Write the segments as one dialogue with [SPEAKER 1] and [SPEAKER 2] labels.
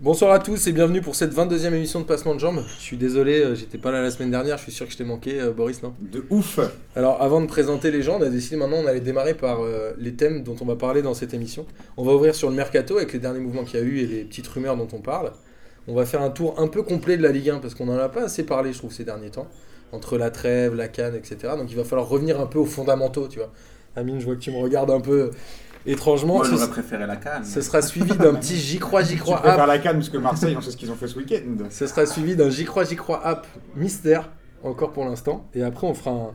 [SPEAKER 1] Bonsoir à tous et bienvenue pour cette 22e émission de Passement de Jambes. Je suis désolé, euh, j'étais pas là la semaine dernière, je suis sûr que je t'ai manqué, euh, Boris, non
[SPEAKER 2] De ouf
[SPEAKER 1] Alors, avant de présenter les gens, on a décidé maintenant, on allait démarrer par euh, les thèmes dont on va parler dans cette émission. On va ouvrir sur le mercato avec les derniers mouvements qu'il y a eu et les petites rumeurs dont on parle. On va faire un tour un peu complet de la Ligue 1 parce qu'on en a pas assez parlé, je trouve, ces derniers temps, entre la trêve, la canne, etc. Donc, il va falloir revenir un peu aux fondamentaux, tu vois. Amine, je vois que tu me regardes un peu étrangement.
[SPEAKER 3] Moi,
[SPEAKER 1] Ce-
[SPEAKER 3] j'aurais préféré la canne.
[SPEAKER 1] ce sera suivi d'un petit j'y crois, j'y
[SPEAKER 2] Tu
[SPEAKER 1] crois.
[SPEAKER 2] préfères
[SPEAKER 1] ah,
[SPEAKER 2] la canne parce que Marseille, on sait ce qu'ils ont fait ce week-end.
[SPEAKER 1] Ce sera suivi d'un J'y crois, J'y crois app mystère, encore pour l'instant. Et après, on fera un,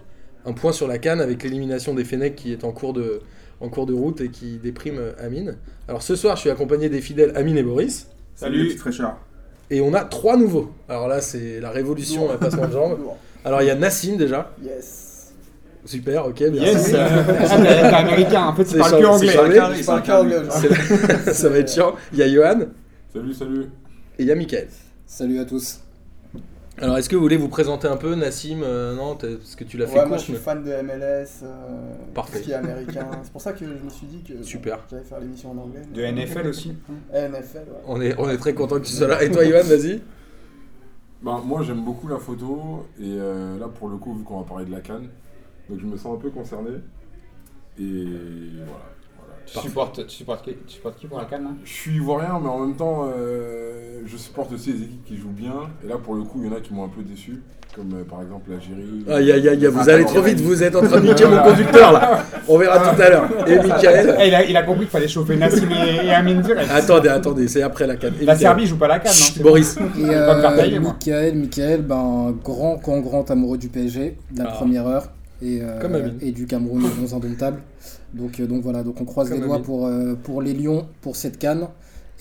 [SPEAKER 1] un point sur la canne avec l'élimination des Fenech qui est en cours de, en cours de route et qui déprime euh, Amine. Alors ce soir, je suis accompagné des fidèles Amine et Boris.
[SPEAKER 2] Salut.
[SPEAKER 3] Salut, fraîcheur.
[SPEAKER 1] Et on a trois nouveaux. Alors là, c'est la révolution, un passement de jambes. Alors il y a Nassim déjà.
[SPEAKER 4] Yes.
[SPEAKER 1] Super, ok, bien.
[SPEAKER 2] Yes Ah, T'es t'es américain, en fait, tu
[SPEAKER 1] C'est
[SPEAKER 2] parles
[SPEAKER 1] Charles-
[SPEAKER 2] que
[SPEAKER 1] c'est
[SPEAKER 2] anglais.
[SPEAKER 1] Charles-
[SPEAKER 3] un carré,
[SPEAKER 4] Je
[SPEAKER 3] c'est un
[SPEAKER 4] parle pas
[SPEAKER 3] carré.
[SPEAKER 4] anglais.
[SPEAKER 1] C'est- ça va être chiant. Il y a Johan
[SPEAKER 5] Salut, salut.
[SPEAKER 1] et il y a Mickaël.
[SPEAKER 4] Salut à tous.
[SPEAKER 1] Alors est-ce que vous voulez vous présenter un peu, Nassim euh, Non, t'as- parce que tu l'as fait
[SPEAKER 4] Ouais, moi
[SPEAKER 1] court,
[SPEAKER 4] je suis
[SPEAKER 1] mais-
[SPEAKER 4] fan de MLS, euh,
[SPEAKER 1] Parfait.
[SPEAKER 4] tout ce qui est américain. C'est pour ça que je me suis dit que
[SPEAKER 1] Super.
[SPEAKER 4] j'allais faire l'émission en anglais.
[SPEAKER 2] De NFL aussi.
[SPEAKER 4] Eh, NFL, ouais.
[SPEAKER 1] On est, on est très content que tu sois là. Et toi, Johan, vas-y.
[SPEAKER 5] Ben, moi j'aime beaucoup la photo et euh, là pour le coup vu qu'on va parler de la canne, donc je me sens un peu concerné. Et voilà. voilà.
[SPEAKER 2] Tu supportes, tu, supportes qui, tu supportes qui pour la canne là
[SPEAKER 5] Je suis ivoirien mais en même temps euh, je supporte aussi les équipes qui jouent bien et là pour le coup il y en a qui m'ont un peu déçu comme euh, par exemple l'Algérie.
[SPEAKER 1] Aïe aïe aïe, vous
[SPEAKER 5] Ah,
[SPEAKER 1] allez
[SPEAKER 5] non,
[SPEAKER 1] trop
[SPEAKER 5] ouais.
[SPEAKER 1] vite, vous êtes en train de niquer mon conducteur là. On verra tout à l'heure. Et Michael.
[SPEAKER 2] Eh, il, a, il a compris qu'il fallait chauffer Nassim et, et Amine direct.
[SPEAKER 1] Attendez, attendez, c'est après la canne.
[SPEAKER 2] La
[SPEAKER 1] Évidemment.
[SPEAKER 2] Serbie joue pas la canne.
[SPEAKER 1] Chut,
[SPEAKER 2] Hein,
[SPEAKER 1] Boris.
[SPEAKER 6] Et
[SPEAKER 2] vais pas me faire tailler,
[SPEAKER 6] euh,
[SPEAKER 2] moi.
[SPEAKER 6] Michael, Michael, ben, grand, grand, grand amoureux du PSG, de la
[SPEAKER 1] Ah.
[SPEAKER 6] première heure, et, euh,
[SPEAKER 1] Comme Amine.
[SPEAKER 6] et du Cameroun, les bons indomptables. Donc, euh, donc voilà, donc on croise
[SPEAKER 1] Comme
[SPEAKER 6] les doigts
[SPEAKER 1] Amine.
[SPEAKER 6] pour, euh, pour les Lions, pour cette canne,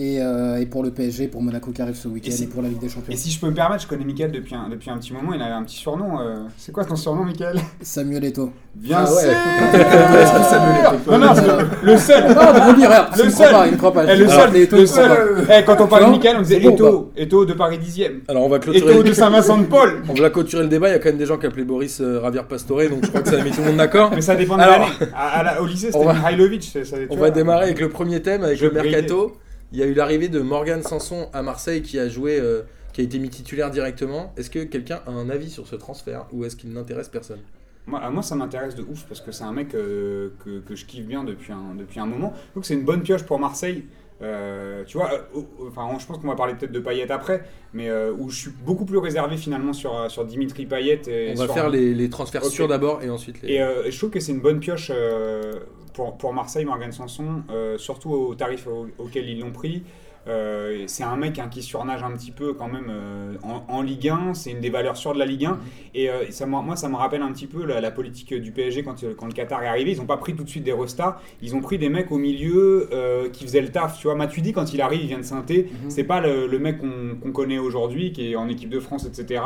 [SPEAKER 6] et, euh, et pour le PSG, pour Monaco qui arrive ce week-end,
[SPEAKER 2] Et
[SPEAKER 6] et,
[SPEAKER 2] si-
[SPEAKER 6] pour la Ligue des Champions.
[SPEAKER 2] Et si je peux me permettre, je connais Mickaël depuis un, depuis un petit moment, il avait un petit surnom. euh, C'est quoi ton surnom, Mickaël
[SPEAKER 6] Samuel Eto'o.
[SPEAKER 2] Bien
[SPEAKER 1] Ah ouais.
[SPEAKER 2] sûr
[SPEAKER 1] Est-ce que ça me l'est
[SPEAKER 2] Non, non, parce que le seul
[SPEAKER 6] Non, de revenir, regarde,
[SPEAKER 2] Le
[SPEAKER 6] tu me crois
[SPEAKER 2] seul.
[SPEAKER 6] pas, il me croit pas.
[SPEAKER 2] Eh,
[SPEAKER 6] je
[SPEAKER 2] le
[SPEAKER 6] dis,
[SPEAKER 2] seul,
[SPEAKER 6] Samuel Eto'o,
[SPEAKER 2] le
[SPEAKER 6] il me croit
[SPEAKER 2] seul. Eh, Quand on parlait de
[SPEAKER 6] Non.
[SPEAKER 2] Mickaël, on disait
[SPEAKER 6] C'est bon ou
[SPEAKER 2] Eto, Eto de Paris 10ème.
[SPEAKER 1] Alors on va
[SPEAKER 2] Eto
[SPEAKER 1] clôturer.
[SPEAKER 2] de Saint-Vincent-de-Paul.
[SPEAKER 1] On va clôturer le débat, il y a quand même des gens qui appelaient Boris euh, Ravière Pastoré, donc je crois que ça a mis tout le monde d'accord.
[SPEAKER 2] Mais ça dépend de
[SPEAKER 1] Alors-
[SPEAKER 2] l'année. À- à la- Au lycée,
[SPEAKER 1] On
[SPEAKER 2] c'était
[SPEAKER 1] va-
[SPEAKER 2] Mihailovic. ça- ça- tu
[SPEAKER 1] On
[SPEAKER 2] vois.
[SPEAKER 1] va démarrer avec le premier thème, avec
[SPEAKER 2] Je
[SPEAKER 1] le
[SPEAKER 2] vais
[SPEAKER 1] mercato. Il y a eu l'arrivée de Morgan Sanson à Marseille qui a joué, euh, qui a été mis titulaire directement. Est-ce que quelqu'un a un avis sur ce transfert ou est-ce qu'il n'intéresse personne
[SPEAKER 2] Moi, à moi, ça m'intéresse de ouf parce que c'est un mec euh, que, que je kiffe bien depuis un, depuis un moment. Donc, c'est une bonne pioche pour Marseille. Euh, tu vois, euh, euh, enfin, on- je pense qu'on va parler peut-être de Payet après, mais euh, où je suis beaucoup plus réservé finalement sur, euh, sur Dimitri Payet. Et
[SPEAKER 1] On va
[SPEAKER 2] sur-
[SPEAKER 1] faire les, les transferts
[SPEAKER 2] Ok.
[SPEAKER 1] sûrs d'abord et ensuite les.
[SPEAKER 2] Et euh, je trouve que c'est une bonne pioche euh, pour, pour Marseille, Morgan Sanson, euh, surtout au tarif au- auquel ils l'ont pris. Euh, c'est un mec hein, qui surnage un petit peu quand même euh, en, en Ligue 1, c'est une des valeurs sûres de la Ligue 1. Et euh, ça, me- moi, ça me rappelle un petit peu la, la politique du PSG quand, euh, quand le Qatar est arrivé. Ils n'ont pas pris tout de suite des restats, ils ont pris des mecs au milieu euh, qui faisaient le taf. Tu vois, Matuidi, quand il arrive, il vient de saint C'est pas le, le mec qu'on qu'on connaît aujourd'hui, qui est en équipe de France, etc.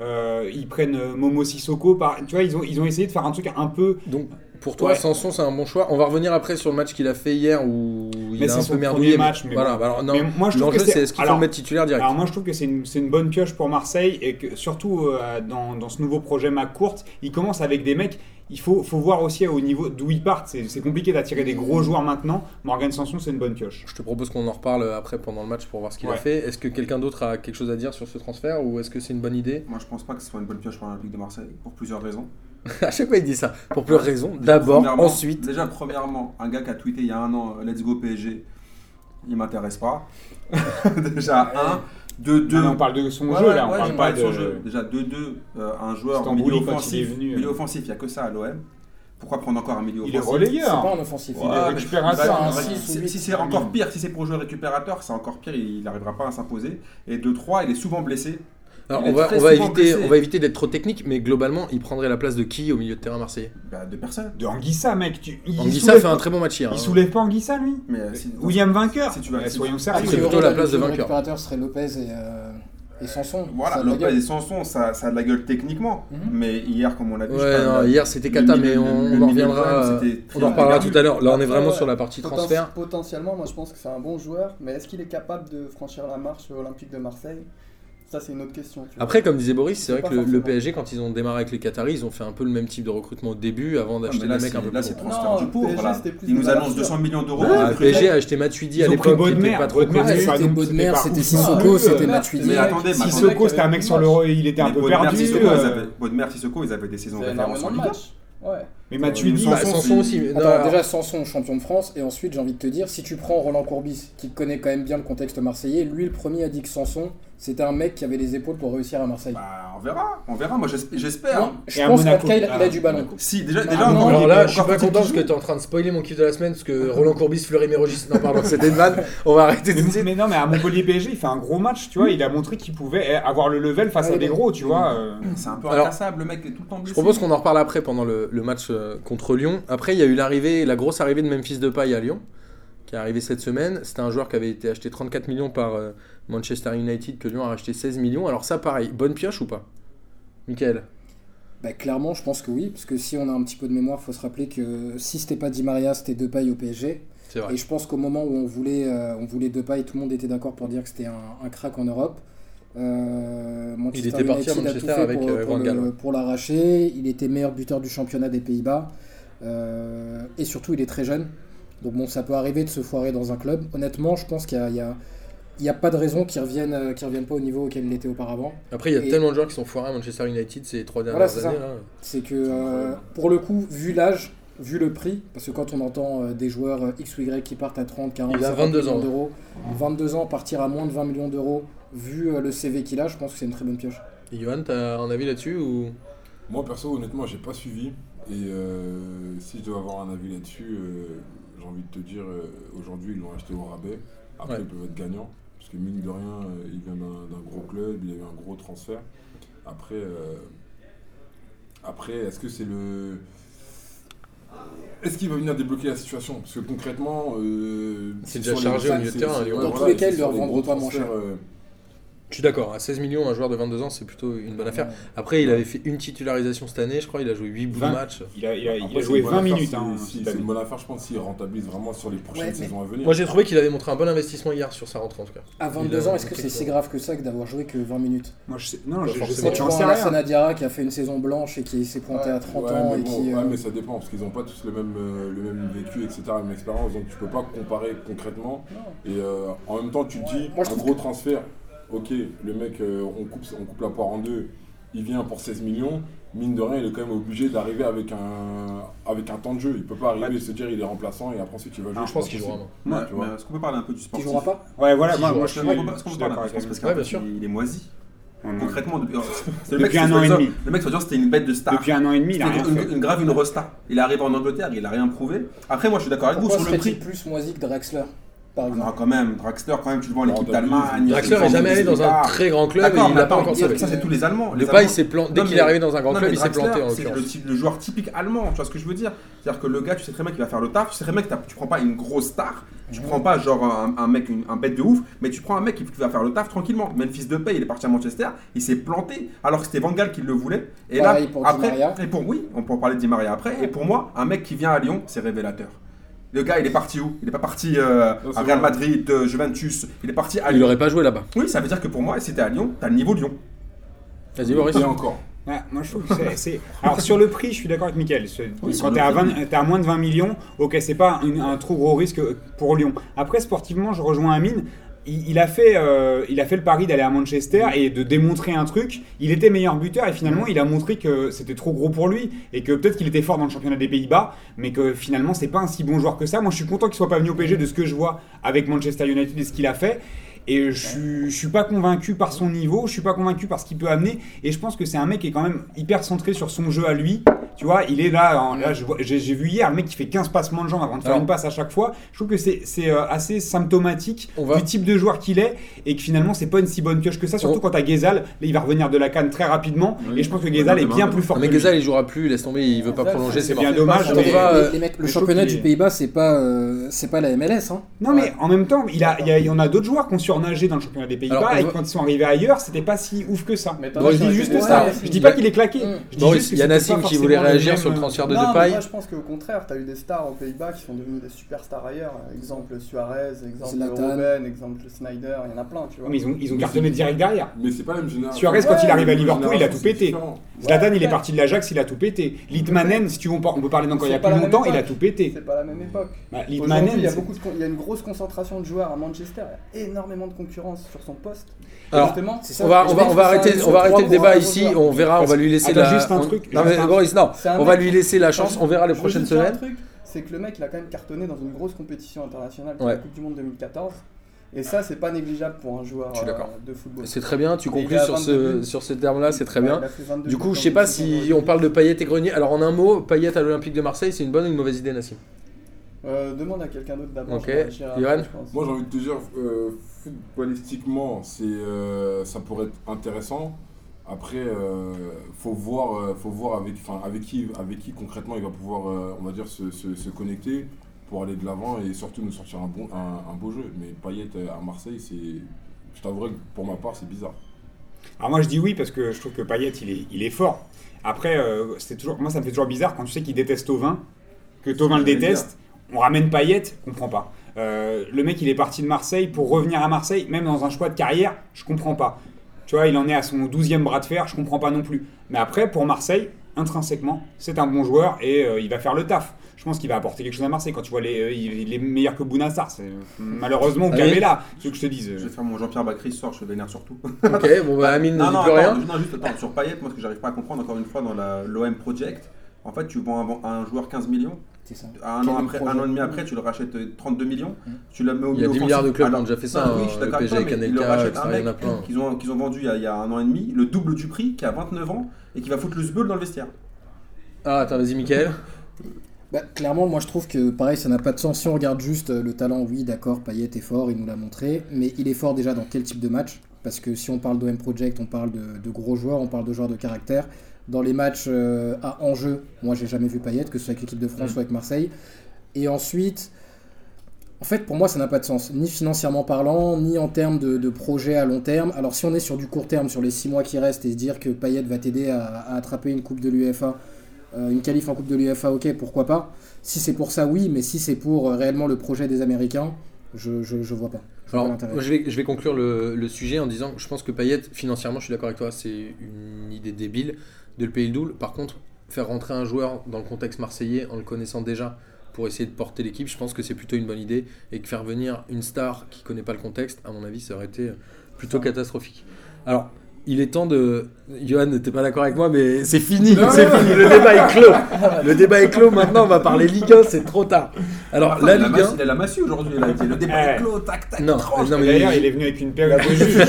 [SPEAKER 2] Euh, ils prennent euh, Momo Sissoko. Par... Tu vois, ils ont, ils ont essayé de faire un truc un peu.
[SPEAKER 1] Donc pour toi,
[SPEAKER 2] Ouais.
[SPEAKER 1] Sanson, c'est un bon choix. On va revenir après sur le match qu'il a fait hier où il
[SPEAKER 2] Mais
[SPEAKER 1] a
[SPEAKER 2] c'est
[SPEAKER 1] un
[SPEAKER 2] son
[SPEAKER 1] peu merdouillé.
[SPEAKER 2] premier match, mais
[SPEAKER 1] voilà,
[SPEAKER 2] bon.
[SPEAKER 1] bah alors, non.
[SPEAKER 2] Mais moi, je trouve
[SPEAKER 1] L'enjeu,
[SPEAKER 2] que
[SPEAKER 1] c'est est-ce qu'il faut
[SPEAKER 2] alors-
[SPEAKER 1] le mettre titulaire direct
[SPEAKER 2] Alors moi, je trouve que c'est une, c'est une bonne pioche pour Marseille et que surtout euh, dans, dans ce nouveau projet McCourt, il commence avec des mecs. Il faut, faut voir aussi au niveau d'où ils partent. C'est c'est compliqué d'attirer des gros joueurs maintenant. Morgan Sanson, c'est une bonne pioche.
[SPEAKER 1] Je te propose qu'on en reparle après pendant le match pour voir ce qu'il a
[SPEAKER 2] Ouais.
[SPEAKER 1] fait. Est-ce que quelqu'un d'autre a quelque chose à dire sur ce transfert ou est-ce que c'est une bonne idée
[SPEAKER 3] Moi, je pense pas que ce soit une bonne pioche pour l'Olympique de Marseille, pour plusieurs raisons.
[SPEAKER 1] À chaque fois, il dit ça. Pour plusieurs raisons. D'abord,
[SPEAKER 3] Premièrement-
[SPEAKER 1] ensuite.
[SPEAKER 3] Déjà, premièrement, un gars qui a tweeté il y a un an euh, Let's go PSG, il m'intéresse pas. déjà, un. De deux.
[SPEAKER 2] Ah, on parle de son
[SPEAKER 3] Ouais,
[SPEAKER 2] jeu
[SPEAKER 3] ouais,
[SPEAKER 2] là, on
[SPEAKER 3] ouais,
[SPEAKER 2] parle
[SPEAKER 3] je
[SPEAKER 2] pas
[SPEAKER 3] parle
[SPEAKER 2] de
[SPEAKER 3] de son jeu. Déjà, de deux, euh, un joueur
[SPEAKER 2] Stambouli, quand
[SPEAKER 3] milieu
[SPEAKER 2] il est
[SPEAKER 3] offensif.
[SPEAKER 2] venu, euh.
[SPEAKER 3] Milieu offensif, il y a que ça à l'OM. Pourquoi prendre encore un milieu
[SPEAKER 2] Il est hein.
[SPEAKER 3] offensif
[SPEAKER 6] il me croit pas.
[SPEAKER 2] relayeur.
[SPEAKER 6] C'est pas un offensif.
[SPEAKER 3] Ouais,
[SPEAKER 2] Il est
[SPEAKER 3] mais-
[SPEAKER 2] récupérateur.
[SPEAKER 6] bah,
[SPEAKER 2] hein.
[SPEAKER 6] si,
[SPEAKER 3] Si, si c'est encore pire, si c'est pour jouer récupérateur, c'est encore pire, il n'arrivera pas à s'imposer. Et 2-3, il est souvent blessé.
[SPEAKER 1] Alors,
[SPEAKER 3] il
[SPEAKER 1] on
[SPEAKER 3] est
[SPEAKER 1] va,
[SPEAKER 3] très
[SPEAKER 1] on, va
[SPEAKER 3] souvent
[SPEAKER 1] éviter,
[SPEAKER 3] blessé.
[SPEAKER 1] on va éviter d'être trop technique, mais globalement, il prendrait la place de qui au milieu de terrain marseillais
[SPEAKER 3] Bah, de personne.
[SPEAKER 2] De Anguissa, mec. Tu, il,
[SPEAKER 1] Anguissa
[SPEAKER 2] soulève,
[SPEAKER 1] fait un très bon match hier. hein.
[SPEAKER 2] il soulève pas Anguissa, lui
[SPEAKER 3] Mais euh, si-
[SPEAKER 2] William Vainqueur
[SPEAKER 3] si tu vas-
[SPEAKER 2] Eh,
[SPEAKER 3] si-
[SPEAKER 2] Soyons
[SPEAKER 6] A
[SPEAKER 1] c'est
[SPEAKER 2] sérieux.
[SPEAKER 6] priori,
[SPEAKER 1] plutôt la place de
[SPEAKER 6] le
[SPEAKER 1] vainqueur.
[SPEAKER 6] récupérateur serait Lopez et, euh, et Sanson. Ça
[SPEAKER 3] Voilà,
[SPEAKER 6] a de la
[SPEAKER 3] Lopez
[SPEAKER 6] gueule.
[SPEAKER 3] et Sanson, ça, ça a de la gueule techniquement.
[SPEAKER 6] Mhm.
[SPEAKER 3] Mais hier, comme on l'a vu, je sais
[SPEAKER 1] Ouais,
[SPEAKER 3] pas,
[SPEAKER 1] non,
[SPEAKER 3] le-
[SPEAKER 1] hier, c'était
[SPEAKER 3] le
[SPEAKER 1] cata,
[SPEAKER 3] milieu-
[SPEAKER 1] mais
[SPEAKER 3] le-
[SPEAKER 1] on,
[SPEAKER 3] le
[SPEAKER 1] on en
[SPEAKER 3] milieu de
[SPEAKER 1] reviendra. euh,
[SPEAKER 3] Rennes, c'était
[SPEAKER 1] On
[SPEAKER 3] très
[SPEAKER 1] en reparlera
[SPEAKER 3] perdu.
[SPEAKER 1] tout à l'heure. Là, on est vraiment
[SPEAKER 4] Ouais.
[SPEAKER 1] sur la partie
[SPEAKER 4] Poten-
[SPEAKER 1] transfert.
[SPEAKER 4] Potentiellement, moi je pense que c'est un bon joueur, mais est-ce qu'il est capable de franchir la marche olympique de Marseille Ça, c'est une autre question. tu vois.
[SPEAKER 1] Après, comme disait Boris, c'est
[SPEAKER 4] C'est
[SPEAKER 1] vrai
[SPEAKER 4] pas
[SPEAKER 1] que le, le
[SPEAKER 4] forcément.
[SPEAKER 1] PSG, quand ils ont démarré avec les Qataris, ils ont fait un peu le même type de recrutement au début avant
[SPEAKER 3] Ah, mais
[SPEAKER 1] d'acheter
[SPEAKER 3] là,
[SPEAKER 1] des mecs
[SPEAKER 3] c'est-
[SPEAKER 1] un peu
[SPEAKER 3] là,
[SPEAKER 1] plus
[SPEAKER 3] c'est
[SPEAKER 1] gros.
[SPEAKER 3] transfert
[SPEAKER 4] Non,
[SPEAKER 3] du pauvre.
[SPEAKER 4] PSG,
[SPEAKER 3] là.
[SPEAKER 4] c'était plus
[SPEAKER 3] Ils nous
[SPEAKER 4] des
[SPEAKER 3] annoncent
[SPEAKER 4] valeurs
[SPEAKER 3] 200 millions d'euros.
[SPEAKER 2] Ouais,
[SPEAKER 3] pour
[SPEAKER 1] Ah,
[SPEAKER 3] le
[SPEAKER 1] le
[SPEAKER 2] Après,
[SPEAKER 1] PSG a acheté Matuidi
[SPEAKER 2] ils
[SPEAKER 1] à
[SPEAKER 2] ont pris
[SPEAKER 1] l'époque, qui était
[SPEAKER 2] Bodmer.
[SPEAKER 1] pas trop
[SPEAKER 2] Bodmer,
[SPEAKER 1] connu.
[SPEAKER 2] c'est pas
[SPEAKER 6] c'était
[SPEAKER 2] non plus-
[SPEAKER 6] Bodmer,
[SPEAKER 2] pas
[SPEAKER 6] c'était
[SPEAKER 2] ouf. hein.
[SPEAKER 6] Sissoko,
[SPEAKER 4] Ah,
[SPEAKER 2] Ouais,
[SPEAKER 4] euh,
[SPEAKER 6] c'était
[SPEAKER 2] ouais.
[SPEAKER 6] Matuidi.
[SPEAKER 3] Mais attendez,
[SPEAKER 4] Sissoko,
[SPEAKER 3] maintenant,
[SPEAKER 2] Sissoko, c'était un mec sur l'euro, il était un
[SPEAKER 3] Mais
[SPEAKER 2] peu
[SPEAKER 3] Bodmer,
[SPEAKER 2] perdu.
[SPEAKER 3] Sissoko, ils
[SPEAKER 2] euh,
[SPEAKER 3] avaient- Bodmer, Sissoko, ils avaient des saisons
[SPEAKER 4] C'est
[SPEAKER 3] références en
[SPEAKER 4] énormément de
[SPEAKER 3] Ligue
[SPEAKER 4] matchs. Ouais.
[SPEAKER 2] Mais
[SPEAKER 3] Ils
[SPEAKER 2] Matuidi,
[SPEAKER 3] sont-
[SPEAKER 1] Bah,
[SPEAKER 3] Sanson,
[SPEAKER 1] Sanson
[SPEAKER 3] c'est-
[SPEAKER 1] aussi. mais-
[SPEAKER 6] Attends,
[SPEAKER 1] non,
[SPEAKER 6] déjà Sanson, champion de France, et ensuite j'ai envie de te dire, si tu prends Roland Courbis, qui connaît quand même bien le contexte marseillais, lui le premier a dit que Sanson, c'était un mec qui avait les épaules pour réussir à Marseille.
[SPEAKER 3] Bah, on verra, on verra. Moi, j'esp- j'espère.
[SPEAKER 1] Hein
[SPEAKER 6] Moi,
[SPEAKER 2] et
[SPEAKER 6] je
[SPEAKER 2] à
[SPEAKER 6] pense qu'en
[SPEAKER 2] Monaco,
[SPEAKER 6] tout cas, il a, il
[SPEAKER 1] Ah.
[SPEAKER 6] a
[SPEAKER 2] là.
[SPEAKER 6] du ballon.
[SPEAKER 3] Si, déjà,
[SPEAKER 6] Bah,
[SPEAKER 3] déjà
[SPEAKER 6] non,
[SPEAKER 3] encore-
[SPEAKER 1] Alors là, je suis
[SPEAKER 3] encore
[SPEAKER 1] pas
[SPEAKER 3] faut-il
[SPEAKER 1] content parce
[SPEAKER 3] qu'il
[SPEAKER 1] que t'es en train de spoiler mon kiff de la semaine parce que Roland Courbis, Fleury Mérogis. Non, pardon, c'était une vanne. On va arrêter tout de
[SPEAKER 2] Mais,
[SPEAKER 1] suite.
[SPEAKER 2] mais non, mais à Montpellier PSG, il fait un gros match, tu vois. Il a montré qu'il pouvait eh, avoir le level face
[SPEAKER 6] Ouais,
[SPEAKER 2] à des
[SPEAKER 6] ouais.
[SPEAKER 2] gros, tu vois. euh.
[SPEAKER 3] joue. C'est un peu
[SPEAKER 1] Alors,
[SPEAKER 3] incassable, le mec est tout le temps blessé.
[SPEAKER 1] Je propose qu'on en reparle après pendant le, le match euh, contre Lyon. Après, il y a eu l'arrivée, la grosse arrivée de Memphis Depay à Lyon, qui est arrivé cette semaine. C'était un joueur qui avait été acheté 34 millions par euh, Manchester United, que Lyon a racheté 16 millions. Alors ça, pareil, bonne pioche ou pas Michael
[SPEAKER 6] Bah, clairement, je pense que oui, parce que si on a un petit peu de mémoire, faut se rappeler que si c'était pas Di Maria, c'était Depay au PSG.
[SPEAKER 1] C'est vrai.
[SPEAKER 6] Et je pense qu'au moment où on voulait, euh, on voulait Depay, tout le monde était d'accord pour dire que c'était un, un crack en Europe. Euh, Manchester
[SPEAKER 1] était parti à
[SPEAKER 6] United a tout
[SPEAKER 1] Manchester
[SPEAKER 6] fait
[SPEAKER 1] avec,
[SPEAKER 6] pour,
[SPEAKER 1] euh,
[SPEAKER 6] pour
[SPEAKER 1] Van Gaal,
[SPEAKER 6] le-
[SPEAKER 1] ouais.
[SPEAKER 6] pour l'arracher. Il était meilleur buteur du championnat des Pays-Bas. Euh, et surtout, il est très jeune. Donc bon, ça peut arriver de se foirer dans un club. Honnêtement, je pense qu'il n'y a, il y a- il y a pas de raison qu'il ne revienne, euh, qu'il revienne pas au niveau auquel il était auparavant.
[SPEAKER 1] Après, il y a
[SPEAKER 6] Et-
[SPEAKER 1] tellement de joueurs qui sont foirés à Manchester United ces trois
[SPEAKER 6] Voilà,
[SPEAKER 1] dernières
[SPEAKER 6] c'est ça.
[SPEAKER 1] années. là.
[SPEAKER 6] C'est que, euh, pour le coup, vu l'âge, vu le prix, parce que quand on entend euh, des joueurs euh, X ou Y qui partent à 30, 40,
[SPEAKER 1] Il a
[SPEAKER 6] 50
[SPEAKER 1] 22
[SPEAKER 6] millions
[SPEAKER 1] ans.
[SPEAKER 6] d'euros, 22 ans, partir à moins de 20 millions d'euros, vu euh, le CV qu'il a, je pense que c'est une très bonne pioche.
[SPEAKER 1] Et Johan, t'as un avis là-dessus ou
[SPEAKER 5] Moi perso, honnêtement, j'ai pas suivi. Et euh, si je dois avoir un avis là-dessus, euh, j'ai envie de te dire, euh, aujourd'hui ils l'ont acheté au rabais. Après,
[SPEAKER 1] Ouais.
[SPEAKER 5] ils peuvent être gagnants. Parce que mine de rien, euh, il vient d'un d'un gros club, il a eu un gros transfert. Après, euh, après est-ce que c'est le. Est-ce qu'il va venir débloquer la situation Parce que concrètement. euh,
[SPEAKER 1] C'est déjà
[SPEAKER 5] sur les-
[SPEAKER 1] chargé au
[SPEAKER 5] c'est-
[SPEAKER 1] milieu de
[SPEAKER 5] c'est-
[SPEAKER 1] terrain,
[SPEAKER 5] c'est-
[SPEAKER 1] Lyon.
[SPEAKER 5] ouais,
[SPEAKER 1] Dans
[SPEAKER 6] tous
[SPEAKER 5] voilà,
[SPEAKER 6] les cas,
[SPEAKER 5] c'est
[SPEAKER 6] ils
[SPEAKER 5] sur
[SPEAKER 6] le
[SPEAKER 5] les gros
[SPEAKER 6] revendront pas moins cher.
[SPEAKER 5] transferts, euh,
[SPEAKER 1] Je suis d'accord, à 16 millions, un joueur de 22 ans, c'est plutôt une bonne affaire. Après, il avait fait une titularisation cette année, je crois, il a joué 8 bouts de
[SPEAKER 2] Vingt.
[SPEAKER 1] match.
[SPEAKER 2] Il a, il a- il a
[SPEAKER 5] Après, c'est
[SPEAKER 2] joué
[SPEAKER 5] une bonne
[SPEAKER 2] 20
[SPEAKER 5] affaire
[SPEAKER 2] minutes.
[SPEAKER 5] si-
[SPEAKER 2] hein,
[SPEAKER 5] si-
[SPEAKER 2] cette
[SPEAKER 5] c'est
[SPEAKER 2] année.
[SPEAKER 5] une bonne affaire, je pense, s'il rentabilise vraiment sur les prochaines
[SPEAKER 6] Ouais, mais-
[SPEAKER 5] saisons à venir.
[SPEAKER 1] Moi, j'ai trouvé qu'il avait montré un bon investissement hier sur sa rentrée, en tout cas.
[SPEAKER 6] À
[SPEAKER 1] Il
[SPEAKER 6] 22
[SPEAKER 1] a
[SPEAKER 6] ans, est-ce que
[SPEAKER 1] montré
[SPEAKER 6] c'est
[SPEAKER 1] que-
[SPEAKER 6] si grave que ça que d'avoir joué que 20 minutes
[SPEAKER 2] Moi, je sais, non, je- je,
[SPEAKER 1] forcément.
[SPEAKER 2] sais,
[SPEAKER 6] Quand tu
[SPEAKER 2] j'en
[SPEAKER 6] prends
[SPEAKER 2] sais rien.
[SPEAKER 6] Alassane Diarra qui a fait une saison blanche et qui s'est pointé
[SPEAKER 4] Ouais.
[SPEAKER 6] à 30
[SPEAKER 5] Ouais,
[SPEAKER 6] ans
[SPEAKER 5] mais
[SPEAKER 6] et
[SPEAKER 5] bon,
[SPEAKER 6] qui...
[SPEAKER 5] ouais,
[SPEAKER 6] euh,
[SPEAKER 5] mais ça dépend, parce qu'ils n'ont pas tous le même, euh, le même vécu, etc., la même expérience, donc tu peux pas comparer concrètement. Et euh, en même temps, tu te dis,
[SPEAKER 6] Moi, je
[SPEAKER 5] un
[SPEAKER 6] trouve
[SPEAKER 5] gros transfert, ok, le mec, euh, on, coupe, on coupe la poire en deux, il vient pour 16 millions, mine de rien, il est quand même obligé d'arriver avec un, avec un temps de jeu. Il peut pas arriver
[SPEAKER 2] Ouais.
[SPEAKER 5] et se dire, il est remplaçant, et après ensuite, tu vas jouer.
[SPEAKER 2] Ah,
[SPEAKER 1] Je pense qu'il jouera. moi.
[SPEAKER 3] Ouais,
[SPEAKER 5] tu vois.
[SPEAKER 3] mais Est-ce qu'on peut parler un peu du
[SPEAKER 6] qui
[SPEAKER 3] sportif
[SPEAKER 6] jouera pas
[SPEAKER 2] Ouais, voilà,
[SPEAKER 1] Qui
[SPEAKER 2] moi,
[SPEAKER 1] joue
[SPEAKER 2] moi,
[SPEAKER 1] en
[SPEAKER 2] je
[SPEAKER 3] Est-ce
[SPEAKER 2] suis
[SPEAKER 3] qu'on peut- est-ce
[SPEAKER 2] je
[SPEAKER 3] qu'on
[SPEAKER 2] suis
[SPEAKER 3] peut parler
[SPEAKER 2] d'accord
[SPEAKER 3] un
[SPEAKER 2] avec
[SPEAKER 3] peu du
[SPEAKER 2] Amine.
[SPEAKER 3] sportif
[SPEAKER 1] Ouais,
[SPEAKER 3] Parce
[SPEAKER 1] bien
[SPEAKER 3] qu'en
[SPEAKER 1] sûr.
[SPEAKER 3] fait, il il est moisi.
[SPEAKER 2] On-
[SPEAKER 3] Concrètement, depuis- c'est le mec,
[SPEAKER 2] Depuis
[SPEAKER 3] c'est
[SPEAKER 2] un an et
[SPEAKER 3] soi-disant-
[SPEAKER 2] demi.
[SPEAKER 3] Le mec, soi-disant, c'était une bête de star.
[SPEAKER 2] Depuis un an et demi, il a rien
[SPEAKER 3] C'était une,
[SPEAKER 2] fait.
[SPEAKER 3] une grave une resta. Il arrive en Angleterre, il a rien prouvé. Après, moi, je suis d'accord avec vous
[SPEAKER 6] Pourquoi
[SPEAKER 3] sur le
[SPEAKER 6] serait-il
[SPEAKER 3] prix.
[SPEAKER 6] plus moisi que Draxler, par
[SPEAKER 3] Non,
[SPEAKER 6] exemple
[SPEAKER 3] quand même, Draxler, quand même, tu le vois en
[SPEAKER 5] Non,
[SPEAKER 3] équipe
[SPEAKER 5] t'as
[SPEAKER 3] d'Allemagne.
[SPEAKER 5] vu,
[SPEAKER 3] il a
[SPEAKER 1] bah, Draxler
[SPEAKER 3] une
[SPEAKER 1] est
[SPEAKER 3] forme
[SPEAKER 1] jamais
[SPEAKER 3] de
[SPEAKER 1] allé dans un
[SPEAKER 3] Bundesliga.
[SPEAKER 1] très grand club et
[SPEAKER 3] D'accord,
[SPEAKER 1] il
[SPEAKER 3] mais
[SPEAKER 1] l'a pas
[SPEAKER 3] attends,
[SPEAKER 1] encore
[SPEAKER 3] il-
[SPEAKER 1] sauvé.
[SPEAKER 3] Ça, c'est tous les Allemands. Les
[SPEAKER 1] Le pas, il
[SPEAKER 3] Allemands-
[SPEAKER 1] s'est planté. Dès
[SPEAKER 3] Non,
[SPEAKER 1] qu'il
[SPEAKER 3] mais-
[SPEAKER 1] est arrivé dans un grand
[SPEAKER 3] Non,
[SPEAKER 1] club,
[SPEAKER 3] mais
[SPEAKER 1] il s'est
[SPEAKER 3] Draxler,
[SPEAKER 1] planté en
[SPEAKER 3] C'est le
[SPEAKER 1] l'occurrence.
[SPEAKER 3] type de joueur typique allemand, tu vois ce que je veux dire C'est-à-dire que le gars, tu sais très bien qu'il va faire le taf, tu sais très bien que t'as- tu prends pas une grosse star, tu prends pas genre un, un mec, une- un bête de ouf, mais tu prends un mec qui qui va faire le taf tranquillement. Memphis Depay, il est parti à Manchester, il s'est planté, alors que c'était Van Gaal qui le voulait. Et là,
[SPEAKER 1] Bah,
[SPEAKER 6] Pareil pour Di
[SPEAKER 3] après,
[SPEAKER 6] Maria.
[SPEAKER 3] et pour oui, on peut en parler de Di Maria après. Et pour moi, un mec qui vient à Lyon, c'est révélateur. Le gars, il est parti où Il est pas parti euh,
[SPEAKER 5] Non, c'est
[SPEAKER 3] à Real
[SPEAKER 5] vrai.
[SPEAKER 3] Madrid, euh, Juventus, il est parti à
[SPEAKER 1] Il
[SPEAKER 3] Lyon.
[SPEAKER 1] aurait pas joué là-bas.
[SPEAKER 3] Oui, ça veut dire que pour moi, si t'es à Lyon, t'as le niveau de Lyon.
[SPEAKER 1] Vas-y, Boris.
[SPEAKER 5] Et encore.
[SPEAKER 2] Ouais, moi, je trouve que c'est- c'est. Alors, sur le prix, je suis d'accord avec Mickaël. C'est-
[SPEAKER 3] Oui, sur
[SPEAKER 2] Quand
[SPEAKER 3] le
[SPEAKER 2] t'es à,
[SPEAKER 3] prix.
[SPEAKER 2] 20 t'es à moins de 20 millions, ok, c'est pas un, un trop gros risque pour Lyon. Après, sportivement, je rejoins Amine. Il, il a fait, euh, il a fait le pari d'aller à Manchester et de démontrer un truc. Il était meilleur buteur et finalement, il a montré que c'était trop gros pour lui et que peut-être qu'il était fort dans le championnat des Pays-Bas, mais que finalement, c'est pas un si bon joueur que ça. Moi, je suis content qu'il soit pas venu au PSG de ce que je vois avec Manchester United et ce qu'il a fait. Et je suis, je suis pas convaincu par son niveau, je suis pas convaincu par ce qu'il peut amener. Et je pense que c'est un mec qui est quand même hyper centré sur son jeu à lui. Tu vois, il est là, en- là je vois- j'ai j'ai vu hier le mec qui fait 15 passements de jambes avant de faire
[SPEAKER 1] Alors.
[SPEAKER 2] une passe à chaque fois. Je trouve que c'est c'est, euh, assez symptomatique
[SPEAKER 1] On va-
[SPEAKER 2] du type de joueur qu'il est et que finalement c'est pas une si bonne pioche que ça. Surtout
[SPEAKER 1] On-
[SPEAKER 2] quand t'as Gezal, là il va revenir de la canne très rapidement.
[SPEAKER 3] Oui.
[SPEAKER 2] Et je pense que Gezal
[SPEAKER 3] Ouais,
[SPEAKER 2] est
[SPEAKER 3] demain,
[SPEAKER 2] bien
[SPEAKER 3] demain.
[SPEAKER 2] plus fort.
[SPEAKER 1] Mais
[SPEAKER 2] que lui.
[SPEAKER 1] Geza, il jouera plus, laisse tomber, il veut pas
[SPEAKER 4] Ça,
[SPEAKER 1] prolonger,
[SPEAKER 4] c'est
[SPEAKER 1] c'est mort.
[SPEAKER 2] bien dommage,
[SPEAKER 1] On
[SPEAKER 2] mais-
[SPEAKER 1] va,
[SPEAKER 6] Les-
[SPEAKER 1] euh,
[SPEAKER 6] les mecs, le
[SPEAKER 2] mais je trouve
[SPEAKER 6] championnat
[SPEAKER 2] qu'il
[SPEAKER 6] du
[SPEAKER 2] est-
[SPEAKER 6] Pays-Bas, c'est pas, euh, c'est pas la MLS. Hein.
[SPEAKER 2] Non mais en même temps, il, a, il y a- il y en a d'autres joueurs qui ont encore nagé dans le championnat des
[SPEAKER 1] Alors, on
[SPEAKER 2] Pays-Bas et
[SPEAKER 1] va-
[SPEAKER 2] quand ils sont arrivés ailleurs, c'était pas si ouf que ça.
[SPEAKER 4] Mais
[SPEAKER 1] Non,
[SPEAKER 4] t'as-
[SPEAKER 1] je dis
[SPEAKER 2] Juste
[SPEAKER 4] Ouais,
[SPEAKER 2] ça.
[SPEAKER 4] ouais,
[SPEAKER 2] Je
[SPEAKER 4] c'est-
[SPEAKER 2] dis pas qu'il est claqué.
[SPEAKER 6] Mm.
[SPEAKER 2] Je dis
[SPEAKER 1] Boris,
[SPEAKER 2] juste que
[SPEAKER 1] il y a
[SPEAKER 2] c'était
[SPEAKER 1] Nassim
[SPEAKER 2] pas
[SPEAKER 1] qui voulait
[SPEAKER 2] forcément le
[SPEAKER 1] réagir
[SPEAKER 2] même,
[SPEAKER 1] sur le
[SPEAKER 2] euh,
[SPEAKER 1] transfert de
[SPEAKER 4] Non, mais
[SPEAKER 1] Depay.
[SPEAKER 4] moi je pense qu'au contraire, t'as eu des stars aux Pays-Bas qui sont devenues des superstars ailleurs. Exemple Suarez, exemple
[SPEAKER 6] Zlatan.
[SPEAKER 4] Robben, exemple Snyder, il y en a plein, tu vois.
[SPEAKER 2] euh, Mais ils ont, ils ont cartonné direct derrière.
[SPEAKER 5] Mais c'est pas la même génération.
[SPEAKER 2] Suarez, quand
[SPEAKER 5] Ouais,
[SPEAKER 2] il arrive à
[SPEAKER 5] la
[SPEAKER 2] Liverpool, il a tout
[SPEAKER 5] génération, c'est
[SPEAKER 2] pété.
[SPEAKER 5] différent.
[SPEAKER 2] Zlatan, il est
[SPEAKER 4] ouais.
[SPEAKER 2] parti de l'Ajax, il a tout pété. Litmanen, si tu veux, on peut- on peut parler d'encore il y a
[SPEAKER 4] C'est pas
[SPEAKER 2] plus
[SPEAKER 4] la même
[SPEAKER 2] longtemps, il a
[SPEAKER 4] époque.
[SPEAKER 2] tout pété.
[SPEAKER 4] C'est pas la même époque.
[SPEAKER 2] Bah,
[SPEAKER 4] Aujourd'hui, il y,
[SPEAKER 2] Litmanen,
[SPEAKER 4] a
[SPEAKER 2] c'est-
[SPEAKER 4] beaucoup de con- il y a une grosse concentration de joueurs à Manchester, il y a énormément de concurrence sur son poste.
[SPEAKER 1] Alors,
[SPEAKER 4] Justement,
[SPEAKER 6] c'est ça.
[SPEAKER 1] On va,
[SPEAKER 4] Je
[SPEAKER 1] on
[SPEAKER 4] pense
[SPEAKER 1] va, on
[SPEAKER 4] que
[SPEAKER 1] va
[SPEAKER 4] ça
[SPEAKER 1] arrêter,
[SPEAKER 4] reste
[SPEAKER 1] on va
[SPEAKER 4] trois
[SPEAKER 1] arrêter le
[SPEAKER 4] gros
[SPEAKER 1] débat
[SPEAKER 4] gros
[SPEAKER 1] ici,
[SPEAKER 4] joueurs.
[SPEAKER 1] on verra, on va lui laisser
[SPEAKER 2] Attends,
[SPEAKER 1] la...
[SPEAKER 2] juste un
[SPEAKER 1] on-
[SPEAKER 2] truc,
[SPEAKER 1] Non,
[SPEAKER 2] juste
[SPEAKER 1] mais
[SPEAKER 2] un-
[SPEAKER 1] Boris, non,
[SPEAKER 4] C'est un
[SPEAKER 1] on va
[SPEAKER 4] mec
[SPEAKER 1] lui
[SPEAKER 4] qui-
[SPEAKER 1] laisser la
[SPEAKER 4] Enfin,
[SPEAKER 1] chance,
[SPEAKER 4] je-
[SPEAKER 1] on verra les
[SPEAKER 4] je veux
[SPEAKER 1] prochaines
[SPEAKER 4] juste dire un
[SPEAKER 1] semaines.
[SPEAKER 4] truc, C'est que le mec, il a quand même cartonné dans une grosse compétition internationale, qui est
[SPEAKER 1] Ouais.
[SPEAKER 4] la Coupe du Monde 2014. Et ça, c'est pas négligeable pour un joueur
[SPEAKER 1] Je suis
[SPEAKER 4] euh,
[SPEAKER 1] d'accord.
[SPEAKER 4] de football.
[SPEAKER 1] C'est très bien, tu
[SPEAKER 4] Il
[SPEAKER 1] conclus
[SPEAKER 4] a
[SPEAKER 1] sur
[SPEAKER 4] 22
[SPEAKER 1] ce,
[SPEAKER 4] buts.
[SPEAKER 1] sur ce terme-là, c'est très
[SPEAKER 4] Ouais,
[SPEAKER 1] bien.
[SPEAKER 4] il a fait 22
[SPEAKER 1] Du
[SPEAKER 4] buts
[SPEAKER 1] coup,
[SPEAKER 4] dans
[SPEAKER 1] je sais pas
[SPEAKER 4] une saison
[SPEAKER 1] si
[SPEAKER 4] de
[SPEAKER 1] on parle de Payet et Grenier. Alors, en un mot, Payet à l'Olympique de Marseille, c'est une bonne ou une mauvaise idée, Nassim
[SPEAKER 4] Euh, demande à quelqu'un d'autre d'abord.
[SPEAKER 1] Ok.
[SPEAKER 4] je réagirai après,
[SPEAKER 1] Johan
[SPEAKER 4] je pense.
[SPEAKER 5] Moi j'ai envie de te dire, euh, footballistiquement, c'est, euh, ça pourrait être intéressant. Après, euh, faut voir, euh, faut voir avec, enfin, avec, qui, avec qui concrètement il va pouvoir, euh, on va dire, se, se- se connecter pour aller de l'avant et surtout nous sortir un, bon, un, un beau jeu. Mais Payet euh, à Marseille, c'est, je t'avouerai que pour ma part, c'est bizarre.
[SPEAKER 2] Alors moi je dis oui parce que je trouve que Payet il est, il est fort. Après, euh, c'était toujours, moi ça me fait toujours bizarre quand tu sais qu'il déteste Tovin, que Tovin le
[SPEAKER 3] j'allais
[SPEAKER 2] déteste, on ramène Payet, comprends pas. Euh, le mec il est parti de Marseille pour revenir à Marseille, même dans un choix de carrière, je comprends pas. Tu vois, il en est à son 12e bras de fer, je comprends pas non plus. Mais après, pour Marseille, intrinsèquement, c'est un bon joueur et euh, il va faire le taf. Je pense qu'il va apporter quelque chose à Marseille. Quand tu vois les, euh, il, il est meilleur que Bounassar, c'est malheureusement
[SPEAKER 1] Ah oui.
[SPEAKER 2] Camela, ce que je te euh. dis.
[SPEAKER 3] Je vais faire mon Jean-Pierre Bacry, sort, je vénère surtout.
[SPEAKER 1] Ok, bon, bah, Amine ne
[SPEAKER 3] non,
[SPEAKER 1] dit
[SPEAKER 3] non,
[SPEAKER 1] plus rien.
[SPEAKER 3] attends, non, juste attends, sur Payet, moi ce que j'arrive pas à comprendre encore une fois dans la- l'OM Project, en fait tu vends un, un joueur 15 millions,
[SPEAKER 6] C'est ça.
[SPEAKER 3] un
[SPEAKER 6] Quel
[SPEAKER 3] an, après,
[SPEAKER 6] projet
[SPEAKER 3] un an et demi après tu le rachètes euh, 32 millions, tu l'as mis au
[SPEAKER 1] Mmh. Il y a
[SPEAKER 3] milieu
[SPEAKER 1] 10 milliards de
[SPEAKER 3] offensif.
[SPEAKER 1] clubs qui
[SPEAKER 3] Alors,
[SPEAKER 1] ont déjà fait ça.
[SPEAKER 3] non, oui,
[SPEAKER 1] hein,
[SPEAKER 3] je suis d'accord avec
[SPEAKER 1] PSG,
[SPEAKER 3] toi, mais ils le
[SPEAKER 1] Canelka,
[SPEAKER 3] rachètent
[SPEAKER 1] etc.,
[SPEAKER 3] un
[SPEAKER 1] il y en a
[SPEAKER 3] mec
[SPEAKER 1] plein.
[SPEAKER 3] qu'ils ont, qu'ils ont vendu il y, a, il y a un an et demi, le double du prix, qui a 29 ans, et qui va foutre le zbeul dans le vestiaire.
[SPEAKER 1] Ah, attends, vas-y, Michael.
[SPEAKER 6] Bah, clairement, moi je trouve que pareil, ça n'a pas de sens. Si on regarde juste euh, le talent, oui, d'accord, Payet est fort, il nous l'a montré, mais il est fort déjà dans quel type de match Parce que si on parle d'OM Project, on parle de, de gros joueurs, on parle de joueurs de caractère. Dans les matchs euh, à enjeu, moi j'ai jamais vu Payet, que ce soit avec l'équipe de
[SPEAKER 4] Mm.
[SPEAKER 6] France ou avec Marseille. Et ensuite, en fait, pour moi, ça n'a pas de sens, ni financièrement parlant, ni en termes de, de projet à long terme. Alors, si on est sur du court terme, sur les six mois qui restent, et se dire que Payet va t'aider à, à attraper une coupe de l'UEFA, euh, une qualif en coupe de l'UEFA, ok, pourquoi pas. Si c'est pour ça, oui, mais si c'est pour euh, réellement le projet des Américains, je, je, je vois pas. Je vois
[SPEAKER 1] Alors,
[SPEAKER 6] pas l'intérêt.
[SPEAKER 1] moi, je vais, je vais conclure le, le sujet en disant que je pense que Payet, financièrement, je suis d'accord avec toi, c'est une idée débile de le payer le double. Par contre, faire rentrer un joueur dans le contexte marseillais en le connaissant déjà pour essayer de porter l'équipe, je pense que c'est plutôt une bonne idée. Et que faire venir une star qui connaît pas le contexte, à mon avis, ça aurait été plutôt catastrophique. Alors, il est temps de. Johan n'était pas d'accord avec moi, mais c'est fini,
[SPEAKER 5] Non,
[SPEAKER 1] c'est
[SPEAKER 5] non,
[SPEAKER 1] fini, le débat est clos. Le débat est clos, maintenant on va parler Ligue 1, c'est trop tard. Alors, Ah,
[SPEAKER 3] Enfin,
[SPEAKER 1] la
[SPEAKER 3] il a
[SPEAKER 1] Ligue 1.
[SPEAKER 3] massue- Il a la massue aujourd'hui, là, il dit, le débat est
[SPEAKER 2] Eh.
[SPEAKER 3] clos, tac, tac,
[SPEAKER 1] Non,
[SPEAKER 3] tranche.
[SPEAKER 1] non, mais-
[SPEAKER 2] D'ailleurs, il est venu avec une perruque de juge.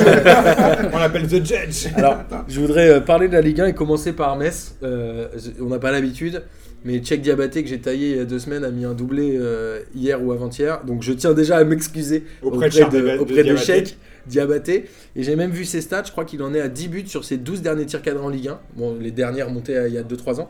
[SPEAKER 2] On l'appelle The Judge.
[SPEAKER 1] Alors, je voudrais euh, parler de la Ligue 1 et commencer par Metz. Euh, je- on n'a pas l'habitude, mais Tchèque Diabaté, que j'ai taillé il y a deux semaines, a mis un doublé euh, hier ou avant-hier. Donc, je tiens déjà à m'excuser
[SPEAKER 2] Auprès de
[SPEAKER 1] auprès,
[SPEAKER 2] Charles
[SPEAKER 1] de,
[SPEAKER 2] Diaba- de
[SPEAKER 1] auprès de
[SPEAKER 2] Diabaté.
[SPEAKER 1] Tchèque Diabaté. Et j'ai même vu ses stats. Je crois qu'il en est à 10 buts sur ses 12 derniers tirs cadrés en Ligue 1. Bon, les dernières montées à- il y a 2-3 ans.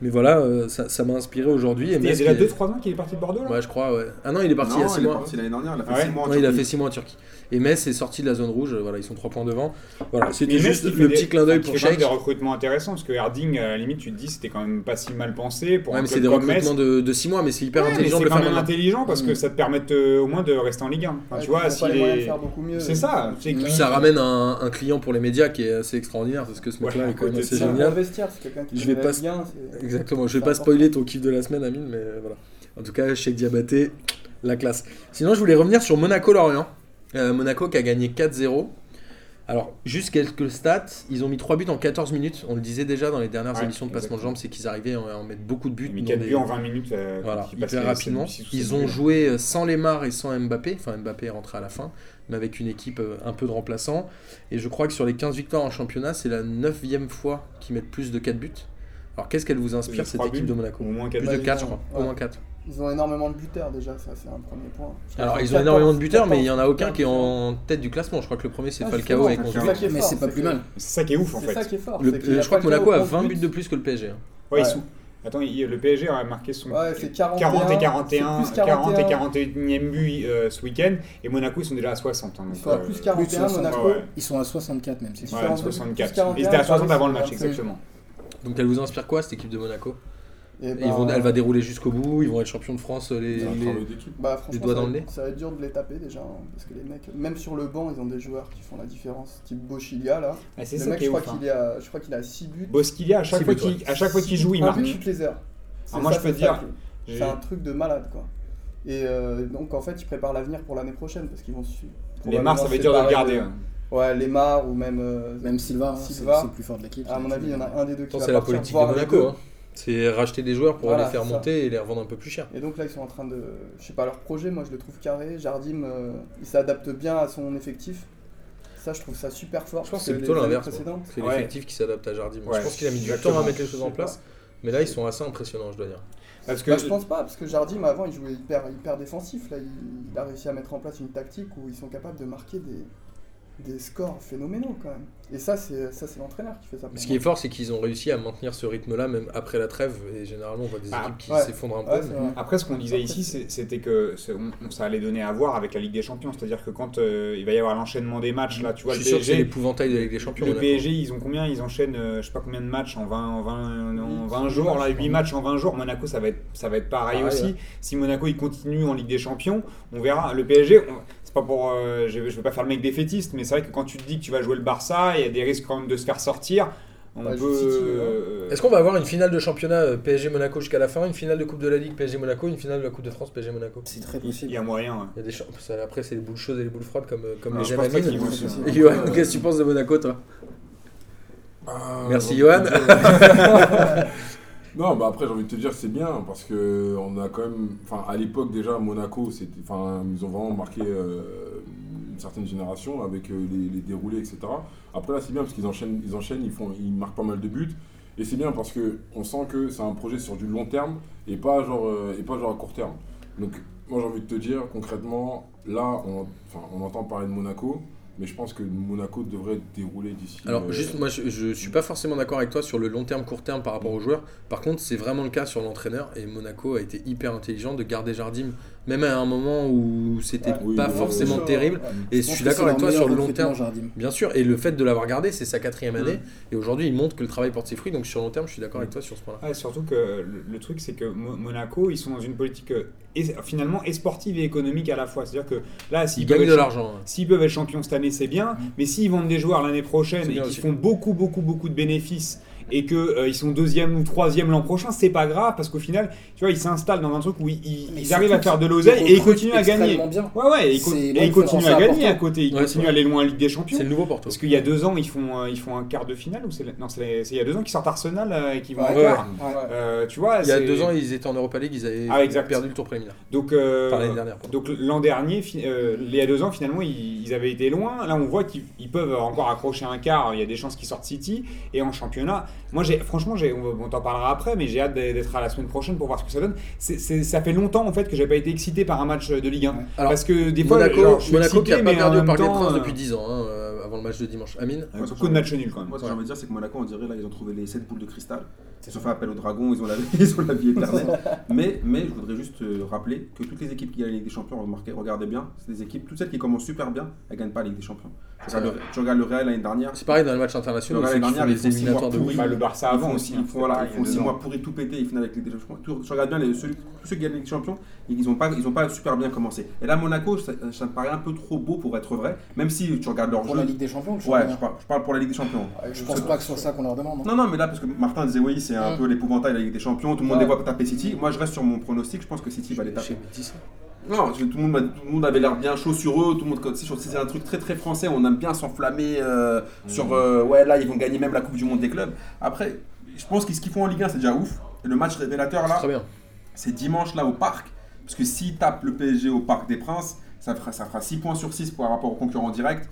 [SPEAKER 1] Mais voilà, euh, ça ça m'a inspiré aujourd'hui. Et
[SPEAKER 2] Il y a
[SPEAKER 1] Metz
[SPEAKER 2] déjà
[SPEAKER 1] qui est-
[SPEAKER 2] 2-3 ans qu'il est parti de Bordeaux là
[SPEAKER 1] Ouais, je crois. ouais. Ah non, il est parti il y a
[SPEAKER 3] Non,
[SPEAKER 1] 6
[SPEAKER 3] il est
[SPEAKER 1] mois.
[SPEAKER 3] parti l'année dernière, il a
[SPEAKER 2] Ah
[SPEAKER 3] fait
[SPEAKER 2] ouais.
[SPEAKER 3] 6 mois. en
[SPEAKER 1] Ouais, il a
[SPEAKER 3] Turquie.
[SPEAKER 1] fait 6 mois en Turquie. Et Metz est sorti de la zone rouge. Voilà, ils sont 3 points devant. Voilà, c'était
[SPEAKER 2] Mais Metz,
[SPEAKER 1] juste
[SPEAKER 2] il fait
[SPEAKER 1] le
[SPEAKER 2] des-
[SPEAKER 1] petit clin d'œil
[SPEAKER 2] il
[SPEAKER 1] pour
[SPEAKER 2] fait quand même
[SPEAKER 1] Tchèque.
[SPEAKER 2] des recrutements intéressants parce que Harding, à la limite, tu te dis c'était quand même pas si mal pensé pour
[SPEAKER 1] Ouais,
[SPEAKER 2] un
[SPEAKER 1] mais c'est
[SPEAKER 2] club
[SPEAKER 1] des
[SPEAKER 2] comme Metz.
[SPEAKER 1] recrutements de, de 6 mois, mais c'est hyper
[SPEAKER 2] Ouais, mais
[SPEAKER 1] intelligent de
[SPEAKER 2] c'est
[SPEAKER 1] le
[SPEAKER 2] quand
[SPEAKER 1] faire
[SPEAKER 2] même
[SPEAKER 1] maintenant.
[SPEAKER 2] intelligent parce que
[SPEAKER 1] Mm.
[SPEAKER 2] ça te permet de- au moins de rester en Ligue 1. Enfin,
[SPEAKER 4] Ouais,
[SPEAKER 2] tu
[SPEAKER 4] ils ont
[SPEAKER 2] vois,
[SPEAKER 4] pas
[SPEAKER 2] s'il
[SPEAKER 4] les moyens de
[SPEAKER 2] est-
[SPEAKER 4] faire euh, beaucoup mieux.
[SPEAKER 2] C'est ça. c'est que-
[SPEAKER 1] Puis ça ramène un, un client pour les médias qui est assez extraordinaire, parce que ce mec-là
[SPEAKER 2] Ouais,
[SPEAKER 1] est quand même
[SPEAKER 2] à côté
[SPEAKER 1] assez
[SPEAKER 2] de ça.
[SPEAKER 1] génial.
[SPEAKER 4] Investir, c'est quelqu'un qui
[SPEAKER 1] Je vais
[SPEAKER 4] connaît la
[SPEAKER 1] pas-
[SPEAKER 4] Ligue 1, c'est-
[SPEAKER 1] Exactement, je vais
[SPEAKER 4] C'est
[SPEAKER 1] pas
[SPEAKER 4] important.
[SPEAKER 1] spoiler ton kiff de la semaine, Amine, mais euh, voilà. En tout cas, chez Diabaté, la classe. Sinon, je voulais revenir sur Monaco-Lorient. Euh, Monaco qui a gagné 4-0. Alors, juste quelques stats, ils ont mis 3 buts en 14 minutes. On le disait déjà dans les dernières
[SPEAKER 2] Ouais,
[SPEAKER 1] émissions de Passement de Jambes, c'est qu'ils arrivaient à en mettre beaucoup de buts.
[SPEAKER 2] Mais
[SPEAKER 1] dans
[SPEAKER 2] 4
[SPEAKER 1] des-
[SPEAKER 2] buts en 20 minutes. euh,
[SPEAKER 1] Voilà,
[SPEAKER 2] qui passent
[SPEAKER 1] hyper
[SPEAKER 2] les-
[SPEAKER 1] rapidement.
[SPEAKER 2] c'est- c'est-
[SPEAKER 1] Ils
[SPEAKER 2] c'est-
[SPEAKER 1] ont joué euh, sans Lemar et sans Mbappé. Enfin, Mbappé est rentré à la fin, mais avec une équipe euh, un peu de remplaçants. Et je crois que sur les 15 victoires en championnat, c'est la 9 fois qu'ils mettent plus de 4 buts. Alors, qu'est-ce qu'elle vous inspire,
[SPEAKER 2] C'est
[SPEAKER 1] cette
[SPEAKER 2] trois
[SPEAKER 1] équipe
[SPEAKER 2] buts.
[SPEAKER 1] de
[SPEAKER 2] Au
[SPEAKER 1] Monaco
[SPEAKER 2] moins
[SPEAKER 1] Plus
[SPEAKER 2] quatre
[SPEAKER 1] de
[SPEAKER 4] buts.
[SPEAKER 1] 4, je crois. Au
[SPEAKER 4] Ouais.
[SPEAKER 1] moins 4.
[SPEAKER 4] Ils ont énormément de buteurs déjà, ça c'est un premier point.
[SPEAKER 1] Alors, ils ont énormément de buteurs, mais il n'y en a aucun qui est en tête du classement. Je crois que le premier, c'est
[SPEAKER 4] Ah,
[SPEAKER 1] Falcao avec
[SPEAKER 4] justement,
[SPEAKER 1] 11
[SPEAKER 4] c'est
[SPEAKER 1] buts.
[SPEAKER 4] ça qui est
[SPEAKER 6] Mais
[SPEAKER 4] fort,
[SPEAKER 6] c'est pas
[SPEAKER 4] c'est
[SPEAKER 6] plus
[SPEAKER 4] que-
[SPEAKER 6] mal.
[SPEAKER 2] C'est ça qui est ouf en
[SPEAKER 4] C'est ça
[SPEAKER 2] fait.
[SPEAKER 4] qui est fort.
[SPEAKER 1] Le- euh,
[SPEAKER 4] c'est qu'il y a
[SPEAKER 1] je crois que
[SPEAKER 4] Falcao
[SPEAKER 1] Monaco a
[SPEAKER 4] au
[SPEAKER 1] 20
[SPEAKER 4] compte
[SPEAKER 1] buts de plus que le PSG. hein.
[SPEAKER 2] Ouais, ils
[SPEAKER 4] Ouais.
[SPEAKER 2] sont- Attends, il- le PSG a marqué son
[SPEAKER 4] Ouais, c'est 41,
[SPEAKER 2] 40 et
[SPEAKER 4] c'est
[SPEAKER 2] 41,
[SPEAKER 4] plus
[SPEAKER 2] 40 et 41e but euh, ce week-end, et Monaco ils sont déjà à 60. hein, donc,
[SPEAKER 4] Ils sont à
[SPEAKER 2] euh,
[SPEAKER 4] plus
[SPEAKER 6] plus de
[SPEAKER 4] 41,
[SPEAKER 6] 60,
[SPEAKER 4] Monaco.
[SPEAKER 2] ouais, ouais.
[SPEAKER 6] Ils sont à 64 même, c'est sûr.
[SPEAKER 2] Ouais,
[SPEAKER 4] Différence de-
[SPEAKER 2] 64.
[SPEAKER 4] 41,
[SPEAKER 2] Ils étaient à 60 avant le
[SPEAKER 4] Paris,
[SPEAKER 2] match,
[SPEAKER 4] c'est
[SPEAKER 2] exactement.
[SPEAKER 1] Donc elle vous inspire quoi cette équipe de Monaco
[SPEAKER 4] Et
[SPEAKER 1] Ils
[SPEAKER 4] bah,
[SPEAKER 1] vont- Elle va dérouler jusqu'au bout, ils vont être champions de France euh, les,
[SPEAKER 5] C'est un
[SPEAKER 1] les-
[SPEAKER 5] travail d'équipe.
[SPEAKER 4] bah, franchement,
[SPEAKER 1] les doigts
[SPEAKER 4] ça
[SPEAKER 1] dans
[SPEAKER 4] va-
[SPEAKER 1] le nez.
[SPEAKER 4] Ça va être dur de les taper déjà, hein, parce que les mecs, même sur le banc, ils ont des joueurs qui font la différence, type Bochilia là.
[SPEAKER 2] Ah, c'est
[SPEAKER 4] Le
[SPEAKER 2] ça
[SPEAKER 4] mec,
[SPEAKER 2] qui
[SPEAKER 4] je
[SPEAKER 2] est
[SPEAKER 4] crois
[SPEAKER 2] ouf. hein.
[SPEAKER 4] qu'il est à- je crois qu'il a 6 buts.
[SPEAKER 2] Bosquilha, à chaque
[SPEAKER 1] Si,
[SPEAKER 2] fois
[SPEAKER 1] mais toi,
[SPEAKER 2] qu'il à chaque fois qu'il joue, il
[SPEAKER 4] Un
[SPEAKER 2] marque. Ah,
[SPEAKER 4] but toutes les heures. C'est
[SPEAKER 2] moi,
[SPEAKER 4] ça,
[SPEAKER 2] je peux
[SPEAKER 4] c'est
[SPEAKER 2] te dire,
[SPEAKER 4] ça que-
[SPEAKER 2] J'ai-
[SPEAKER 4] C'est un truc de malade quoi. Et euh, donc en fait, ils préparent l'avenir pour l'année prochaine parce qu'ils vont se.
[SPEAKER 2] Les mars, ça veut dire de le
[SPEAKER 4] probablement
[SPEAKER 2] garder.
[SPEAKER 4] séparer
[SPEAKER 2] hein.
[SPEAKER 4] Ouais, Lemar ou même. euh,
[SPEAKER 6] Même Silva, hein, c'est c'est
[SPEAKER 4] Silva.
[SPEAKER 6] le plus fort de l'équipe.
[SPEAKER 4] À mon avis, il y en a un des deux qui
[SPEAKER 1] Pourtant,
[SPEAKER 4] va
[SPEAKER 1] c'est la
[SPEAKER 4] partir,
[SPEAKER 1] politique de
[SPEAKER 4] voire les deux.
[SPEAKER 1] Monaco. hein. C'est racheter des joueurs pour
[SPEAKER 4] Voilà,
[SPEAKER 1] les faire
[SPEAKER 4] c'est ça.
[SPEAKER 1] monter et les revendre un peu plus cher.
[SPEAKER 4] Et donc là, ils sont en train de. Je sais pas, leur projet, moi je le trouve carré. Jardim, euh, il s'adapte bien à son effectif. Ça, je trouve ça super fort.
[SPEAKER 1] Je pense que
[SPEAKER 4] parce
[SPEAKER 1] c'est plutôt
[SPEAKER 4] les années
[SPEAKER 1] l'inverse. moi.
[SPEAKER 4] précédentes-
[SPEAKER 1] C'est
[SPEAKER 2] Ouais.
[SPEAKER 1] l'effectif qui s'adapte à Jardim.
[SPEAKER 2] Ouais,
[SPEAKER 1] je pense qu'il a mis du temps
[SPEAKER 2] exactement.
[SPEAKER 1] à mettre les choses en
[SPEAKER 4] Je sais pas.
[SPEAKER 1] place, mais là ils sont assez impressionnants, je dois dire.
[SPEAKER 2] Parce que
[SPEAKER 4] Bah, je pense pas, parce que Jardim, avant, il jouait hyper, hyper défensif. Là, il, il a réussi à mettre en place une tactique où ils sont capables de marquer des, des scores phénoménaux quand même. Et ça, c'est ça, c'est l'entraîneur qui fait ça. pour
[SPEAKER 1] Mais ce qui
[SPEAKER 4] moi.
[SPEAKER 1] est fort, c'est qu'ils ont réussi à maintenir ce rythme-là même après la trêve. Et généralement, on voit des
[SPEAKER 2] Bah,
[SPEAKER 1] équipes qui
[SPEAKER 4] ouais.
[SPEAKER 1] s'effondrent un peu.
[SPEAKER 4] Ouais, c'est
[SPEAKER 6] Mmh,
[SPEAKER 4] vrai.
[SPEAKER 2] Après, ce qu'on disait ici, c'est- c'était que c'est- on, on- ça allait donner à voir avec la Ligue des Champions. C'est-à-dire que quand euh, il va y avoir l'enchaînement des matchs, là, tu vois,
[SPEAKER 1] je
[SPEAKER 2] le
[SPEAKER 1] suis sûr que c'est
[SPEAKER 2] PSG,
[SPEAKER 1] l'épouvantail de la Ligue des Champions.
[SPEAKER 2] le
[SPEAKER 1] Monaco.
[SPEAKER 2] PSG, ils ont combien Ils enchaînent, euh, je sais pas combien de matchs en 20, en 20, en 20 jours, là, 8 matchs en 20 jours. Monaco, ça va être, ça va être pareil
[SPEAKER 1] Pareil,
[SPEAKER 2] aussi.
[SPEAKER 1] ouais.
[SPEAKER 2] Si Monaco, il continue en Ligue des Champions, on verra. Le PSG, on- c'est pas pour, euh, je, je veux pas faire le mec défaitiste, mais c'est vrai que quand tu te dis que tu vas jouer le Barça, il y a des risques quand même de se faire sortir. On
[SPEAKER 4] Ouais,
[SPEAKER 2] peut.
[SPEAKER 4] City, ouais.
[SPEAKER 2] euh,
[SPEAKER 1] Est-ce qu'on va avoir une finale de championnat euh, PSG Monaco jusqu'à la fin, une finale de Coupe de la Ligue PSG Monaco, une finale de la Coupe de France PSG Monaco
[SPEAKER 6] C'est très
[SPEAKER 2] il
[SPEAKER 6] possible.
[SPEAKER 2] y a moyen. ouais.
[SPEAKER 1] Il y a des champs- ça, Après, c'est les boules chaudes et les boules froides comme, euh, comme
[SPEAKER 2] Non,
[SPEAKER 1] les
[SPEAKER 2] je
[SPEAKER 1] aime
[SPEAKER 2] pense pas
[SPEAKER 1] Amine.
[SPEAKER 2] qu'ils vont se-
[SPEAKER 1] Et Johan, qu'est-ce que tu penses de Monaco, toi
[SPEAKER 5] Ah,
[SPEAKER 1] Merci,
[SPEAKER 5] j'ai envie de te dire- non, bah après j'ai envie de te dire c'est bien parce que on a quand même, enfin à l'époque déjà à Monaco, c'était, enfin ils ont vraiment marqué euh, une certaine génération avec euh, les, les déroulés etc. Après là c'est bien parce qu'ils enchaînent, ils enchaînent, ils font, ils marquent pas mal de buts et c'est bien parce que on sent que c'est un projet sur du long terme et pas genre euh, et pas genre à court terme. Donc moi j'ai envie de te dire concrètement là on, enfin, on entend parler de Monaco. Mais je pense que Monaco devrait dérouler d'ici.
[SPEAKER 1] Alors,
[SPEAKER 5] euh,
[SPEAKER 1] juste, moi, je, je suis pas forcément d'accord avec toi sur le long terme, court terme par rapport aux joueurs. Par contre, c'est vraiment le cas sur l'entraîneur. Et Monaco a été hyper intelligent de garder Jardim, même à un moment où c'était
[SPEAKER 4] Ouais.
[SPEAKER 5] Oui,
[SPEAKER 1] pas
[SPEAKER 5] mais-
[SPEAKER 1] forcément
[SPEAKER 4] Ouais.
[SPEAKER 1] terrible.
[SPEAKER 4] Ouais.
[SPEAKER 1] Et je suis d'accord avec toi sur le long terme.
[SPEAKER 6] Jardim.
[SPEAKER 1] Bien sûr, et le fait de l'avoir gardé, c'est sa quatrième année. Et aujourd'hui, il montre que le travail porte ses fruits. Donc, sur le long terme, je suis d'accord avec toi sur ce point-là.
[SPEAKER 2] Ouais, surtout que le, le truc, c'est que Mo- Monaco, ils sont dans une politique euh, es- finalement et sportive et économique à la fois. C'est-à-dire que là, s'ils
[SPEAKER 1] Il
[SPEAKER 2] peuvent,
[SPEAKER 1] gagne
[SPEAKER 2] être
[SPEAKER 1] de
[SPEAKER 2] champ-
[SPEAKER 1] l'argent. hein.
[SPEAKER 2] s'ils peuvent être champions cette année, c'est bien. Mais s'ils vendent des joueurs l'année
[SPEAKER 1] Mm.
[SPEAKER 2] prochaine
[SPEAKER 1] C'est
[SPEAKER 2] et
[SPEAKER 1] bien
[SPEAKER 2] qu'ils
[SPEAKER 1] aussi.
[SPEAKER 2] font beaucoup, beaucoup, beaucoup de bénéfices et qu'ils sont deuxième ou troisième l'an prochain, c'est pas grave parce qu'au final, tu vois, ils s'installent dans un truc où ils, ils-
[SPEAKER 6] Mais
[SPEAKER 2] ils
[SPEAKER 6] surtout
[SPEAKER 2] arrivent à faire de l'oseille
[SPEAKER 6] Ils
[SPEAKER 2] et ils
[SPEAKER 6] recrutent
[SPEAKER 2] continuent à gagner.
[SPEAKER 6] extrêmement bien.
[SPEAKER 2] Ouais, ouais, et ils, co-
[SPEAKER 6] C'est-
[SPEAKER 2] et
[SPEAKER 6] moi,
[SPEAKER 2] ils
[SPEAKER 6] je trouve
[SPEAKER 2] continuent
[SPEAKER 6] ça
[SPEAKER 2] à gagner
[SPEAKER 6] important.
[SPEAKER 2] à côté. Ils
[SPEAKER 1] Ouais, c'est
[SPEAKER 2] continuent à
[SPEAKER 1] vrai.
[SPEAKER 2] aller loin en Ligue des
[SPEAKER 1] C'est
[SPEAKER 2] Champions.
[SPEAKER 1] le nouveau Porto.
[SPEAKER 2] Parce qu'il y a deux ans, ils font, euh, ils font un quart de finale ou c'est la- non, c'est la- c'est il y a deux ans qu'ils sortent Arsenal euh, et qu'ils vont en
[SPEAKER 1] Ouais.
[SPEAKER 2] quart.
[SPEAKER 4] Ouais.
[SPEAKER 2] Euh, tu vois,
[SPEAKER 1] Il y a
[SPEAKER 2] c'est-
[SPEAKER 1] deux ans, ils étaient en Europa League, ils avaient
[SPEAKER 2] Ah, exact.
[SPEAKER 1] perdu le tour préliminaire.
[SPEAKER 2] donc, euh,
[SPEAKER 1] Enfin, l'année dernière, pardon.
[SPEAKER 2] donc l'an dernier, fi- euh, il y a deux ans, finalement, ils, ils avaient été loin. Là, on voit qu'ils ils peuvent encore accrocher un quart. Il y a des chances qu'ils sortent City. Et en championnat, moi, j'ai, franchement, j'ai, on, on t'en parlera après, mais j'ai hâte d'être d'être à la semaine prochaine pour voir ce que ça donne. C'est, c'est- ça fait longtemps, en fait, que j'ai pas été excité par un match de Ligue 1.
[SPEAKER 1] Alors,
[SPEAKER 2] Parce que des fois,
[SPEAKER 1] Monaco,
[SPEAKER 2] genre, je suis
[SPEAKER 1] Monaco qui n'a
[SPEAKER 2] excité,
[SPEAKER 1] pas
[SPEAKER 2] mais en
[SPEAKER 1] perdu au
[SPEAKER 2] même
[SPEAKER 1] Parc des
[SPEAKER 2] temps,
[SPEAKER 1] Princes
[SPEAKER 2] euh,
[SPEAKER 1] depuis 10 ans, hein, euh, avant le match de dimanche. Amine
[SPEAKER 2] euh, Beaucoup de matchs nuls quand même.
[SPEAKER 3] Moi, ce que j'ai envie de dire, c'est que Monaco, on dirait, là, ils ont trouvé les 7 boules de cristal. Ils ont fait appel au dragon, ils ont la, ils ont la vie éternelle. mais, mais je voudrais juste euh, rappeler que toutes les équipes qui gagnent la Ligue des Champions, remarquez, regardez bien, c'est des équipes, toutes celles qui commencent super bien, elles ne gagnent pas la Ligue des Champions. Tu regardes le, tu regardes le Real l'année dernière,
[SPEAKER 1] C'est pareil dans les matchs internationaux,
[SPEAKER 3] Donc,
[SPEAKER 1] ceux
[SPEAKER 3] l'année
[SPEAKER 1] qui font
[SPEAKER 3] dernière, ils
[SPEAKER 1] les
[SPEAKER 3] font six mois
[SPEAKER 1] éliminatoires de
[SPEAKER 3] pourris.
[SPEAKER 1] ouf.
[SPEAKER 2] Bah, le Barça
[SPEAKER 3] Ils
[SPEAKER 2] avant
[SPEAKER 3] font
[SPEAKER 2] aussi.
[SPEAKER 3] aussi,
[SPEAKER 2] hein,
[SPEAKER 3] ils font, voilà,
[SPEAKER 2] pareil,
[SPEAKER 3] ils
[SPEAKER 2] il y a
[SPEAKER 3] font
[SPEAKER 2] deux
[SPEAKER 3] 6
[SPEAKER 2] ans.
[SPEAKER 3] mois pourris tout péter, ils finissent avec les deux. Je regarde bien les, ceux, tous ceux qui gagnent les champions, ils n'ont pas, ils ont pas super bien commencé. Et là, Monaco, ça, ça me paraît un peu trop beau pour être vrai, même si tu regardes leur
[SPEAKER 6] Pour
[SPEAKER 3] jeu.
[SPEAKER 6] la Ligue des Champions, le
[SPEAKER 3] ouais,
[SPEAKER 6] championnat.
[SPEAKER 3] je parle, je parle pour la Ligue des Champions.
[SPEAKER 6] je pense pas que ce soit ça qu'on leur demande. hein.
[SPEAKER 3] Non, non, mais là, parce que Martin disait oui, c'est un
[SPEAKER 6] Mm.
[SPEAKER 3] peu l'épouvantail de la Ligue des Champions, tout le monde
[SPEAKER 6] Ouais.
[SPEAKER 3] les voit taper City. Moi, je reste sur mon pronostic, je pense que City va les
[SPEAKER 1] J'ai
[SPEAKER 3] taper.
[SPEAKER 1] dit ça.
[SPEAKER 3] Non, parce que tout le monde, m'a- tout le monde avait l'air bien chaud sur eux, tout le monde, comme si je- c'est un truc très très français, on aime bien s'enflammer euh, sur euh, ouais, là, ils vont gagner même la Coupe du Monde des clubs. Après, je pense que ce qu'ils font en Ligue 1, c'est déjà ouf. Et le match révélateur
[SPEAKER 1] C'est
[SPEAKER 3] là,
[SPEAKER 1] très bien.
[SPEAKER 3] c'est dimanche là au parc, parce que s'ils tapent le PSG au Parc des Princes, ça fera, ça fera 6 points sur 6 par rapport aux concurrents directs.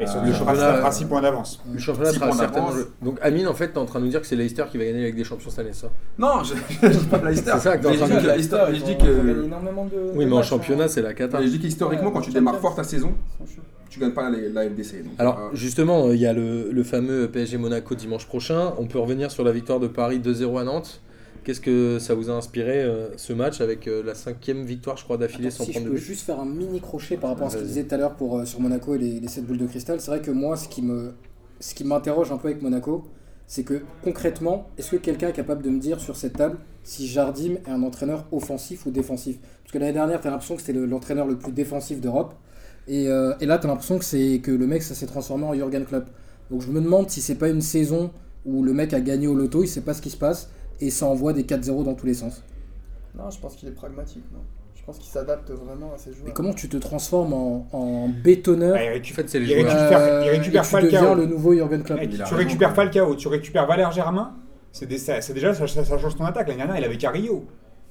[SPEAKER 2] Et
[SPEAKER 3] Euh,
[SPEAKER 2] surtout,
[SPEAKER 3] le
[SPEAKER 2] le
[SPEAKER 1] championnat,
[SPEAKER 2] Barça
[SPEAKER 1] euh,
[SPEAKER 2] a 6 points d'avance.
[SPEAKER 1] Le championnat
[SPEAKER 3] Six
[SPEAKER 1] sera
[SPEAKER 3] points
[SPEAKER 1] certainement.
[SPEAKER 3] d'avance.
[SPEAKER 1] le- Donc, Amine, en fait, t'es en train de nous dire que c'est Leicester qui va gagner avec des champions cette année, ça
[SPEAKER 3] Non, je je dis pas Leicester.
[SPEAKER 1] C'est ça que t'es en
[SPEAKER 3] mais je
[SPEAKER 1] train
[SPEAKER 3] dis
[SPEAKER 1] de
[SPEAKER 3] que
[SPEAKER 1] dire.
[SPEAKER 3] Leicester, mais je dis
[SPEAKER 4] Ils ont
[SPEAKER 3] que.
[SPEAKER 4] gagné énormément de.
[SPEAKER 1] Oui,
[SPEAKER 4] de
[SPEAKER 1] mais en
[SPEAKER 4] matchs,
[SPEAKER 1] championnat,
[SPEAKER 4] hein.
[SPEAKER 1] c'est la cata.
[SPEAKER 3] Mais je dis qu'historiquement, quand tu démarres fort ta saison,
[SPEAKER 4] Ils sont chauds.
[SPEAKER 3] tu gagnes pas la, la LDC. donc, euh,
[SPEAKER 1] Alors, justement, il y a le, le fameux PSG Monaco dimanche prochain. On peut revenir sur la victoire de Paris 2-0 à Nantes. Qu'est-ce que ça vous a inspiré euh, ce match avec euh, la cinquième victoire, je crois, d'affilée
[SPEAKER 6] Attends,
[SPEAKER 1] sans
[SPEAKER 6] si je
[SPEAKER 1] prendre de
[SPEAKER 6] peux
[SPEAKER 1] but
[SPEAKER 6] juste faire un mini crochet par rapport à ce que
[SPEAKER 1] Vas-y.
[SPEAKER 6] disais tout à l'heure pour, euh, sur Monaco et les, les 7 boules de cristal, c'est vrai que moi, ce qui me ce qui m'interroge un peu avec Monaco, c'est que concrètement, est-ce que quelqu'un est capable de me dire sur cette table si Jardim est un entraîneur offensif ou défensif Parce que l'année dernière, tu as l'impression que c'était le- l'entraîneur le plus défensif d'Europe, et, euh, et là, tu as l'impression que, c'est- que le mec, ça s'est transformé en Jurgen Klopp. Donc je me demande si c'est pas une saison où le mec a gagné au loto, il sait pas ce qui se passe, et ça envoie des 4-0 dans tous les sens.
[SPEAKER 4] Non, je pense qu'il est pragmatique. Non. Je pense qu'il s'adapte vraiment à ses joueurs.
[SPEAKER 6] Mais comment tu te transformes en, en bétonneur
[SPEAKER 2] Bah, il
[SPEAKER 1] En
[SPEAKER 2] récup-
[SPEAKER 1] fait, c'est les
[SPEAKER 2] Il
[SPEAKER 1] joueurs.
[SPEAKER 2] récupère- il
[SPEAKER 6] euh,
[SPEAKER 2] récupère
[SPEAKER 6] et tu
[SPEAKER 2] Falcao.
[SPEAKER 6] deviens le nouveau Jurgen Klopp.
[SPEAKER 2] Mec,
[SPEAKER 3] Ah, il a
[SPEAKER 2] tu
[SPEAKER 3] raison.
[SPEAKER 2] récupères Falcao, tu récupères Valère Germain, c'est des- ça- c'est déjà ça, ça- ça change ton attaque. L'année dernière, il avait Carrillo.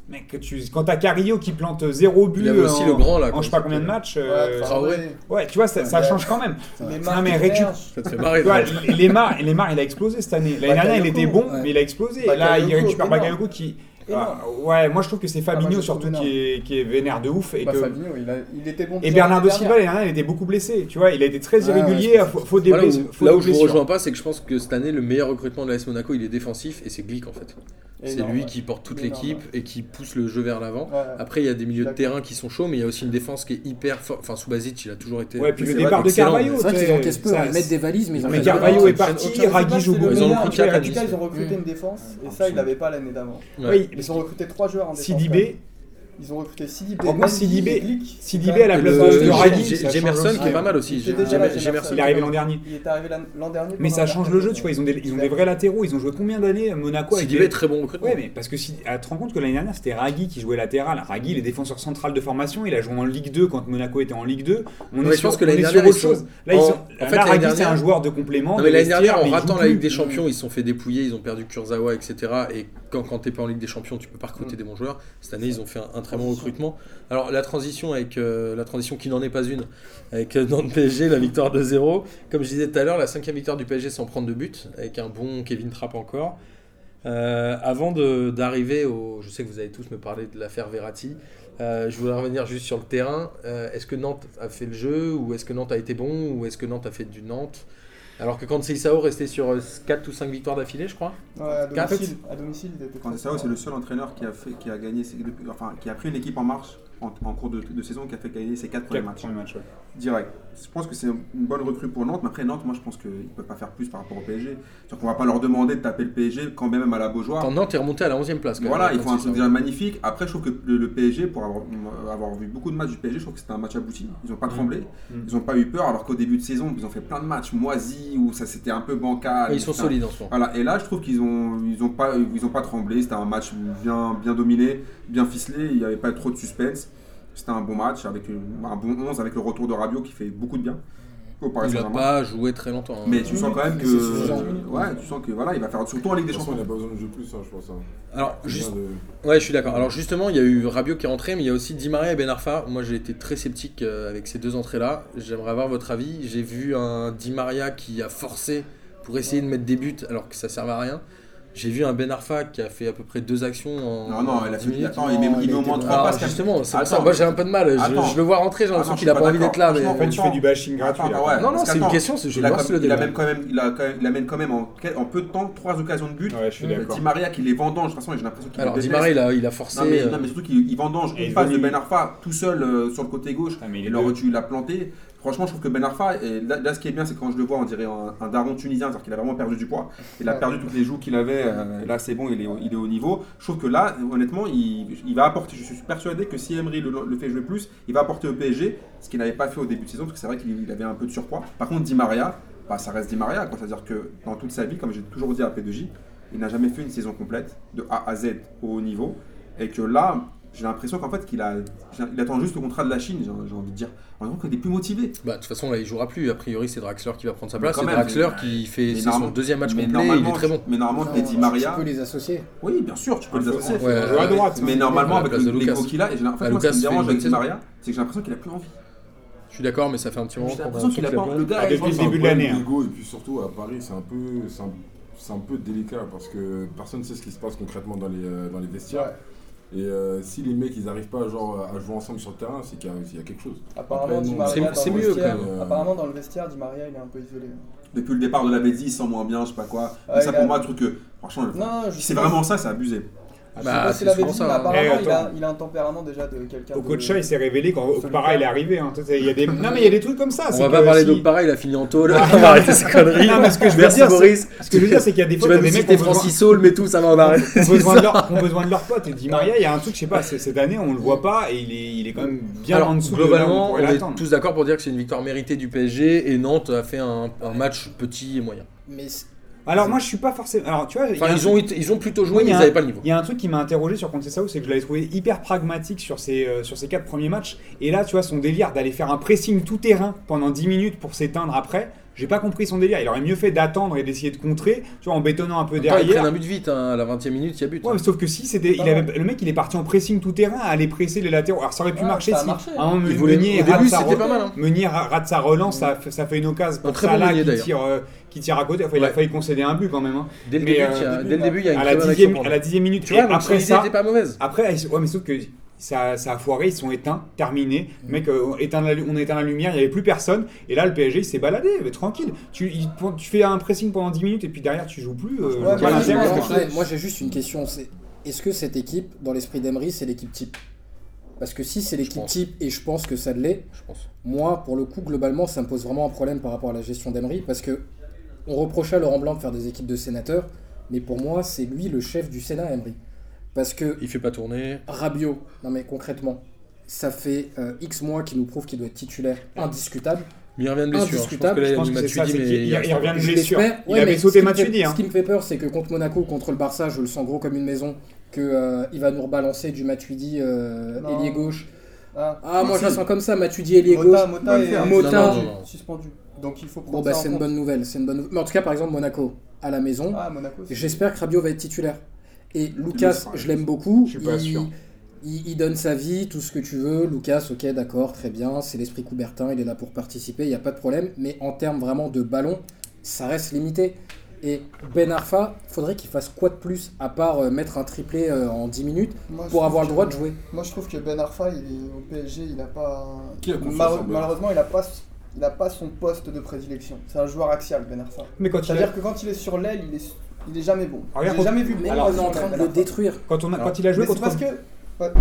[SPEAKER 2] Mec, que tu, quand t'as Carrillo qui plante zéro but
[SPEAKER 1] Il avait aussi
[SPEAKER 2] en,
[SPEAKER 1] le grand, là,
[SPEAKER 2] en
[SPEAKER 1] quoi,
[SPEAKER 2] je sais pas
[SPEAKER 1] ça
[SPEAKER 2] combien de
[SPEAKER 1] s'appelle.
[SPEAKER 2] matchs,
[SPEAKER 4] Ouais,
[SPEAKER 2] euh,
[SPEAKER 4] Traoré,
[SPEAKER 1] Traoré.
[SPEAKER 2] ouais, tu vois, ça, ça
[SPEAKER 4] Ouais.
[SPEAKER 2] change quand même.
[SPEAKER 4] Neymar,
[SPEAKER 2] Non, mais
[SPEAKER 4] Neymar,
[SPEAKER 2] récup-
[SPEAKER 1] Ça te fait marrer.
[SPEAKER 2] Tu vois, Lemar, Lemar, il a explosé cette année. L'année dernière, il
[SPEAKER 4] Bakayoko,
[SPEAKER 2] était bon,
[SPEAKER 6] ouais.
[SPEAKER 2] mais il a explosé. Et là, il
[SPEAKER 4] Bakayoko,
[SPEAKER 2] récupère
[SPEAKER 4] énorme.
[SPEAKER 2] Bakayoko qui.
[SPEAKER 4] Énorme.
[SPEAKER 2] Ah, ouais, moi je trouve que c'est
[SPEAKER 4] Ah, moi, je
[SPEAKER 2] Fabinho
[SPEAKER 4] le
[SPEAKER 2] surtout
[SPEAKER 4] trouve
[SPEAKER 2] qui est, qui est vénère de ouf. Et,
[SPEAKER 4] Bah,
[SPEAKER 2] que...
[SPEAKER 4] Fabinho, il, a- il était bon.
[SPEAKER 2] et
[SPEAKER 4] déjà
[SPEAKER 2] Bernardo
[SPEAKER 4] l'année
[SPEAKER 2] Silva, l'année dernière, il était beaucoup blessé. Tu vois, il a été très
[SPEAKER 6] Ouais, ouais,
[SPEAKER 2] irrégulier,
[SPEAKER 6] je
[SPEAKER 2] à
[SPEAKER 6] pense
[SPEAKER 2] faut des
[SPEAKER 1] Voilà où-
[SPEAKER 2] blessures- faute
[SPEAKER 1] là
[SPEAKER 2] des
[SPEAKER 1] où je vous
[SPEAKER 2] blessures.
[SPEAKER 1] rejoins pas, c'est que je pense que cette année, le meilleur recrutement de l'AS Monaco, il est défensif et c'est Glick en fait.
[SPEAKER 4] dernière.
[SPEAKER 1] C'est
[SPEAKER 4] Énorme,
[SPEAKER 1] lui
[SPEAKER 4] ouais.
[SPEAKER 1] qui porte toute
[SPEAKER 4] Énorme,
[SPEAKER 1] l'équipe et qui pousse le jeu vers l'avant.
[SPEAKER 4] Ouais, ouais.
[SPEAKER 1] Après, il y a des milieux de
[SPEAKER 4] D'accord.
[SPEAKER 1] terrain qui sont chauds, mais il y a aussi une défense qui est hyper forte. Enfin, Subasic, il a toujours été.
[SPEAKER 2] Ouais, puis le
[SPEAKER 3] C'est vrai,
[SPEAKER 2] départ de
[SPEAKER 1] excellent,
[SPEAKER 2] Carvalho.
[SPEAKER 1] mais
[SPEAKER 6] C'est vrai
[SPEAKER 2] tu
[SPEAKER 6] qu'ils
[SPEAKER 2] sais,
[SPEAKER 6] encaissent peu, hein,
[SPEAKER 2] ça-
[SPEAKER 6] ils mettent des valises, mais ils
[SPEAKER 2] Mais
[SPEAKER 6] encaissent
[SPEAKER 2] Carvalho
[SPEAKER 6] peu.
[SPEAKER 2] est parti, Ragui joue beaucoup.
[SPEAKER 1] Ils
[SPEAKER 4] Ils
[SPEAKER 1] ont
[SPEAKER 4] ont
[SPEAKER 1] recruté à
[SPEAKER 4] En tout
[SPEAKER 1] Nice.
[SPEAKER 4] cas, ils ont recruté une défense, et ça, ils l'avaient pas l'année d'avant.
[SPEAKER 1] Ouais.
[SPEAKER 2] Oui,
[SPEAKER 4] Ils ont recruté trois joueurs en défense. quand
[SPEAKER 2] Sidibé,
[SPEAKER 4] même. Ils ont recruté Sidibé.
[SPEAKER 2] En gros,
[SPEAKER 4] Mendy
[SPEAKER 2] Sidibé-
[SPEAKER 4] et Glick.
[SPEAKER 2] Sidibé à la
[SPEAKER 1] Et
[SPEAKER 2] place
[SPEAKER 1] le-
[SPEAKER 2] de Ragui.
[SPEAKER 1] J-
[SPEAKER 2] ça change
[SPEAKER 1] Jemerson
[SPEAKER 2] aussi.
[SPEAKER 1] qui est pas mal aussi.
[SPEAKER 4] Il était
[SPEAKER 1] J-
[SPEAKER 4] déjà là,
[SPEAKER 1] Jemerson.
[SPEAKER 4] Jemerson.
[SPEAKER 2] Il est arrivé l'an dernier.
[SPEAKER 4] Il est arrivé l'an l'an dernier.
[SPEAKER 2] Mais ça
[SPEAKER 4] pendant la
[SPEAKER 2] change
[SPEAKER 4] période
[SPEAKER 2] le jeu, tu vois. Ils ont des, ils ont des vrais latéraux. Ils ont joué combien d'années Monaco avec
[SPEAKER 1] Sidibé
[SPEAKER 2] des-
[SPEAKER 1] est très bon recrutement.
[SPEAKER 2] Ouais, mais parce que si à te rendre compte que l'année dernière c'était Ragui qui jouait latéral. Ragui, il est défenseur central de formation. Il a joué en Ligue 2 quand Monaco était en Ligue 2. On
[SPEAKER 1] Ouais,
[SPEAKER 2] est
[SPEAKER 1] je
[SPEAKER 2] sur,
[SPEAKER 1] pense que
[SPEAKER 2] on
[SPEAKER 1] l'année
[SPEAKER 2] est sur
[SPEAKER 1] dernière,
[SPEAKER 2] autre
[SPEAKER 1] ils
[SPEAKER 2] chose.
[SPEAKER 1] sont-
[SPEAKER 2] Là, ils
[SPEAKER 1] en-
[SPEAKER 2] sont-
[SPEAKER 1] en
[SPEAKER 2] là,
[SPEAKER 1] fait, l'année
[SPEAKER 2] Ragui, c'est
[SPEAKER 1] dernière-
[SPEAKER 2] un joueur de complément.
[SPEAKER 1] Non,
[SPEAKER 2] de
[SPEAKER 1] mais l'année
[SPEAKER 2] vestiaire,
[SPEAKER 1] dernière, en
[SPEAKER 2] mais il joue
[SPEAKER 1] ratant la
[SPEAKER 2] plus.
[SPEAKER 1] Ligue des Champions, ils se sont fait dépouiller, ils ont perdu Kurzawa, etc. Et quand, quand t'es pas en Ligue des Champions, tu peux pas
[SPEAKER 2] Mm.
[SPEAKER 1] recruter des bons joueurs. Cette année, ils ont fait un, un très bon recrutement. Alors, la transition avec euh, la transition qui n'en est pas une, avec euh, Nantes PSG, la victoire de 0. Comme je disais tout à l'heure, la cinquième victoire du PSG sans prendre de but, avec un bon Kevin Trapp encore. Euh, avant de- d'arriver au. Je sais que vous allez tous me parler de l'affaire Verratti. Euh, je voulais revenir juste sur le terrain. Euh, est-ce que Nantes a fait le jeu Ou est-ce que Nantes a été bon Ou est-ce que Nantes a fait du Nantes Alors que quand Sao restait sur 4 ou 5 victoires d'affilée, je crois.
[SPEAKER 4] Ouais, à
[SPEAKER 1] Quatre.
[SPEAKER 4] domicile, à domicile, il était
[SPEAKER 3] Quand
[SPEAKER 4] très
[SPEAKER 3] c'est ça,
[SPEAKER 4] fort.
[SPEAKER 3] c'est le seul entraîneur qui a, fait, qui a, gagné ses- depuis- enfin, qui a pris une équipe en marche en, en cours de, de saison qui a fait gagner ses 4 premiers
[SPEAKER 2] Quatre
[SPEAKER 3] matchs.
[SPEAKER 2] premiers matchs, ouais.
[SPEAKER 3] Direct. Je pense que c'est une bonne recrue pour Nantes, mais après Nantes, moi je pense qu'ils ne peuvent pas faire plus par rapport au PSG. C'est-à-dire qu'on va pas leur demander de taper le PSG quand même euh, à la Beaujoire.
[SPEAKER 1] Quand Nantes est remonté à la 11e place. quand
[SPEAKER 3] Voilà,
[SPEAKER 1] même,
[SPEAKER 3] ils font
[SPEAKER 1] quand
[SPEAKER 3] un truc
[SPEAKER 1] Seixao.
[SPEAKER 3] déjà magnifique. Après, je trouve que le, le PSG, pour avoir, euh, avoir vu beaucoup de matchs du PSG, je trouve que c'était un match abouti. Ils n'ont pas tremblé,
[SPEAKER 2] Mm.
[SPEAKER 3] ils n'ont pas eu peur, alors qu'au début de saison, ils ont fait plein de matchs moisis où ça c'était un peu bancal.
[SPEAKER 1] Ouais, Ah, Ils sont
[SPEAKER 3] etc.
[SPEAKER 1] solides en ce moment.
[SPEAKER 3] Voilà, et là, je trouve qu'ils ont, ils ont pas, ils ont pas tremblé. C'était un match bien, bien dominé, bien ficelé. Il n'y avait pas trop de suspense. C'était un bon match avec une- un bon 11 avec le retour de Radio qui fait beaucoup de bien au Paris
[SPEAKER 1] Il n'a
[SPEAKER 3] Saint-Germain.
[SPEAKER 1] pas joué très longtemps. hein.
[SPEAKER 3] Mais tu sens quand même
[SPEAKER 6] Mais
[SPEAKER 3] que,
[SPEAKER 6] c'est suffisant.
[SPEAKER 3] ouais, tu sens que voilà, il va faire surtout en Ligue
[SPEAKER 5] De
[SPEAKER 3] des
[SPEAKER 5] toute façon,
[SPEAKER 3] Champions.
[SPEAKER 5] il n'a pas besoin de jouer plus, hein, je pense. hein.
[SPEAKER 1] Alors, juste,
[SPEAKER 5] Rien de-
[SPEAKER 1] Ouais, je suis d'accord. Alors justement, il y a eu Rabiot qui est rentré, mais il y a aussi Di Maria et Ben Arfa. Moi, j'ai été très sceptique euh, avec ces deux entrées-là. J'aimerais avoir votre avis. J'ai vu un Di Maria qui a forcé pour essayer de mettre des buts alors que ça servait à rien. J'ai vu un Ben Arfa qui a fait à peu près deux actions en
[SPEAKER 3] Non, non, il a
[SPEAKER 1] 10
[SPEAKER 3] fait.
[SPEAKER 1] minutes.
[SPEAKER 3] Attends, il met, il met au moins
[SPEAKER 6] Non,
[SPEAKER 3] 3
[SPEAKER 1] Alors,
[SPEAKER 3] passes.
[SPEAKER 1] Ah, justement, c'est pour ça.
[SPEAKER 3] Attends.
[SPEAKER 1] Moi, j'ai un peu de mal.
[SPEAKER 3] Attends.
[SPEAKER 1] Je, je le vois rentrer, j'ai l'impression
[SPEAKER 3] Attends,
[SPEAKER 1] qu'il a
[SPEAKER 3] je
[SPEAKER 1] pas,
[SPEAKER 3] suis
[SPEAKER 1] envie
[SPEAKER 3] pas
[SPEAKER 1] d'être là.
[SPEAKER 3] d'accord.
[SPEAKER 1] mais-
[SPEAKER 3] Franchement,
[SPEAKER 2] En fait, tu fais du bashing gratuit.
[SPEAKER 3] Attends,
[SPEAKER 2] là.
[SPEAKER 3] ouais,
[SPEAKER 1] Non, non,
[SPEAKER 3] parce
[SPEAKER 1] c'est une
[SPEAKER 3] qu'attends,
[SPEAKER 1] question. c'est- Je
[SPEAKER 3] Il, a
[SPEAKER 1] lance
[SPEAKER 3] quand-
[SPEAKER 1] le
[SPEAKER 3] il a
[SPEAKER 1] débat.
[SPEAKER 3] même quand même, il a quand même, il amène quand même en, quel- en peu de temps trois occasions de but.
[SPEAKER 2] Ouais, je suis
[SPEAKER 4] Mm.
[SPEAKER 2] d'accord.
[SPEAKER 3] Di Maria qui les vendange, de toute façon, j'ai l'impression qu'il
[SPEAKER 1] Alors,
[SPEAKER 3] les
[SPEAKER 1] Di
[SPEAKER 3] déteste.
[SPEAKER 1] Maria, il a, il a forcé.
[SPEAKER 3] Non mais,
[SPEAKER 1] euh,
[SPEAKER 3] non, mais surtout qu'il il vendange
[SPEAKER 2] Et
[SPEAKER 3] une passe de
[SPEAKER 2] Venu-
[SPEAKER 3] Ben Arfa tout seul euh, sur le côté gauche.
[SPEAKER 2] Ah, mais il est
[SPEAKER 3] il aurait
[SPEAKER 2] deux.
[SPEAKER 3] dû la planter. Franchement, je trouve que Ben Arfa, et là, là, ce qui est bien, c'est quand je le vois, on dirait un, un daron tunisien, c'est-à-dire qu'il a vraiment perdu du poids. Il a
[SPEAKER 4] Ouais.
[SPEAKER 3] perdu toutes les joues qu'il avait. euh, là, c'est bon, il est, au- il est au niveau. Je trouve que là, honnêtement, il, il va apporter. Je suis persuadé que si Emery le, le fait jouer plus, il va apporter au PSG ce qu'il n'avait pas fait au début de saison, parce que c'est vrai qu'il il avait un peu de surpoids. Par contre, Di Maria, bah, ça reste Di Maria, quoi. c'est-à-dire que dans toute sa vie, comme j'ai toujours dit à P2J, il n'a jamais fait une saison complète de A à Z au haut niveau, et que là, j'ai l'impression qu'en fait, qu'il a, il attend juste le contrat de la Chine. J'ai j'ai envie de dire, on dirait qu'il est plus motivé.
[SPEAKER 1] Bah, de toute façon, là, il jouera plus. A priori, c'est Draxler qui va prendre sa
[SPEAKER 3] Mais
[SPEAKER 1] place.
[SPEAKER 3] quand
[SPEAKER 1] C'est
[SPEAKER 3] même,
[SPEAKER 1] Draxler
[SPEAKER 3] mais-
[SPEAKER 1] qui fait
[SPEAKER 3] mais
[SPEAKER 1] c'est son
[SPEAKER 3] normalement-
[SPEAKER 1] deuxième match
[SPEAKER 3] mais
[SPEAKER 1] complet. Il est
[SPEAKER 3] normalement,
[SPEAKER 1] très bon.
[SPEAKER 3] tu- Mais normalement, t'es Di
[SPEAKER 6] Non,
[SPEAKER 3] Maria.
[SPEAKER 6] Tu peux les associer.
[SPEAKER 3] Oui, bien sûr, tu peux les associer.
[SPEAKER 1] Ouais,
[SPEAKER 2] On joue à
[SPEAKER 1] ouais.
[SPEAKER 2] droite.
[SPEAKER 3] Mais
[SPEAKER 2] ouais.
[SPEAKER 3] normalement,
[SPEAKER 1] à la
[SPEAKER 3] avec
[SPEAKER 1] place de
[SPEAKER 3] le- les
[SPEAKER 1] Lucas.
[SPEAKER 3] gros qu'il a, et j'ai- en fait,
[SPEAKER 1] Ah,
[SPEAKER 3] moi, ce
[SPEAKER 1] Lucas
[SPEAKER 3] qui me
[SPEAKER 1] fait
[SPEAKER 3] dérange
[SPEAKER 1] une
[SPEAKER 3] avec
[SPEAKER 1] bonne
[SPEAKER 3] Di Maria, c'est que j'ai l'impression qu'il a plus envie.
[SPEAKER 1] Je suis d'accord, mais ça fait un petit moment
[SPEAKER 3] J'ai
[SPEAKER 1] qu'on a
[SPEAKER 3] l'impression qu'il a
[SPEAKER 1] qu'il a
[SPEAKER 3] pas.
[SPEAKER 1] plus
[SPEAKER 3] Le gars,
[SPEAKER 2] Ah,
[SPEAKER 3] il-
[SPEAKER 2] depuis le
[SPEAKER 5] C'est un
[SPEAKER 2] début de
[SPEAKER 5] problème
[SPEAKER 2] l'année, hein.
[SPEAKER 5] d'ego, et puis surtout à Paris, c'est un peu, c'est un, c'est un peu délicat parce que personne ne sait ce qui se passe concrètement dans les, euh, dans les vestiaires.
[SPEAKER 4] Ouais.
[SPEAKER 5] Et euh, si les mecs ils arrivent pas genre à jouer ensemble sur le terrain, c'est qu'il y, a- il y a quelque chose.
[SPEAKER 4] Apparemment,
[SPEAKER 5] Après,
[SPEAKER 4] Di
[SPEAKER 5] non,
[SPEAKER 4] Maria,
[SPEAKER 1] c'est-
[SPEAKER 4] dans
[SPEAKER 1] c'est
[SPEAKER 4] le
[SPEAKER 1] mieux,
[SPEAKER 4] vestiaire-
[SPEAKER 5] quand même.
[SPEAKER 4] Apparemment, dans le vestiaire, Di Maria, il est un peu isolé.
[SPEAKER 3] Depuis le départ de la Bézi, il sent moins bien, je sais pas quoi.
[SPEAKER 4] Ouais,
[SPEAKER 3] Mais ça,
[SPEAKER 4] il a-
[SPEAKER 3] pour moi, un truc que. Franchement,
[SPEAKER 4] Non, je
[SPEAKER 3] si
[SPEAKER 4] sais
[SPEAKER 3] c'est
[SPEAKER 4] pas.
[SPEAKER 3] vraiment ça, c'est abusé.
[SPEAKER 2] Ah,
[SPEAKER 4] Je
[SPEAKER 1] Bah,
[SPEAKER 4] sais pas
[SPEAKER 1] c'est
[SPEAKER 4] s'il avait
[SPEAKER 1] souvent
[SPEAKER 4] dit,
[SPEAKER 1] ça,
[SPEAKER 4] mais
[SPEAKER 1] hein.
[SPEAKER 4] apparemment,
[SPEAKER 2] Eh,
[SPEAKER 4] il, a, il a un tempérament déjà de quelqu'un.
[SPEAKER 2] Okocha,
[SPEAKER 4] de...
[SPEAKER 2] il s'est révélé quand
[SPEAKER 4] Solitaire.
[SPEAKER 2] Okpara il est arrivé. hein. Tu sais, Il y a des... Non, mais il y a des trucs comme ça.
[SPEAKER 1] On
[SPEAKER 2] Ah, c'est
[SPEAKER 1] va
[SPEAKER 2] que
[SPEAKER 1] pas parler
[SPEAKER 2] si-
[SPEAKER 1] d'autres pareil, il a fini en tôle. On va arrêter ces conneries.
[SPEAKER 2] Non, mais ce que je veux
[SPEAKER 1] Merci
[SPEAKER 2] dire, c'est-
[SPEAKER 1] Boris.
[SPEAKER 2] Ce que je veux dire, c'est qu'il y a des
[SPEAKER 1] Tu
[SPEAKER 2] fois,
[SPEAKER 1] vas
[SPEAKER 2] t'as
[SPEAKER 1] nous
[SPEAKER 2] des mecs
[SPEAKER 1] citer
[SPEAKER 2] qui ont besoin-
[SPEAKER 1] Francis Hall, mais tout, ça va en arrêt.
[SPEAKER 2] ont besoin de leur- ont besoin de leur pote. Et Di Maria, il y a un truc, je sais pas, c'est- cette année, on le voit pas et il est, il est quand même bien
[SPEAKER 1] Alors,
[SPEAKER 2] en dessous
[SPEAKER 1] globalement,
[SPEAKER 2] de
[SPEAKER 1] on
[SPEAKER 2] là où on pourrait
[SPEAKER 1] est
[SPEAKER 2] l'attendre.
[SPEAKER 1] tous d'accord pour dire que c'est une victoire méritée du PSG et Nantes a fait un, un match petit et moyen.
[SPEAKER 6] Mais c'est-
[SPEAKER 2] Alors, moi, je suis pas forcément. Alors, tu vois, il y a
[SPEAKER 1] Enfin,
[SPEAKER 2] un
[SPEAKER 1] ils
[SPEAKER 2] truc-
[SPEAKER 1] ont, été- ils ont plutôt joué,
[SPEAKER 2] Oui,
[SPEAKER 1] mais
[SPEAKER 2] il y
[SPEAKER 1] ils
[SPEAKER 2] a un-
[SPEAKER 1] n'avaient pas le niveau.
[SPEAKER 2] Il y a un truc qui m'a interrogé sur Contessao, c'est que je l'avais trouvé hyper pragmatique sur ses, euh, sur ses quatre premiers matchs. Et là, tu vois, son délire d'aller faire un pressing tout terrain pendant 10 minutes pour s'éteindre après, j'ai pas compris son délire. Il aurait mieux fait d'attendre et d'essayer de contrer, tu vois, en bétonnant un peu
[SPEAKER 1] Attends, ils prennent
[SPEAKER 2] derrière.
[SPEAKER 1] un but vite, hein, à la 20 e minute, il y a but.
[SPEAKER 2] Ouais, mais sauf que si c'était.
[SPEAKER 4] Pas
[SPEAKER 2] il avait-
[SPEAKER 4] mal.
[SPEAKER 2] le mec, il est parti en pressing tout terrain à aller presser les latéraux. Alors, ça aurait pu
[SPEAKER 4] Ah,
[SPEAKER 2] marcher
[SPEAKER 4] ça a
[SPEAKER 2] si.
[SPEAKER 4] marché.
[SPEAKER 2] à un moment,
[SPEAKER 1] Ils voulaient-
[SPEAKER 2] Meunier
[SPEAKER 1] au début,
[SPEAKER 2] rate sa
[SPEAKER 1] c'était
[SPEAKER 2] re-
[SPEAKER 1] pas mal. hein.
[SPEAKER 2] Meunier ra- rate sa relance, ça, fait- ça fait une
[SPEAKER 1] Un
[SPEAKER 2] occasion pour
[SPEAKER 1] très bon
[SPEAKER 2] Salah
[SPEAKER 1] Meunier,
[SPEAKER 2] qui
[SPEAKER 1] d'ailleurs.
[SPEAKER 2] tire, euh, qui tire à côté. Enfin, il a
[SPEAKER 1] Ouais.
[SPEAKER 2] failli concéder un but quand même. hein.
[SPEAKER 1] Dès le
[SPEAKER 2] Mais,
[SPEAKER 1] début,
[SPEAKER 2] euh,
[SPEAKER 1] il y a- dès le début, il y a une
[SPEAKER 2] À
[SPEAKER 1] très
[SPEAKER 2] la
[SPEAKER 1] bonne
[SPEAKER 2] dixième,
[SPEAKER 1] action pour
[SPEAKER 2] à
[SPEAKER 1] nous.
[SPEAKER 2] la dixième minute.
[SPEAKER 1] Tu
[SPEAKER 2] Et
[SPEAKER 1] vois, donc son
[SPEAKER 2] après
[SPEAKER 1] idée
[SPEAKER 2] ça,
[SPEAKER 1] n'était pas mauvaise.
[SPEAKER 2] après, ils- ouais, mais sauf que ça, ça a foiré, ils sont éteints, terminés. Mec, euh, on éteint la, lu- on a éteint la lumière, il n'y avait plus personne. Et là, le PSG, il s'est baladé, mais tranquille. Tu, il- tu fais un pressing pendant 10 minutes et puis derrière, tu joues plus. euh,
[SPEAKER 4] Ouais,
[SPEAKER 2] voilà,
[SPEAKER 4] mais
[SPEAKER 6] moi,
[SPEAKER 4] là,
[SPEAKER 2] c'est
[SPEAKER 4] c'est
[SPEAKER 6] j'ai-
[SPEAKER 2] bon,
[SPEAKER 4] bon,
[SPEAKER 6] moi,
[SPEAKER 2] parce que-
[SPEAKER 6] j'ai- moi, j'ai juste une question, c'est est-ce que cette équipe, dans l'esprit d'Emery, c'est l'équipe type Parce que si c'est l'équipe
[SPEAKER 1] pense.
[SPEAKER 6] type, et je pense que ça l'est,
[SPEAKER 1] Je pense.
[SPEAKER 6] moi, pour le coup, globalement, ça me pose vraiment un problème par rapport à la gestion d'Emery, parce que on reprochait à Laurent Blanc de faire des équipes de sénateurs, mais pour moi, c'est lui le chef du Sénat, Emery. Parce que
[SPEAKER 1] Il fait pas tourner.
[SPEAKER 6] Rabiot, non mais concrètement, ça fait euh, X mois qu'il nous prouve qu'il doit être titulaire indiscutable.
[SPEAKER 1] Mais il revient de blessure. hein. Je pense
[SPEAKER 6] Indiscutable,
[SPEAKER 1] que là, il
[SPEAKER 2] je
[SPEAKER 1] y a
[SPEAKER 2] pense
[SPEAKER 1] du
[SPEAKER 2] que c'est ça,
[SPEAKER 1] Matuidi,
[SPEAKER 2] c'est
[SPEAKER 1] mais
[SPEAKER 2] qu'il il-
[SPEAKER 1] il reste
[SPEAKER 2] il revient de
[SPEAKER 6] Je
[SPEAKER 2] blessure.
[SPEAKER 6] l'espère.
[SPEAKER 2] Il
[SPEAKER 6] Ouais, mais
[SPEAKER 2] avait
[SPEAKER 6] ce qui
[SPEAKER 2] sauté
[SPEAKER 6] me fait-
[SPEAKER 2] Matuidi. hein.
[SPEAKER 6] Ce qui me fait peur, c'est que contre Monaco, contre le Barça, je le sens gros comme une maison, que euh, il va nous rebalancer du Matuidi euh,
[SPEAKER 4] Non.
[SPEAKER 6] ailier gauche.
[SPEAKER 4] Ah,
[SPEAKER 6] Ah, moi je le sens comme ça, Matuidi ailier
[SPEAKER 4] Mota,
[SPEAKER 6] gauche.
[SPEAKER 4] Mota
[SPEAKER 3] Non,
[SPEAKER 4] est
[SPEAKER 3] non,
[SPEAKER 6] Mota.
[SPEAKER 1] non, non.
[SPEAKER 4] suspendu. Donc il faut prendre
[SPEAKER 6] Bon bah
[SPEAKER 4] ça en
[SPEAKER 6] c'est une
[SPEAKER 4] compte.
[SPEAKER 6] bonne nouvelle, c'est une bonne nouvelle. Mais en tout cas, par exemple, Monaco à la maison,
[SPEAKER 4] Ah, Monaco. c'est-
[SPEAKER 6] j'espère que Rabiot va être titulaire. Et
[SPEAKER 3] le
[SPEAKER 6] Lucas,
[SPEAKER 3] sera.
[SPEAKER 6] je l'aime beaucoup.
[SPEAKER 2] Je suis pas
[SPEAKER 6] il,
[SPEAKER 2] sûr.
[SPEAKER 6] Il, il donne sa vie, tout ce que tu veux. Lucas, ok, d'accord, très bien. C'est l'esprit Coubertin, il est là pour participer, il n'y a pas de problème. Mais en termes vraiment de ballon, ça reste limité. Et Ben Arfa, faudrait qu'il fasse quoi de plus à part euh, mettre un triplé euh, en 10 minutes
[SPEAKER 4] Moi, je
[SPEAKER 6] pour
[SPEAKER 4] trouve
[SPEAKER 6] avoir le
[SPEAKER 4] que-
[SPEAKER 6] droit de jouer
[SPEAKER 4] Moi, je trouve que Ben Arfa, il est au PSG, il n'a pas.
[SPEAKER 5] Qui a confiance
[SPEAKER 4] Mal-
[SPEAKER 5] en Ben
[SPEAKER 4] Malheureusement, il n'a pas, il a pas son poste de prédilection. C'est un joueur axial, Ben Arfa.
[SPEAKER 2] Mais quand il a-
[SPEAKER 4] C'est-à-dire que quand il est sur l'aile, il est, il est jamais bon.
[SPEAKER 2] Regarde,
[SPEAKER 4] J'ai jamais vu
[SPEAKER 6] Mais
[SPEAKER 4] bon.
[SPEAKER 2] Alors,
[SPEAKER 6] on est en
[SPEAKER 4] Ben
[SPEAKER 6] train de le détruire.
[SPEAKER 2] quand on a-
[SPEAKER 1] Alors,
[SPEAKER 2] quand il a joué
[SPEAKER 4] Mais c'est
[SPEAKER 2] contre
[SPEAKER 4] parce que. ouais,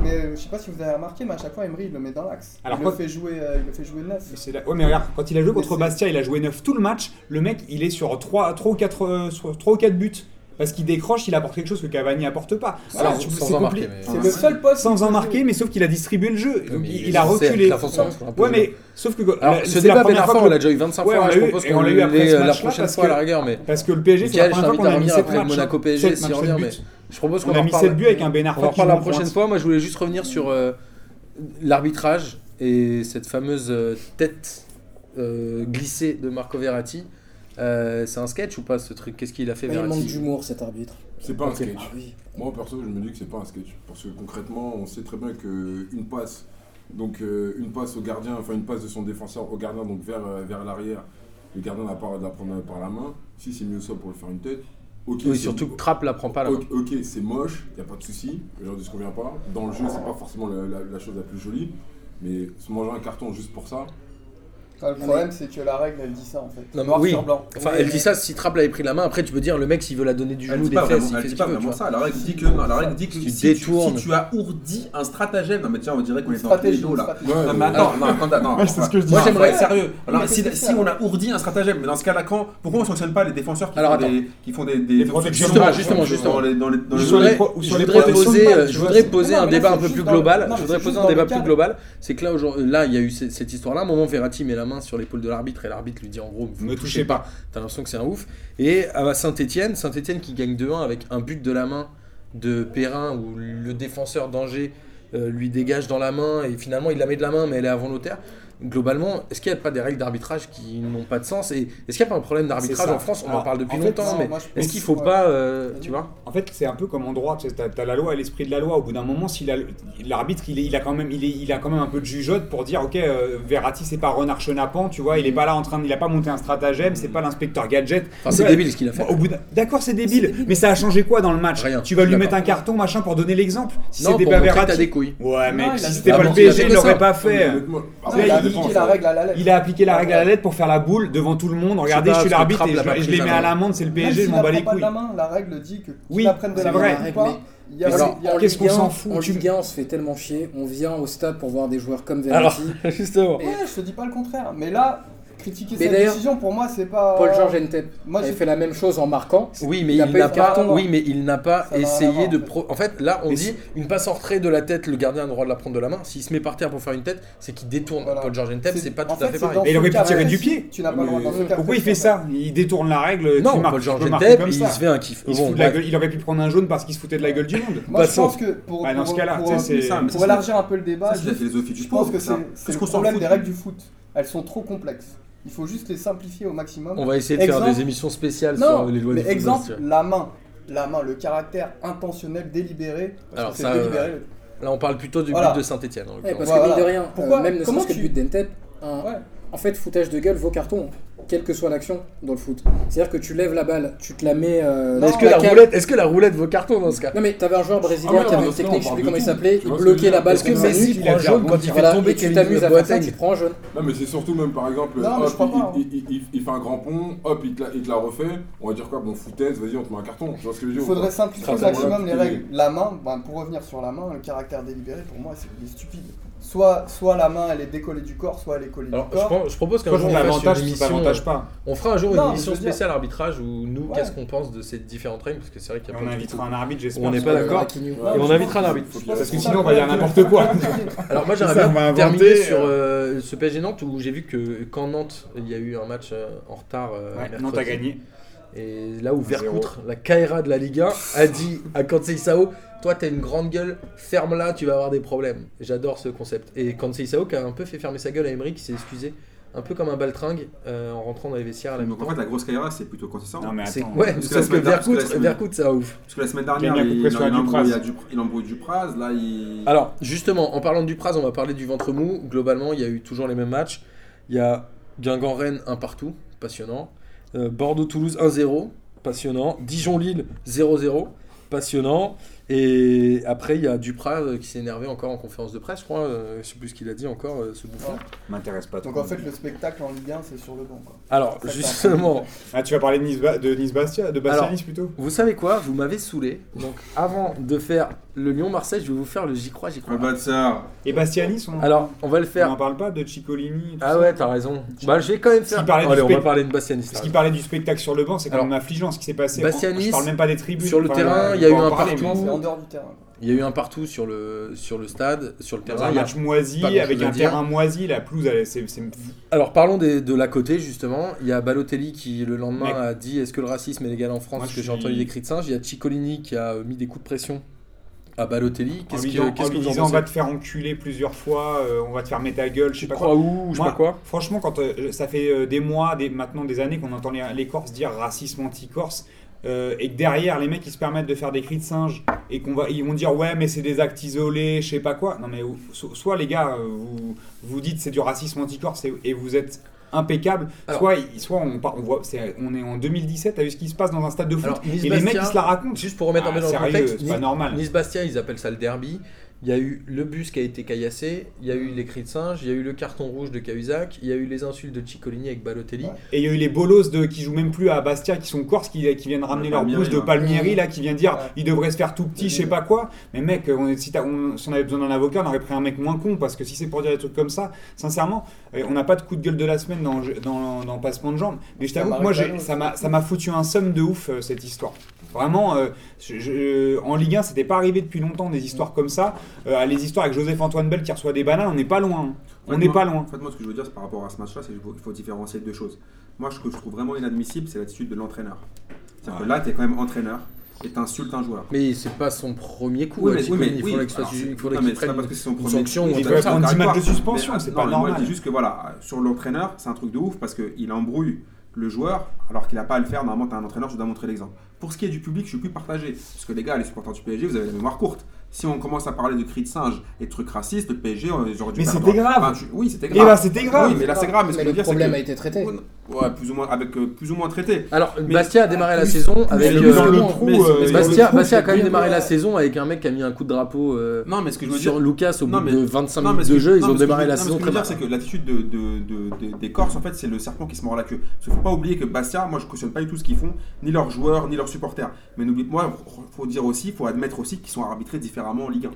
[SPEAKER 4] Mais euh, je sais pas si vous avez remarqué, mais à chaque fois, Emery, il le met dans l'axe.
[SPEAKER 2] Alors,
[SPEAKER 4] il,
[SPEAKER 2] quoi-
[SPEAKER 4] le fait jouer, euh, il le fait jouer neuf.
[SPEAKER 2] Mais c'est la- Ouais, mais regarde, quand il a joué contre
[SPEAKER 4] c'est-
[SPEAKER 2] Bastia, il a joué 9 tout le match. Le mec, il est sur 3, ou 4, ou 4 buts. Parce qu'il décroche, il apporte quelque chose que Cavani apporte pas.
[SPEAKER 1] Sans-
[SPEAKER 2] tu-
[SPEAKER 1] sans
[SPEAKER 2] c'est
[SPEAKER 1] en
[SPEAKER 2] compli-
[SPEAKER 1] marquer, mais-
[SPEAKER 4] C'est le seul poste.
[SPEAKER 2] Sans en
[SPEAKER 4] où il peut
[SPEAKER 2] marquer,
[SPEAKER 4] jouer.
[SPEAKER 2] mais sauf qu'il a distribué le jeu. Donc,
[SPEAKER 1] Mais
[SPEAKER 2] il,
[SPEAKER 1] est
[SPEAKER 2] il a
[SPEAKER 1] censé être
[SPEAKER 2] reculé.
[SPEAKER 1] la force centrale, un peu.
[SPEAKER 2] Ouais, mais sauf que. la-
[SPEAKER 1] Alors, ce
[SPEAKER 2] c'est la
[SPEAKER 1] débat Ben
[SPEAKER 2] première
[SPEAKER 1] Arfa,
[SPEAKER 2] fois
[SPEAKER 1] on
[SPEAKER 2] que-
[SPEAKER 1] l'a déjà eu 25
[SPEAKER 2] Ouais, on
[SPEAKER 1] fois. hein.
[SPEAKER 2] l'a
[SPEAKER 1] Je
[SPEAKER 2] eu,
[SPEAKER 1] propose
[SPEAKER 2] et
[SPEAKER 1] qu'on
[SPEAKER 2] on l'a eu après
[SPEAKER 1] l'ait,
[SPEAKER 2] ce
[SPEAKER 1] euh, la
[SPEAKER 2] match-là,
[SPEAKER 1] prochaine
[SPEAKER 2] parce
[SPEAKER 1] fois à la
[SPEAKER 2] que-
[SPEAKER 1] rigueur. Mais
[SPEAKER 2] Parce que le PSG, c'est la
[SPEAKER 1] Michael, je
[SPEAKER 2] première fois
[SPEAKER 1] t'invite
[SPEAKER 2] qu'on
[SPEAKER 1] à
[SPEAKER 2] a mis
[SPEAKER 1] revenir
[SPEAKER 2] 7
[SPEAKER 1] après le
[SPEAKER 2] matchs.
[SPEAKER 1] Monaco
[SPEAKER 2] hein.
[SPEAKER 1] PSG
[SPEAKER 2] Sept
[SPEAKER 1] si
[SPEAKER 2] matchs,
[SPEAKER 1] on
[SPEAKER 2] sept
[SPEAKER 1] revient. Mais
[SPEAKER 2] buts.
[SPEAKER 1] je propose qu'on
[SPEAKER 2] On a
[SPEAKER 1] en
[SPEAKER 2] mis 7
[SPEAKER 1] reparle.
[SPEAKER 2] buts avec un Ben Arfa
[SPEAKER 1] On en
[SPEAKER 2] qui joue
[SPEAKER 1] reparle la
[SPEAKER 2] en pointe.
[SPEAKER 1] prochaine fois. Moi, je voulais juste revenir sur euh, l'arbitrage et cette fameuse euh, tête euh, glissée de Marco Verratti. Euh, c'est un sketch ou pas ce truc Qu'est-ce qu'il a fait
[SPEAKER 6] Mais Bah, il manque
[SPEAKER 1] Verratti
[SPEAKER 6] d'humour cet arbitre. Ah
[SPEAKER 5] C'est pas un
[SPEAKER 1] Ok.
[SPEAKER 5] sketch. Moi perso, je me dis que c'est pas un sketch parce que concrètement, on sait très bien que euh, une passe, donc euh, une passe au gardien, enfin une passe de son défenseur au gardien, donc vers euh, vers l'arrière, le gardien n'a pas à la prendre par la main. Si c'est mieux ça pour le faire une tête. Ok.
[SPEAKER 1] Oui,
[SPEAKER 5] c'est-
[SPEAKER 1] surtout que Trapp la prend pas là.
[SPEAKER 5] Ok, ok, c'est moche, il n'y a pas de souci, j'en dis ce qu'on vient pas. Dans le jeu, c'est pas forcément la, la- la chose la plus jolie, mais se manger un carton juste pour ça,
[SPEAKER 4] Enfin, le problème, c'est que la règle, elle dit ça en fait.
[SPEAKER 1] Non, mais
[SPEAKER 4] Noir
[SPEAKER 1] oui.
[SPEAKER 4] sur blanc.
[SPEAKER 1] Enfin,
[SPEAKER 4] Oui,
[SPEAKER 1] elle
[SPEAKER 4] mais-
[SPEAKER 1] dit ça si Trapp l'avait pris la main. Après, tu peux dire le mec s'il veut la donner du
[SPEAKER 3] Elle
[SPEAKER 1] genou,
[SPEAKER 3] dit
[SPEAKER 1] des
[SPEAKER 3] pas
[SPEAKER 1] fesses,
[SPEAKER 3] vraiment,
[SPEAKER 1] il
[SPEAKER 3] elle
[SPEAKER 1] fait
[SPEAKER 3] dit
[SPEAKER 1] ce
[SPEAKER 3] pas
[SPEAKER 1] qu'il veut. tu
[SPEAKER 3] vraiment
[SPEAKER 1] vois.
[SPEAKER 3] ça. La règle dit que, non, la règle dit que
[SPEAKER 1] Tu
[SPEAKER 3] si,
[SPEAKER 1] détournes.
[SPEAKER 3] Tu, si tu alourdis un stratagème, non mais tiens, on dirait qu'on est dans
[SPEAKER 4] Stratégie,
[SPEAKER 3] les dos là.
[SPEAKER 4] stratégie.
[SPEAKER 5] Ouais.
[SPEAKER 3] Non mais attends, non, attends, non.
[SPEAKER 2] Ouais, c'est ce que je dis.
[SPEAKER 3] Moi
[SPEAKER 1] Non,
[SPEAKER 3] j'aimerais
[SPEAKER 1] ouais.
[SPEAKER 3] être sérieux. Alors,
[SPEAKER 4] Mais
[SPEAKER 3] si,
[SPEAKER 4] qu'est-ce que
[SPEAKER 3] si
[SPEAKER 4] c'est,
[SPEAKER 3] on a ourdi un stratagème, mais dans ce cas-là, quand, pourquoi on sanctionne pas les défenseurs qui
[SPEAKER 1] Alors,
[SPEAKER 3] font des, qui font des, des- des-
[SPEAKER 2] protections.
[SPEAKER 1] Justement,
[SPEAKER 3] dans-
[SPEAKER 1] justement,
[SPEAKER 3] dans-
[SPEAKER 1] justement.
[SPEAKER 3] Dans les, dans les, dans
[SPEAKER 1] Je
[SPEAKER 3] les-
[SPEAKER 2] Sur
[SPEAKER 1] voudrais,
[SPEAKER 2] les pro- ou
[SPEAKER 1] je
[SPEAKER 2] sur les
[SPEAKER 1] voudrais
[SPEAKER 2] protections de
[SPEAKER 1] poser,
[SPEAKER 2] balle,
[SPEAKER 1] euh,
[SPEAKER 2] tu
[SPEAKER 1] je
[SPEAKER 2] vois,
[SPEAKER 1] voudrais
[SPEAKER 2] c'est-
[SPEAKER 1] poser
[SPEAKER 4] Non,
[SPEAKER 1] un
[SPEAKER 4] mais là,
[SPEAKER 1] débat
[SPEAKER 4] c'est
[SPEAKER 1] un peu
[SPEAKER 4] juste
[SPEAKER 1] plus
[SPEAKER 4] dans le-
[SPEAKER 1] global.
[SPEAKER 4] non, mais
[SPEAKER 1] je
[SPEAKER 4] c'est
[SPEAKER 1] voudrais
[SPEAKER 4] juste
[SPEAKER 1] poser
[SPEAKER 4] dans
[SPEAKER 1] un
[SPEAKER 4] le
[SPEAKER 1] débat plus
[SPEAKER 4] cadre.
[SPEAKER 1] global. C'est que là, aujourd'hui, là, il y a eu ce- cette histoire-là. À un moment, Verratti met la main sur l'épaule de l'arbitre et l'arbitre lui dit en gros, vous
[SPEAKER 2] Ne
[SPEAKER 1] me touchez
[SPEAKER 2] touchez
[SPEAKER 1] pas. T'as l'impression que c'est un ouf. Et euh, à Saint-Etienne, Saint-Etienne qui gagne 2-1 avec un but de la main de Perrin où le défenseur d'Angers euh, lui dégage dans la main et finalement il la met de la main mais elle est avant l'auteur. Globalement, est-ce qu'il n'y a pas des règles d'arbitrage qui n'ont pas de sens Et est-ce qu'il n'y a pas un problème d'arbitrage
[SPEAKER 2] C'est ça.
[SPEAKER 1] en France On en
[SPEAKER 2] Alors,
[SPEAKER 1] parle depuis
[SPEAKER 2] en fait,
[SPEAKER 1] longtemps,
[SPEAKER 4] non,
[SPEAKER 1] mais
[SPEAKER 4] moi, je
[SPEAKER 1] est-ce
[SPEAKER 4] pense-
[SPEAKER 1] qu'il ne faut
[SPEAKER 4] ouais.
[SPEAKER 1] pas. euh, tu vois
[SPEAKER 2] En fait, c'est un peu comme en droit, tu sais, t'as t'as la loi et l'esprit de la loi. Au bout d'un moment, si la- l'arbitre, il, est- il a quand même, il, est- il a quand même un peu de jugeote pour dire, ok, euh, Verratti, c'est pas Renard Chenapan, tu vois, il est pas là en train, de- il a pas monté un stratagème, c'est pas l'inspecteur gadget.
[SPEAKER 1] Mm. Enfin, c'est
[SPEAKER 2] Ouais,
[SPEAKER 1] débile ce qu'il a fait.
[SPEAKER 2] Au bout d'un- D'accord, c'est débile, mais ça a changé quoi dans le match
[SPEAKER 1] Rien,
[SPEAKER 2] Tu vas
[SPEAKER 1] je suis
[SPEAKER 2] lui mettre un
[SPEAKER 1] d'accord.
[SPEAKER 2] carton, machin, pour donner l'exemple Si
[SPEAKER 1] Non,
[SPEAKER 2] c'était
[SPEAKER 1] pour
[SPEAKER 2] pas
[SPEAKER 1] montrer que t'as
[SPEAKER 2] Verratti.
[SPEAKER 1] des couilles.
[SPEAKER 2] Ouais, mec,
[SPEAKER 4] il a
[SPEAKER 2] si
[SPEAKER 4] juste-
[SPEAKER 2] c'était
[SPEAKER 1] Ah
[SPEAKER 2] pas
[SPEAKER 1] bon,
[SPEAKER 2] le
[SPEAKER 1] il a fait
[SPEAKER 2] PSG, il
[SPEAKER 1] que ça.
[SPEAKER 2] l'aurait pas fait.
[SPEAKER 5] Honnêtement,
[SPEAKER 4] Non, mais il
[SPEAKER 5] après,
[SPEAKER 4] a-
[SPEAKER 5] je-
[SPEAKER 2] pense.
[SPEAKER 4] appliqué la règle à la lettre.
[SPEAKER 2] Il a appliqué la règle à la lettre pour faire la boule devant tout le monde. Regardez,
[SPEAKER 1] pas
[SPEAKER 2] je
[SPEAKER 1] parce
[SPEAKER 2] suis
[SPEAKER 1] que
[SPEAKER 2] l'arbitre
[SPEAKER 1] Trapp
[SPEAKER 2] et
[SPEAKER 1] l'a
[SPEAKER 2] je,
[SPEAKER 1] pas
[SPEAKER 2] et je
[SPEAKER 1] pris
[SPEAKER 2] les
[SPEAKER 1] la
[SPEAKER 2] mets à
[SPEAKER 1] main.
[SPEAKER 2] la main de c'est le
[SPEAKER 4] Même
[SPEAKER 2] PSG, je
[SPEAKER 4] s'il
[SPEAKER 2] m'en bats
[SPEAKER 4] la
[SPEAKER 2] les
[SPEAKER 4] prend pas de
[SPEAKER 2] couilles.
[SPEAKER 4] la main, la règle dit que
[SPEAKER 2] Oui,
[SPEAKER 4] qu'il la prenne de
[SPEAKER 2] c'est
[SPEAKER 4] la main
[SPEAKER 2] vrai.
[SPEAKER 4] ou pas. Il y a,
[SPEAKER 2] Mais
[SPEAKER 4] il y a-
[SPEAKER 6] en
[SPEAKER 2] qu'est-ce qu'on
[SPEAKER 6] Ligue 1,
[SPEAKER 2] s'en fout,
[SPEAKER 6] En
[SPEAKER 2] tu-
[SPEAKER 6] Ligue 1, on se fait tellement chier. On vient au stade pour voir des joueurs comme Verratti.
[SPEAKER 1] Alors, justement.
[SPEAKER 4] Ouais, je te dis pas le contraire. Mais là, critiquer
[SPEAKER 6] Mais
[SPEAKER 4] cette
[SPEAKER 6] d'ailleurs,
[SPEAKER 4] décision, pour moi, c'est pas.
[SPEAKER 6] Paul-Georges Entep
[SPEAKER 4] Moi,
[SPEAKER 6] avait
[SPEAKER 4] j'ai
[SPEAKER 6] fait la même chose en marquant.
[SPEAKER 1] Oui, mais
[SPEAKER 6] Il
[SPEAKER 1] il,
[SPEAKER 6] a pas eu
[SPEAKER 1] n'a
[SPEAKER 6] de
[SPEAKER 1] pas.
[SPEAKER 4] carton. hein.
[SPEAKER 1] Oui, mais il n'a pas
[SPEAKER 4] Ça n'a rien à
[SPEAKER 1] essayé
[SPEAKER 4] voir,
[SPEAKER 1] de.
[SPEAKER 4] en fait.
[SPEAKER 1] pro- En fait, là, on
[SPEAKER 2] Mais
[SPEAKER 1] dit une passe en retrait de la tête, le gardien a le droit de la prendre de la main. S'il se met par terre pour faire une tête, c'est qu'il détourne
[SPEAKER 4] Voilà.
[SPEAKER 1] Paul George Entep. C'est pas
[SPEAKER 4] en
[SPEAKER 1] tout à
[SPEAKER 4] fait,
[SPEAKER 1] fait
[SPEAKER 4] c'est
[SPEAKER 1] pareil.
[SPEAKER 4] dans
[SPEAKER 2] Mais il
[SPEAKER 4] ce
[SPEAKER 2] aurait pu
[SPEAKER 4] cas
[SPEAKER 2] tirer du
[SPEAKER 4] précis,
[SPEAKER 2] pied.
[SPEAKER 4] Tu n'as pas le droit dans ce cas
[SPEAKER 2] Pourquoi il fait
[SPEAKER 4] précis,
[SPEAKER 2] ça Il détourne la règle. tu
[SPEAKER 1] Non,
[SPEAKER 2] marques-
[SPEAKER 1] Paul
[SPEAKER 2] tu
[SPEAKER 1] George
[SPEAKER 2] peux marquer
[SPEAKER 1] Entep,
[SPEAKER 2] comme
[SPEAKER 1] il
[SPEAKER 2] ça.
[SPEAKER 1] se fait un kiff.
[SPEAKER 2] Il se
[SPEAKER 1] Bon,
[SPEAKER 2] fout de la
[SPEAKER 1] bref.
[SPEAKER 2] gueule- il aurait pu prendre un jaune parce qu'il se foutait de la gueule du monde.
[SPEAKER 4] Moi, je
[SPEAKER 1] Passons.
[SPEAKER 4] pense que pour,
[SPEAKER 2] Bah, dans
[SPEAKER 4] pour-
[SPEAKER 2] ce cas-là,
[SPEAKER 4] pour-
[SPEAKER 2] tu sais, c'est-
[SPEAKER 3] Mais ça, mais ça,
[SPEAKER 4] pour élargir un peu le
[SPEAKER 3] Ça,
[SPEAKER 4] débat,
[SPEAKER 3] c'est
[SPEAKER 4] je,
[SPEAKER 3] de la philosophie du
[SPEAKER 4] je
[SPEAKER 3] sport.
[SPEAKER 4] pense que
[SPEAKER 3] ça.
[SPEAKER 4] c'est c'est
[SPEAKER 3] Qu'est-ce
[SPEAKER 4] le
[SPEAKER 3] qu'on s'en
[SPEAKER 4] problème
[SPEAKER 3] fout
[SPEAKER 4] des règles du foot. Elles sont trop complexes. Il faut juste les simplifier au maximum.
[SPEAKER 1] On va essayer de faire
[SPEAKER 4] Exemple-
[SPEAKER 1] des émissions spéciales sur
[SPEAKER 4] Non,
[SPEAKER 1] les lois
[SPEAKER 4] mais
[SPEAKER 1] du football, si tu
[SPEAKER 4] exemple,
[SPEAKER 1] veux.
[SPEAKER 4] la main. La main, le caractère intentionnel, délibéré. Parce
[SPEAKER 1] Alors
[SPEAKER 4] que c'est
[SPEAKER 1] ça, euh,
[SPEAKER 4] délibéré.
[SPEAKER 1] Là, on parle plutôt du
[SPEAKER 4] Voilà.
[SPEAKER 1] but de Saint-Etienne. en
[SPEAKER 6] Ouais,
[SPEAKER 1] l'occurrence.
[SPEAKER 6] parce
[SPEAKER 4] Voilà.
[SPEAKER 6] que mine de rien,
[SPEAKER 4] Pourquoi-
[SPEAKER 6] euh, même ne
[SPEAKER 4] comment
[SPEAKER 6] serait-ce que le
[SPEAKER 4] tu-
[SPEAKER 6] but d'Entep, un-
[SPEAKER 4] Ouais.
[SPEAKER 6] en fait, foutage de gueule vaut carton, hein, quelle que soit l'action dans le foot. C'est-à-dire que tu lèves la balle, tu te la mets. euh,
[SPEAKER 4] Non,
[SPEAKER 6] dans
[SPEAKER 1] Est-ce que, la
[SPEAKER 6] cale.
[SPEAKER 1] roulette, est-ce que la roulette vaut carton dans ce cas
[SPEAKER 6] Non, mais t'avais un joueur brésilien
[SPEAKER 5] Ah ouais,
[SPEAKER 6] qui avait
[SPEAKER 5] non,
[SPEAKER 6] une
[SPEAKER 5] parce que là, on
[SPEAKER 6] technique, je sais
[SPEAKER 5] parle
[SPEAKER 6] plus
[SPEAKER 5] de
[SPEAKER 6] comment il
[SPEAKER 5] tout.
[SPEAKER 6] s'appelait,
[SPEAKER 5] Tu
[SPEAKER 6] il
[SPEAKER 5] vois ce que je
[SPEAKER 6] bloquait
[SPEAKER 5] veux
[SPEAKER 6] la
[SPEAKER 5] dire
[SPEAKER 6] balle
[SPEAKER 1] Est-ce que
[SPEAKER 6] comme un
[SPEAKER 1] Messi
[SPEAKER 6] nu.
[SPEAKER 2] il
[SPEAKER 1] prend
[SPEAKER 2] a
[SPEAKER 1] jaune
[SPEAKER 2] bien
[SPEAKER 1] quand il fait
[SPEAKER 6] Voilà,
[SPEAKER 1] tomber
[SPEAKER 6] et tu t'amuses
[SPEAKER 1] Kevin
[SPEAKER 6] à faire ça,
[SPEAKER 1] Boateng
[SPEAKER 6] tu prends un jaune.
[SPEAKER 5] Non, mais c'est surtout même par exemple,
[SPEAKER 4] Non, mais
[SPEAKER 5] hop,
[SPEAKER 4] je crois
[SPEAKER 5] il,
[SPEAKER 4] pas, hein.
[SPEAKER 5] il- il- il- il fait un grand pont, hop, il te la, il te la refait. On va dire quoi Bon, foutaise, vas-y, on te met un carton. Tu vois ce que je veux
[SPEAKER 4] Il
[SPEAKER 5] dire
[SPEAKER 4] faudrait
[SPEAKER 5] ou
[SPEAKER 4] simplifier
[SPEAKER 5] Ah,
[SPEAKER 4] au
[SPEAKER 5] ça,
[SPEAKER 4] maximum
[SPEAKER 5] voilà,
[SPEAKER 4] les
[SPEAKER 5] tout
[SPEAKER 4] règles. La main, ben, pour revenir sur la main, le caractère délibéré, pour moi, c'est il est stupide. Soit, soit la main, elle est décollée du corps, soit elle est collée
[SPEAKER 1] Alors,
[SPEAKER 4] du
[SPEAKER 1] je,
[SPEAKER 4] corps.
[SPEAKER 1] pense- je propose qu'un
[SPEAKER 2] Toi,
[SPEAKER 1] jour on fasse
[SPEAKER 2] l'avantage,
[SPEAKER 1] une
[SPEAKER 2] c'est
[SPEAKER 1] émission.
[SPEAKER 2] l'avantage pas.
[SPEAKER 1] On fera un jour
[SPEAKER 4] Non,
[SPEAKER 1] une
[SPEAKER 4] mais
[SPEAKER 1] émission
[SPEAKER 4] je veux dire-
[SPEAKER 1] spéciale arbitrage où nous,
[SPEAKER 4] Ouais.
[SPEAKER 1] qu'est-ce qu'on pense de ces différentes règles Parce que c'est vrai qu'il
[SPEAKER 2] Et
[SPEAKER 1] y a
[SPEAKER 2] on
[SPEAKER 1] pas de
[SPEAKER 2] invitera un arbitre, j'espère.
[SPEAKER 1] On n'est pas
[SPEAKER 2] sur-
[SPEAKER 1] d'accord.
[SPEAKER 6] Rakitic.
[SPEAKER 1] Et on invitera un arbitre.
[SPEAKER 5] Faut qu'il y ait-
[SPEAKER 2] Parce que
[SPEAKER 4] C'est
[SPEAKER 2] sinon, on
[SPEAKER 4] ça,
[SPEAKER 2] va dire
[SPEAKER 4] le-
[SPEAKER 2] n'importe quoi.
[SPEAKER 1] Alors moi j'aimerais
[SPEAKER 2] Ça, on
[SPEAKER 1] bien
[SPEAKER 2] va
[SPEAKER 1] terminer
[SPEAKER 2] inventer,
[SPEAKER 1] sur euh, ce PSG Nantes où j'ai vu que quand Nantes, il y a eu un match euh, en retard euh,
[SPEAKER 2] Ouais,
[SPEAKER 1] mercredi.
[SPEAKER 2] Non, t'as gagné.
[SPEAKER 1] Et là où
[SPEAKER 2] 1-0.
[SPEAKER 1] Vercoutre, la Kaira de la Ligue 1, a dit à Kansei Sao, toi t'as une grande gueule, ferme-la, tu vas avoir des problèmes. J'adore ce concept. Et Kansei Sao qui a un peu fait fermer sa gueule à Emery qui s'est excusé, un peu comme un baltringue euh, en rentrant dans les vestiaires à la
[SPEAKER 3] Donc en
[SPEAKER 1] mi-temps.
[SPEAKER 3] fait, la grosse carrière, c'est plutôt consistant.
[SPEAKER 2] Non, mais
[SPEAKER 1] C'est-
[SPEAKER 2] attends.
[SPEAKER 1] Ouais,
[SPEAKER 3] Parce que
[SPEAKER 1] sauf
[SPEAKER 3] la
[SPEAKER 1] que
[SPEAKER 3] semaine dernière- parce que
[SPEAKER 1] Vercoutre,
[SPEAKER 3] la
[SPEAKER 1] Vercoutre, c'est un ouf.
[SPEAKER 3] Parce que la semaine
[SPEAKER 2] Il
[SPEAKER 3] dernière,
[SPEAKER 2] y a un coup de
[SPEAKER 3] il il
[SPEAKER 2] pression à
[SPEAKER 3] a
[SPEAKER 2] Dupraz.
[SPEAKER 3] embrouillé à Dupr- il embrouille Dupraz. Là, il.
[SPEAKER 1] Alors, justement, en parlant du Praz, on va parler du ventre mou. Globalement, il y a eu toujours les mêmes matchs. Il y a Guingamp-Rennes, un partout, passionnant. Euh, Bordeaux-Toulouse, 1-0, passionnant. Dijon-Lille, 0-0, passionnant. Et après, il y a Dupraz euh, qui s'est énervé encore en conférence de presse, je crois. euh, je sais plus ce qu'il a dit encore, euh, ce bouffon.
[SPEAKER 4] Ouais.
[SPEAKER 2] M'intéresse pas.
[SPEAKER 4] Donc
[SPEAKER 2] trop.
[SPEAKER 4] en fait, le spectacle en Ligue 1, c'est sur le banc. Quoi.
[SPEAKER 1] Alors,
[SPEAKER 4] Ça, ça-
[SPEAKER 1] justement,
[SPEAKER 2] Ah, tu vas parler de Nice, Ba- de Nice Bastia, de Bastia
[SPEAKER 1] Alors.
[SPEAKER 2] Nice plutôt
[SPEAKER 1] vous savez quoi Vous m'avez saoulé. Donc, avant de faire le Lyon-Marseille, je vais vous faire le J'y crois, j'y
[SPEAKER 3] Ah
[SPEAKER 1] crois. pas.
[SPEAKER 3] bah ça.
[SPEAKER 2] Et Bastia Nice, on
[SPEAKER 1] Alors, on va le
[SPEAKER 2] on
[SPEAKER 1] faire.
[SPEAKER 2] en parle pas de Ciccolini. et tout
[SPEAKER 1] Ah
[SPEAKER 2] ça
[SPEAKER 1] ouais, t'as raison. Bah, je vais quand même
[SPEAKER 2] S'il
[SPEAKER 1] faire.
[SPEAKER 2] parlait du
[SPEAKER 1] Allez, on va
[SPEAKER 2] spect-
[SPEAKER 1] parler de Bastianiste.
[SPEAKER 2] Parce qu'il parlait du spectacle sur le banc, c'est quand
[SPEAKER 1] Alors,
[SPEAKER 2] même affligeant ce qui s'est passé.
[SPEAKER 1] Bastianis,
[SPEAKER 2] je parle même pas des tribunes.
[SPEAKER 1] sur le
[SPEAKER 2] enfin,
[SPEAKER 1] terrain,
[SPEAKER 2] on
[SPEAKER 1] il y a
[SPEAKER 2] peut
[SPEAKER 1] eu
[SPEAKER 2] en
[SPEAKER 1] un
[SPEAKER 2] parler,
[SPEAKER 1] partout.
[SPEAKER 2] mais
[SPEAKER 4] C'est en dehors du terrain. quoi.
[SPEAKER 1] Il y a eu un partout sur le, sur le stade, sur le
[SPEAKER 2] c'est
[SPEAKER 1] terrain.
[SPEAKER 2] un
[SPEAKER 1] Il y a-
[SPEAKER 2] match moisi,
[SPEAKER 1] pas grand-chose
[SPEAKER 2] avec
[SPEAKER 1] à
[SPEAKER 2] un
[SPEAKER 1] dire.
[SPEAKER 2] terrain moisi, la pelouse, elle est- c'est c'est-
[SPEAKER 1] Alors parlons des- de l'à côté justement. Il y a Balotelli qui le lendemain
[SPEAKER 2] Mec.
[SPEAKER 1] a dit est-ce que le racisme est légal en France
[SPEAKER 2] Moi,
[SPEAKER 1] Parce
[SPEAKER 2] je
[SPEAKER 1] que j'ai
[SPEAKER 2] suis-
[SPEAKER 1] entendu des cris de singe. Il y a Ciccolini qui a euh, mis des coups de pression à Balotelli.
[SPEAKER 2] en
[SPEAKER 1] Qu'est-ce
[SPEAKER 2] lui
[SPEAKER 1] que,
[SPEAKER 2] disant, en
[SPEAKER 1] qu'est-ce que
[SPEAKER 2] lui
[SPEAKER 1] vous en
[SPEAKER 2] disant, on va
[SPEAKER 1] pensez
[SPEAKER 2] te faire enculer plusieurs fois, euh, on va te fermer ta gueule, je sais
[SPEAKER 1] Tu
[SPEAKER 2] pas
[SPEAKER 1] crois
[SPEAKER 2] quoi.
[SPEAKER 1] où ou Je sais
[SPEAKER 2] Moi-
[SPEAKER 1] pas quoi.
[SPEAKER 2] Franchement, quand euh, ça fait euh, des mois, des, maintenant des années qu'on entend les, les Corses dire racisme anti-Corse, euh, et que derrière les mecs ils se permettent de faire des cris de singe et qu'on va, ils vont dire ouais mais c'est des actes isolés, je sais pas quoi. Non mais ou- so- soit les gars euh, vous vous dites c'est du racisme anti-Corse et, et vous êtes impeccable.
[SPEAKER 1] Alors-
[SPEAKER 2] soit il- soit on part- on voit, c'est- on est en 2017, t'as vu ce qui se passe dans un stade de foot
[SPEAKER 1] Alors,
[SPEAKER 2] et
[SPEAKER 1] Nice
[SPEAKER 2] les mecs
[SPEAKER 1] Bastia-
[SPEAKER 2] ils se la racontent.
[SPEAKER 1] Juste pour remettre un peu
[SPEAKER 2] Ah,
[SPEAKER 1] dans le
[SPEAKER 2] sérieux,
[SPEAKER 1] contexte,
[SPEAKER 2] c'est pas
[SPEAKER 1] Ni-
[SPEAKER 2] normal.
[SPEAKER 1] Nice-Bastia, ils appellent ça le derby. Il y a eu le bus qui a été caillassé, il y a eu les cris de singe, il y a eu le carton rouge de Cahuzac, il y a eu les insultes de Ciccolini avec Balotelli.
[SPEAKER 4] Ouais.
[SPEAKER 2] Et il y a eu les bolos de, qui jouent même plus à Bastia, qui sont corses, qui, qui viennent ramener
[SPEAKER 3] Le
[SPEAKER 2] leur
[SPEAKER 3] Palmieri,
[SPEAKER 2] blouse de
[SPEAKER 3] hein.
[SPEAKER 2] Palmieri, là, qui vient dire
[SPEAKER 4] Ouais.
[SPEAKER 2] ils devraient se faire tout petit, je sais pas quoi. Mais mec, on, est- si, t'as- on- si on avait besoin d'un avocat, on aurait pris un mec moins con, parce que si c'est pour dire des trucs comme ça, sincèrement, euh, on n'a pas de coup de gueule de la semaine dans, dans, dans Passement de Jambes. Mais je
[SPEAKER 4] Ça
[SPEAKER 2] t'avoue que
[SPEAKER 4] m'arrive
[SPEAKER 2] moi,
[SPEAKER 4] pas,
[SPEAKER 2] j'ai-
[SPEAKER 4] non,
[SPEAKER 2] ça m'a ça m'a foutu un somme de ouf, euh, cette histoire. Vraiment, euh, je- je- en Ligue 1, c'était pas arrivé depuis longtemps des histoires comme ça. Euh, les histoires avec Joseph-Antoine Bell qui reçoit des bananes, on n'est pas loin. hein. On n'est
[SPEAKER 3] Faites-moi-
[SPEAKER 2] pas loin.
[SPEAKER 3] En fait, moi, ce que je veux dire c'est par rapport à ce match-là, c'est qu'il faut, il faut différencier deux choses. Moi, ce que je trouve vraiment inadmissible, c'est l'attitude de l'entraîneur. C'est-à-dire que là, tu es quand même entraîneur et tu insultes un joueur.
[SPEAKER 1] Mais c'est pas son premier coup.
[SPEAKER 3] Oui,
[SPEAKER 1] hein,
[SPEAKER 3] mais-
[SPEAKER 1] Ciccolini.
[SPEAKER 3] oui, mais-
[SPEAKER 1] il
[SPEAKER 3] oui.
[SPEAKER 1] faudrait qu'il soit-
[SPEAKER 3] Alors, c'est-
[SPEAKER 1] il faudrait
[SPEAKER 3] non,
[SPEAKER 1] qu'il
[SPEAKER 3] mais c'est
[SPEAKER 1] prenne
[SPEAKER 3] pas parce que c'est son
[SPEAKER 1] une
[SPEAKER 3] premier
[SPEAKER 1] sanction.
[SPEAKER 3] coup,
[SPEAKER 1] ou un
[SPEAKER 2] Il
[SPEAKER 3] il
[SPEAKER 1] truc comme
[SPEAKER 2] doit
[SPEAKER 3] doit faire
[SPEAKER 1] ça.
[SPEAKER 2] prendre 10
[SPEAKER 3] un
[SPEAKER 2] matchs de
[SPEAKER 3] quart.
[SPEAKER 2] suspension, c'est pas
[SPEAKER 3] non, mais moi,
[SPEAKER 2] normal.
[SPEAKER 3] je dis juste que voilà, sur l'entraîneur, c'est un truc de ouf parce qu'il embrouille le joueur alors qu'il n'a pas à le faire. Normalement, tu un entraîneur, tu dois montrer l'exemple. Pour ce qui est du public, je suis plus partagé. Parce que les gars, les supporters du PSG, vous avez la mémoire courte. Si on commence à parler de cris de singe et de trucs racistes, le PSG, on aurait euh, dû
[SPEAKER 2] Mais
[SPEAKER 3] perdre.
[SPEAKER 2] c'était grave.
[SPEAKER 3] tu- Oui, c'était
[SPEAKER 2] Et bah,
[SPEAKER 3] grave.
[SPEAKER 2] c'était grave.
[SPEAKER 3] Oui, mais là, c'est grave. Mais, ce que
[SPEAKER 6] Mais
[SPEAKER 3] je veux
[SPEAKER 6] le
[SPEAKER 3] dire, c'est
[SPEAKER 6] problème
[SPEAKER 3] que-
[SPEAKER 6] a été traité.
[SPEAKER 3] Ouais, Ouais, plus ou moins, avec euh, plus ou moins traité.
[SPEAKER 1] Alors,
[SPEAKER 3] Mais-
[SPEAKER 1] Bastia a démarré la
[SPEAKER 3] plus-
[SPEAKER 1] saison avec.
[SPEAKER 3] Mais
[SPEAKER 1] euh,
[SPEAKER 3] dans le
[SPEAKER 6] euh,
[SPEAKER 3] trou,
[SPEAKER 2] mais-
[SPEAKER 3] euh,
[SPEAKER 2] mais-
[SPEAKER 3] dans le
[SPEAKER 1] Bastia,
[SPEAKER 3] trou,
[SPEAKER 1] Bastia a
[SPEAKER 3] c'est
[SPEAKER 1] quand même
[SPEAKER 3] bien.
[SPEAKER 1] démarré la saison avec un mec qui a mis un coup de drapeau euh,
[SPEAKER 3] Non, mais ce que je veux dire,
[SPEAKER 1] sur Lucas au
[SPEAKER 3] Non,
[SPEAKER 1] bout
[SPEAKER 3] mais-
[SPEAKER 1] de 25
[SPEAKER 3] Non,
[SPEAKER 1] minutes
[SPEAKER 3] mais
[SPEAKER 1] de
[SPEAKER 3] ce-
[SPEAKER 1] jeu. Ils
[SPEAKER 3] non,
[SPEAKER 1] ont
[SPEAKER 3] mais ce que
[SPEAKER 1] démarré
[SPEAKER 3] je-
[SPEAKER 1] la
[SPEAKER 3] non, mais
[SPEAKER 1] saison
[SPEAKER 3] ce que
[SPEAKER 1] très
[SPEAKER 3] je veux
[SPEAKER 1] mal.
[SPEAKER 3] dire, c'est que l'attitude de, de- de- de- des Corses, en fait, c'est le serpent qui se mord la queue. Parce qu'il faut pas oublier que Bastia, moi, je cautionne pas du tout ce qu'ils font, ni leurs joueurs, ni leurs supporters. Mais n'oublie moi, faut dire aussi, faut admettre aussi qu'ils sont arbitrés différemment en Ligue 1.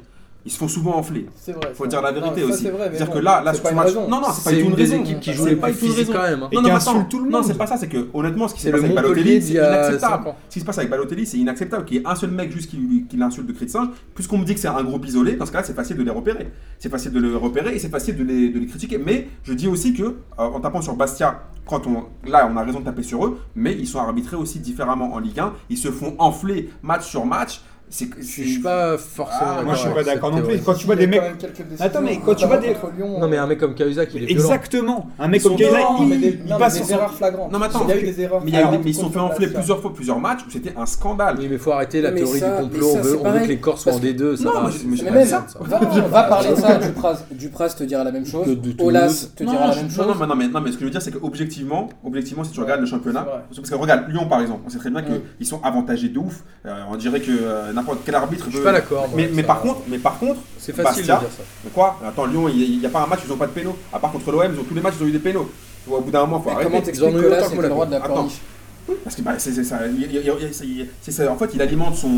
[SPEAKER 3] Ils se font souvent enfler.
[SPEAKER 4] C'est vrai.
[SPEAKER 3] Faut
[SPEAKER 4] ça.
[SPEAKER 3] dire la
[SPEAKER 4] Non,
[SPEAKER 3] vérité
[SPEAKER 4] ça,
[SPEAKER 3] aussi.
[SPEAKER 4] c'est vrai, mais
[SPEAKER 3] C'est-à-dire
[SPEAKER 4] bon,
[SPEAKER 3] que là, là,
[SPEAKER 4] c'est
[SPEAKER 3] sur
[SPEAKER 4] pas
[SPEAKER 3] ce
[SPEAKER 4] une
[SPEAKER 3] match,
[SPEAKER 4] raison.
[SPEAKER 3] non, non, c'est
[SPEAKER 1] C'est
[SPEAKER 3] pas du tout
[SPEAKER 1] une
[SPEAKER 3] une
[SPEAKER 1] des
[SPEAKER 3] raison.
[SPEAKER 1] équipes qui
[SPEAKER 4] C'est
[SPEAKER 1] joue le
[SPEAKER 4] pas
[SPEAKER 1] plus
[SPEAKER 3] du tout une
[SPEAKER 1] physique
[SPEAKER 3] raison.
[SPEAKER 1] quand même. hein.
[SPEAKER 3] Non,
[SPEAKER 2] Et
[SPEAKER 3] non,
[SPEAKER 2] qui insulte
[SPEAKER 3] attends.
[SPEAKER 2] tout le
[SPEAKER 3] Non,
[SPEAKER 2] monde.
[SPEAKER 3] c'est pas ça, c'est que honnêtement, ce qui
[SPEAKER 1] C'est
[SPEAKER 3] s'est
[SPEAKER 1] le
[SPEAKER 3] passé avec
[SPEAKER 1] Montpellier
[SPEAKER 3] Balotelli,
[SPEAKER 1] d'il
[SPEAKER 3] c'est
[SPEAKER 1] y a 5
[SPEAKER 3] inacceptable.
[SPEAKER 1] ans.
[SPEAKER 3] Ce qui se passe avec Balotelli, c'est inacceptable qu'il y ait un seul mec juste qui, lui- qui l'insulte de cri de singe, puisqu'on me dit que c'est un groupe isolé, dans ce cas-là, c'est facile de les repérer. C'est facile de les repérer et c'est facile de les, de les critiquer. Mais je dis aussi que, euh, en tapant sur Bastia, quand on, là, on a raison de taper sur eux, mais ils sont arbitrés aussi différemment en Ligue 1. Ils se font enfler match sur match. C'est,
[SPEAKER 1] Je suis- je suis pas forcément.
[SPEAKER 3] Ah,
[SPEAKER 1] d'accord
[SPEAKER 2] Moi, je suis pas
[SPEAKER 1] avec
[SPEAKER 2] d'accord
[SPEAKER 1] cette
[SPEAKER 2] non plus.
[SPEAKER 1] théorie.
[SPEAKER 2] Quand tu vois des
[SPEAKER 4] Il y
[SPEAKER 2] mecs.
[SPEAKER 4] a quand même quelques décisions,
[SPEAKER 2] Attends, mais
[SPEAKER 4] hein,
[SPEAKER 2] quand tu
[SPEAKER 4] notamment
[SPEAKER 2] vois des-
[SPEAKER 4] contre Lyon,
[SPEAKER 1] Non, mais
[SPEAKER 4] euh,
[SPEAKER 1] un mec comme Cahuzac, il est violent.
[SPEAKER 2] Exactement. Un mec
[SPEAKER 3] Ils
[SPEAKER 2] comme
[SPEAKER 3] sont
[SPEAKER 2] Kayla,
[SPEAKER 3] violents,
[SPEAKER 2] il,
[SPEAKER 4] mais des-
[SPEAKER 2] il
[SPEAKER 4] non, mais
[SPEAKER 2] passe
[SPEAKER 4] des
[SPEAKER 2] sur son-
[SPEAKER 4] erreurs flagrantes.
[SPEAKER 3] Non, mais attends,
[SPEAKER 4] il y a eu des erreurs.
[SPEAKER 3] Mais il y a eu-
[SPEAKER 4] flagrantes
[SPEAKER 3] mais ils se sont fait
[SPEAKER 4] contre
[SPEAKER 3] enfler
[SPEAKER 4] Bastia.
[SPEAKER 3] plusieurs fois, plusieurs matchs où c'était un scandale.
[SPEAKER 1] Oui, mais faut arrêter la
[SPEAKER 6] Mais
[SPEAKER 1] théorie
[SPEAKER 6] ça-
[SPEAKER 1] du complot.
[SPEAKER 6] mais ça,
[SPEAKER 1] on veut,
[SPEAKER 6] c'est
[SPEAKER 1] on veut que
[SPEAKER 6] pareil.
[SPEAKER 1] les Corses soient en
[SPEAKER 6] Parce que-
[SPEAKER 1] D2.
[SPEAKER 3] Non,
[SPEAKER 1] ça,
[SPEAKER 3] moi,
[SPEAKER 1] c'est-
[SPEAKER 3] je- mais je-
[SPEAKER 1] c'est
[SPEAKER 6] Mais même,
[SPEAKER 1] absurde, ça.
[SPEAKER 4] Va,
[SPEAKER 6] va parler de ça, Dupraz. Dupraz te dira la même chose.
[SPEAKER 1] Que de Toulouse.
[SPEAKER 6] Olas te
[SPEAKER 3] non,
[SPEAKER 6] dira la
[SPEAKER 3] je-
[SPEAKER 6] même
[SPEAKER 3] non,
[SPEAKER 6] chose.
[SPEAKER 3] non, mais, non, mais, non, mais ce que je veux dire, c'est que objectivement, objectivement, si tu
[SPEAKER 4] Ouais,
[SPEAKER 3] regardes le championnat,
[SPEAKER 4] c'est vrai.
[SPEAKER 3] parce que regarde Lyon par exemple, on sait très bien
[SPEAKER 6] Ouais.
[SPEAKER 3] qu'ils sont avantagés de ouf. Euh, on dirait que euh, n'importe quel arbitre.
[SPEAKER 1] Je suis
[SPEAKER 3] peut-
[SPEAKER 1] pas d'accord. moi,
[SPEAKER 3] Mais, mais
[SPEAKER 1] ça-
[SPEAKER 3] par contre, mais par contre,
[SPEAKER 1] c'est facile de
[SPEAKER 3] Bastia,
[SPEAKER 1] dire ça.
[SPEAKER 3] mais quoi Attends, Lyon, il n'y a pas un match où ils n'ont pas de pénaux. À part contre l'OM, ils ont tous les matchs, ils ont eu des pénaux. Tu vois, Au bout d'un moment, faut arrêter.
[SPEAKER 6] Comment
[SPEAKER 1] Ils en
[SPEAKER 6] t'expliques
[SPEAKER 1] ont eu
[SPEAKER 6] que Olas
[SPEAKER 1] autant que
[SPEAKER 6] était le
[SPEAKER 1] Monaco.
[SPEAKER 6] roi de la
[SPEAKER 3] Attends.
[SPEAKER 6] corniche
[SPEAKER 3] Parce que bah, c'est c'est ça, il- il- il- il- c'est- c'est ça. En fait, il alimente son,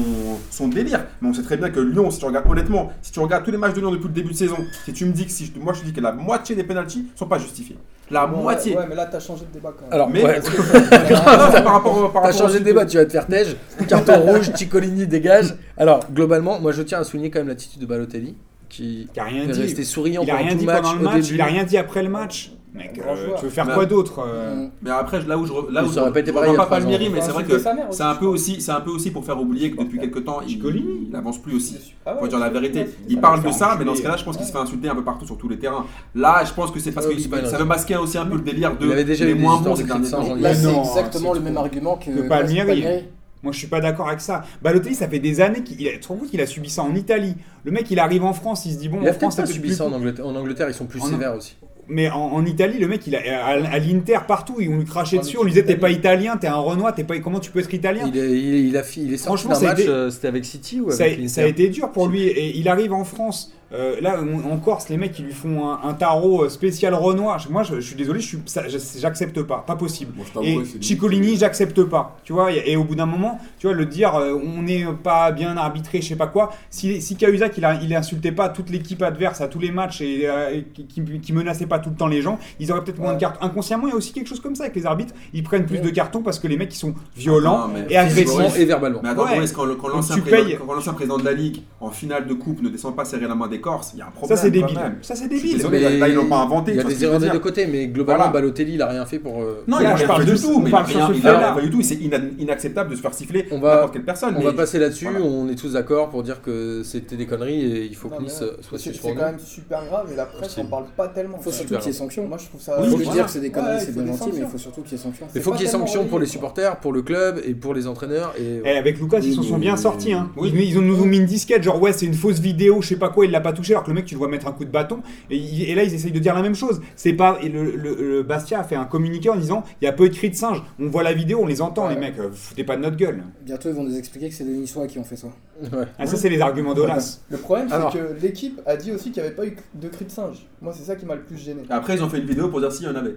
[SPEAKER 3] son délire. Mais on sait très bien que Lyon, si tu regardes honnêtement, si tu regardes tous les matchs de Lyon depuis le début de saison, si tu me dis que si je- moi je te dis que la moitié des pénalties sont pas justifiés. La
[SPEAKER 4] Ouais,
[SPEAKER 3] moitié.
[SPEAKER 4] Ouais, mais là, t'as changé de débat quand même.
[SPEAKER 1] Alors,
[SPEAKER 3] Mais
[SPEAKER 1] ouais.
[SPEAKER 3] Non, c'est par rapport au- par
[SPEAKER 1] T'as
[SPEAKER 3] rapport au-
[SPEAKER 1] changé de débat, tu vas te faire tège. Carton rouge, Ciccolini dégage. Alors, globalement, moi je tiens à souligner quand même l'attitude de Balotelli qui
[SPEAKER 2] qui a rien
[SPEAKER 1] est
[SPEAKER 2] dit.
[SPEAKER 1] resté souriant
[SPEAKER 2] Il a
[SPEAKER 1] pendant
[SPEAKER 2] rien
[SPEAKER 1] tout
[SPEAKER 2] dit
[SPEAKER 1] le match.
[SPEAKER 2] pendant le
[SPEAKER 1] au
[SPEAKER 2] match,
[SPEAKER 1] début. Bah.
[SPEAKER 2] il a rien dit après le match. Mec,
[SPEAKER 4] Grand
[SPEAKER 2] euh,
[SPEAKER 4] joueur. Mmh.
[SPEAKER 2] tu veux faire
[SPEAKER 3] Mais-
[SPEAKER 2] quoi d'autre euh,
[SPEAKER 6] Mm.
[SPEAKER 3] Mais après, là où je, re- là
[SPEAKER 1] Mais
[SPEAKER 3] où
[SPEAKER 1] ça aurait pas été
[SPEAKER 3] je
[SPEAKER 1] pareil il y a
[SPEAKER 3] rejoins
[SPEAKER 1] trois
[SPEAKER 3] pas
[SPEAKER 1] ans.
[SPEAKER 3] Palmieri, mais
[SPEAKER 4] Faut
[SPEAKER 3] c'est vrai
[SPEAKER 4] insulter
[SPEAKER 3] que
[SPEAKER 4] sa mère aussi,
[SPEAKER 3] c'est un
[SPEAKER 4] je
[SPEAKER 3] peu
[SPEAKER 4] crois.
[SPEAKER 3] aussi, c'est un peu aussi pour faire oublier que depuis quelques temps, il,
[SPEAKER 2] Chicolini.
[SPEAKER 3] il avance plus aussi.
[SPEAKER 4] Ah ouais,
[SPEAKER 3] Faut dire la vérité.
[SPEAKER 4] c'est-
[SPEAKER 3] Il
[SPEAKER 4] ça
[SPEAKER 3] parle
[SPEAKER 4] va
[SPEAKER 3] de
[SPEAKER 2] faire
[SPEAKER 3] ça, mais
[SPEAKER 2] enculer.
[SPEAKER 3] dans ce cas-là, je pense qu'il se fait insulter un peu partout sur tous les terrains. Là, je pense que c'est parce
[SPEAKER 1] Ouais,
[SPEAKER 3] que
[SPEAKER 1] oui, c'est pas une
[SPEAKER 3] ça
[SPEAKER 1] raison.
[SPEAKER 3] veut masquer aussi un peu le délire de
[SPEAKER 1] Il avait déjà
[SPEAKER 3] les
[SPEAKER 1] eu des
[SPEAKER 3] moins
[SPEAKER 1] histoires
[SPEAKER 3] bons ces
[SPEAKER 1] de
[SPEAKER 3] derniers
[SPEAKER 1] Christian
[SPEAKER 3] temps.
[SPEAKER 1] Jean-Louis.
[SPEAKER 6] Là,
[SPEAKER 2] Mais
[SPEAKER 6] c'est
[SPEAKER 2] non,
[SPEAKER 6] exactement
[SPEAKER 2] c'est
[SPEAKER 6] le
[SPEAKER 2] trop.
[SPEAKER 6] même argument que
[SPEAKER 2] Que
[SPEAKER 6] Palmieri.
[SPEAKER 2] Palmieri. Moi, je suis pas d'accord avec ça. Balotelli, ça fait des années qu'il a. Tu te rends compte qu'il a subi ça en Italie. Le mec, il arrive en France, il se dit
[SPEAKER 1] Il
[SPEAKER 2] bon,
[SPEAKER 1] a
[SPEAKER 2] en
[SPEAKER 1] peut-être
[SPEAKER 2] France,
[SPEAKER 1] pas
[SPEAKER 2] ça peut
[SPEAKER 1] subi
[SPEAKER 2] plus-
[SPEAKER 1] ça en Angleterre. En Angleterre, ils sont plus
[SPEAKER 2] En-
[SPEAKER 1] sévères aussi.
[SPEAKER 2] Mais en, en Italie, le mec, il a, à, à l'Inter partout, ils on lui crachait
[SPEAKER 4] En
[SPEAKER 2] dessus, on lui disait t'es
[SPEAKER 4] Italie.
[SPEAKER 2] pas italien, t'es un Renoir, t'es pas. Comment tu peux être italien
[SPEAKER 1] Il est, il est- il a fi- il est sorti
[SPEAKER 2] Franchement,
[SPEAKER 1] d'un
[SPEAKER 2] ça a
[SPEAKER 1] match,
[SPEAKER 2] été-
[SPEAKER 1] euh, c'était avec City ou
[SPEAKER 2] ça,
[SPEAKER 1] avec
[SPEAKER 2] a- ça a
[SPEAKER 1] l'Inter
[SPEAKER 2] été dur pour lui. Et il arrive en France. euh, là, en en Corse, les mecs, ils lui font un, un tarot euh, spécial Renoir. Je- Moi, je, je suis désolé, je suis- ça- je- j'accepte pas. Pas possible.
[SPEAKER 5] Bon, je t'avouerai,
[SPEAKER 2] Et
[SPEAKER 5] c'est limite-
[SPEAKER 2] Ciccolini, j'accepte pas. Tu vois, et, et au bout d'un moment, tu vois, le dire euh, on n'est pas bien arbitré, je sais pas quoi. Si, si Cahuzac, il, a- il insultait pas toute l'équipe adverse à tous les matchs et, euh, et qui, qui- qui menaçait pas tout le temps les gens, ils auraient peut-être moins de
[SPEAKER 4] Ouais.
[SPEAKER 2] cartes. Inconsciemment, il y a aussi quelque chose comme ça avec les arbitres. Ils prennent plus
[SPEAKER 6] Ouais.
[SPEAKER 2] de cartons parce que les mecs, ils sont violents
[SPEAKER 3] Ah, mais
[SPEAKER 2] et
[SPEAKER 1] Physiquement
[SPEAKER 2] agressifs.
[SPEAKER 1] et verbalement.
[SPEAKER 3] Mais attends,
[SPEAKER 2] Ouais.
[SPEAKER 3] Boris, quand, le- quand l'ancien
[SPEAKER 2] tu
[SPEAKER 3] président,
[SPEAKER 2] payes.
[SPEAKER 3] quand l'ancien président de la Ligue, en finale de coupe, ne descend pas serrer la main des Corses, il y a un
[SPEAKER 2] Ça,
[SPEAKER 3] Ah, problème.
[SPEAKER 2] c'est
[SPEAKER 3] quand
[SPEAKER 2] débile.
[SPEAKER 3] même.
[SPEAKER 2] Ça, c'est
[SPEAKER 3] Je suis
[SPEAKER 2] débile.
[SPEAKER 3] désolé. mais là, ils l'ont pas inventé,
[SPEAKER 1] Il y a
[SPEAKER 3] tu vois ce
[SPEAKER 1] des
[SPEAKER 3] que je
[SPEAKER 1] erreurs
[SPEAKER 3] veux
[SPEAKER 1] des deux
[SPEAKER 3] dire.
[SPEAKER 1] côtés, mais globalement,
[SPEAKER 3] Voilà.
[SPEAKER 1] Balotelli, il a rien fait pour. euh,
[SPEAKER 3] Non,
[SPEAKER 2] Là,
[SPEAKER 3] il a
[SPEAKER 2] je
[SPEAKER 3] rien
[SPEAKER 2] parle
[SPEAKER 3] fait
[SPEAKER 2] de
[SPEAKER 3] du
[SPEAKER 2] tout, on
[SPEAKER 3] mais il a
[SPEAKER 2] parle sur
[SPEAKER 3] rien
[SPEAKER 2] ce
[SPEAKER 3] il a rien
[SPEAKER 2] fait-là.
[SPEAKER 3] fait du tout. Et C'est ina- inacceptable de se faire siffler
[SPEAKER 1] On va-
[SPEAKER 3] n'importe quelle personne.
[SPEAKER 1] On
[SPEAKER 3] mais-
[SPEAKER 1] va passer là-dessus,
[SPEAKER 3] Voilà.
[SPEAKER 1] on est tous d'accord pour dire que c'était des conneries et il faut
[SPEAKER 4] Non,
[SPEAKER 1] que
[SPEAKER 4] mais
[SPEAKER 1] Nice
[SPEAKER 4] ouais.
[SPEAKER 1] euh, soit
[SPEAKER 4] C'est
[SPEAKER 1] sur
[SPEAKER 4] c'est quand même super grave et la presse
[SPEAKER 1] C'est-
[SPEAKER 4] en parle pas tellement.
[SPEAKER 6] Il faut
[SPEAKER 4] quoi.
[SPEAKER 6] surtout qu'il y ait sanctions.
[SPEAKER 4] Moi, je trouve ça.
[SPEAKER 6] Faut
[SPEAKER 3] Oui,
[SPEAKER 6] lui
[SPEAKER 3] voilà.
[SPEAKER 6] dire que c'est des conneries,
[SPEAKER 4] Ouais, il
[SPEAKER 6] c'est
[SPEAKER 4] faut
[SPEAKER 6] bien
[SPEAKER 4] des
[SPEAKER 6] gentil, mais il
[SPEAKER 4] sanctions.
[SPEAKER 6] faut surtout qu'il y ait sanctions.
[SPEAKER 1] Il
[SPEAKER 4] C'est
[SPEAKER 1] faut
[SPEAKER 4] pas
[SPEAKER 1] qu'il y ait
[SPEAKER 4] tellement
[SPEAKER 1] sanctions pour les
[SPEAKER 4] relié, quoi.
[SPEAKER 1] supporters, pour le club et pour les entraîneurs. Et...
[SPEAKER 2] Eh, avec Lucas,
[SPEAKER 5] Oui,
[SPEAKER 2] ils s'en sont
[SPEAKER 5] mais-
[SPEAKER 2] bien sortis. Hein.
[SPEAKER 3] Oui.
[SPEAKER 2] Ils, ils ont- nous ont mis une disquette, genre ouais, c'est une fausse vidéo, je sais pas quoi, il l'a pas touché, alors que le mec, tu le vois mettre un coup de bâton. Et, il- et là, ils essayent de dire la même chose. C'est pas. et le, le- le Bastia a fait un communiqué en disant il y a peu de cris de singe. On voit la vidéo, on les entend,
[SPEAKER 6] Ouais.
[SPEAKER 2] les mecs, euh, foutez pas de notre gueule.
[SPEAKER 6] Bientôt, ils vont nous expliquer que c'est des Niçois qui ont fait ça.
[SPEAKER 5] Eh.
[SPEAKER 1] Ouais.
[SPEAKER 2] Ah, ça, c'est les arguments d'Olas.
[SPEAKER 4] Le problème,
[SPEAKER 1] Alors.
[SPEAKER 4] c'est que l'équipe a dit aussi qu'il n'y avait pas eu de cri de singe. Moi, c'est ça qui m'a le plus gêné.
[SPEAKER 3] Et Après, ils ont fait une vidéo pour dire s'il y en avait.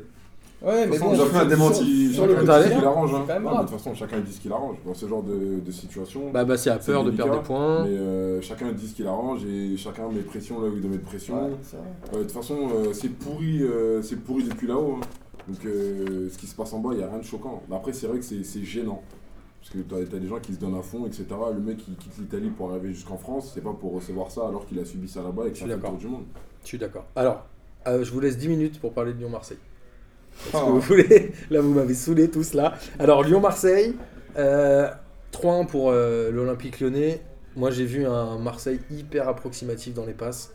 [SPEAKER 4] Ouais, mais
[SPEAKER 5] façon,
[SPEAKER 4] bon.
[SPEAKER 5] ils ont
[SPEAKER 4] sur-
[SPEAKER 5] fait un démenti.
[SPEAKER 4] sur- Sur le
[SPEAKER 1] Attendez.
[SPEAKER 5] Chacun dit ce
[SPEAKER 4] quotidien,
[SPEAKER 5] qu'il arrange. hein.
[SPEAKER 4] c'est quand même
[SPEAKER 5] Non, mais de
[SPEAKER 4] grave.
[SPEAKER 5] toute façon, chacun dit ce qu'il arrange. Dans ce genre de, de situation,
[SPEAKER 1] Bah, bah, c'est à
[SPEAKER 5] C'est
[SPEAKER 1] peur de
[SPEAKER 5] délicat,
[SPEAKER 1] perdre des points.
[SPEAKER 5] mais euh, chacun dit ce qu'il arrange et chacun met pression là où il doit mettre pression.
[SPEAKER 4] Ouais, c'est vrai.
[SPEAKER 5] Euh, De toute façon, euh, c'est pourri, euh, c'est pourri depuis là-haut. hein. Donc, euh, ce qui se passe en bas, il n'y a rien de choquant. Mais après, c'est vrai que c'est c'est gênant. Parce que tu as, des gens qui se donnent à fond, etc. Le mec qui quitte l'Italie pour arriver jusqu'en France, c'est pas pour recevoir ça alors qu'il a subi ça là-bas et que
[SPEAKER 1] Je suis
[SPEAKER 5] ça fait le
[SPEAKER 1] d'accord.
[SPEAKER 5] tour du monde.
[SPEAKER 1] Je suis d'accord. Alors, euh, je vous laisse 10 minutes pour parler de Lyon-Marseille. Est-ce que
[SPEAKER 3] Oh.
[SPEAKER 1] vous voulez Là, vous m'avez saoulé tous là. Alors, Lyon-Marseille, euh, 3-1 pour euh, l'Olympique lyonnais. Moi, j'ai vu un Marseille hyper approximatif dans les passes.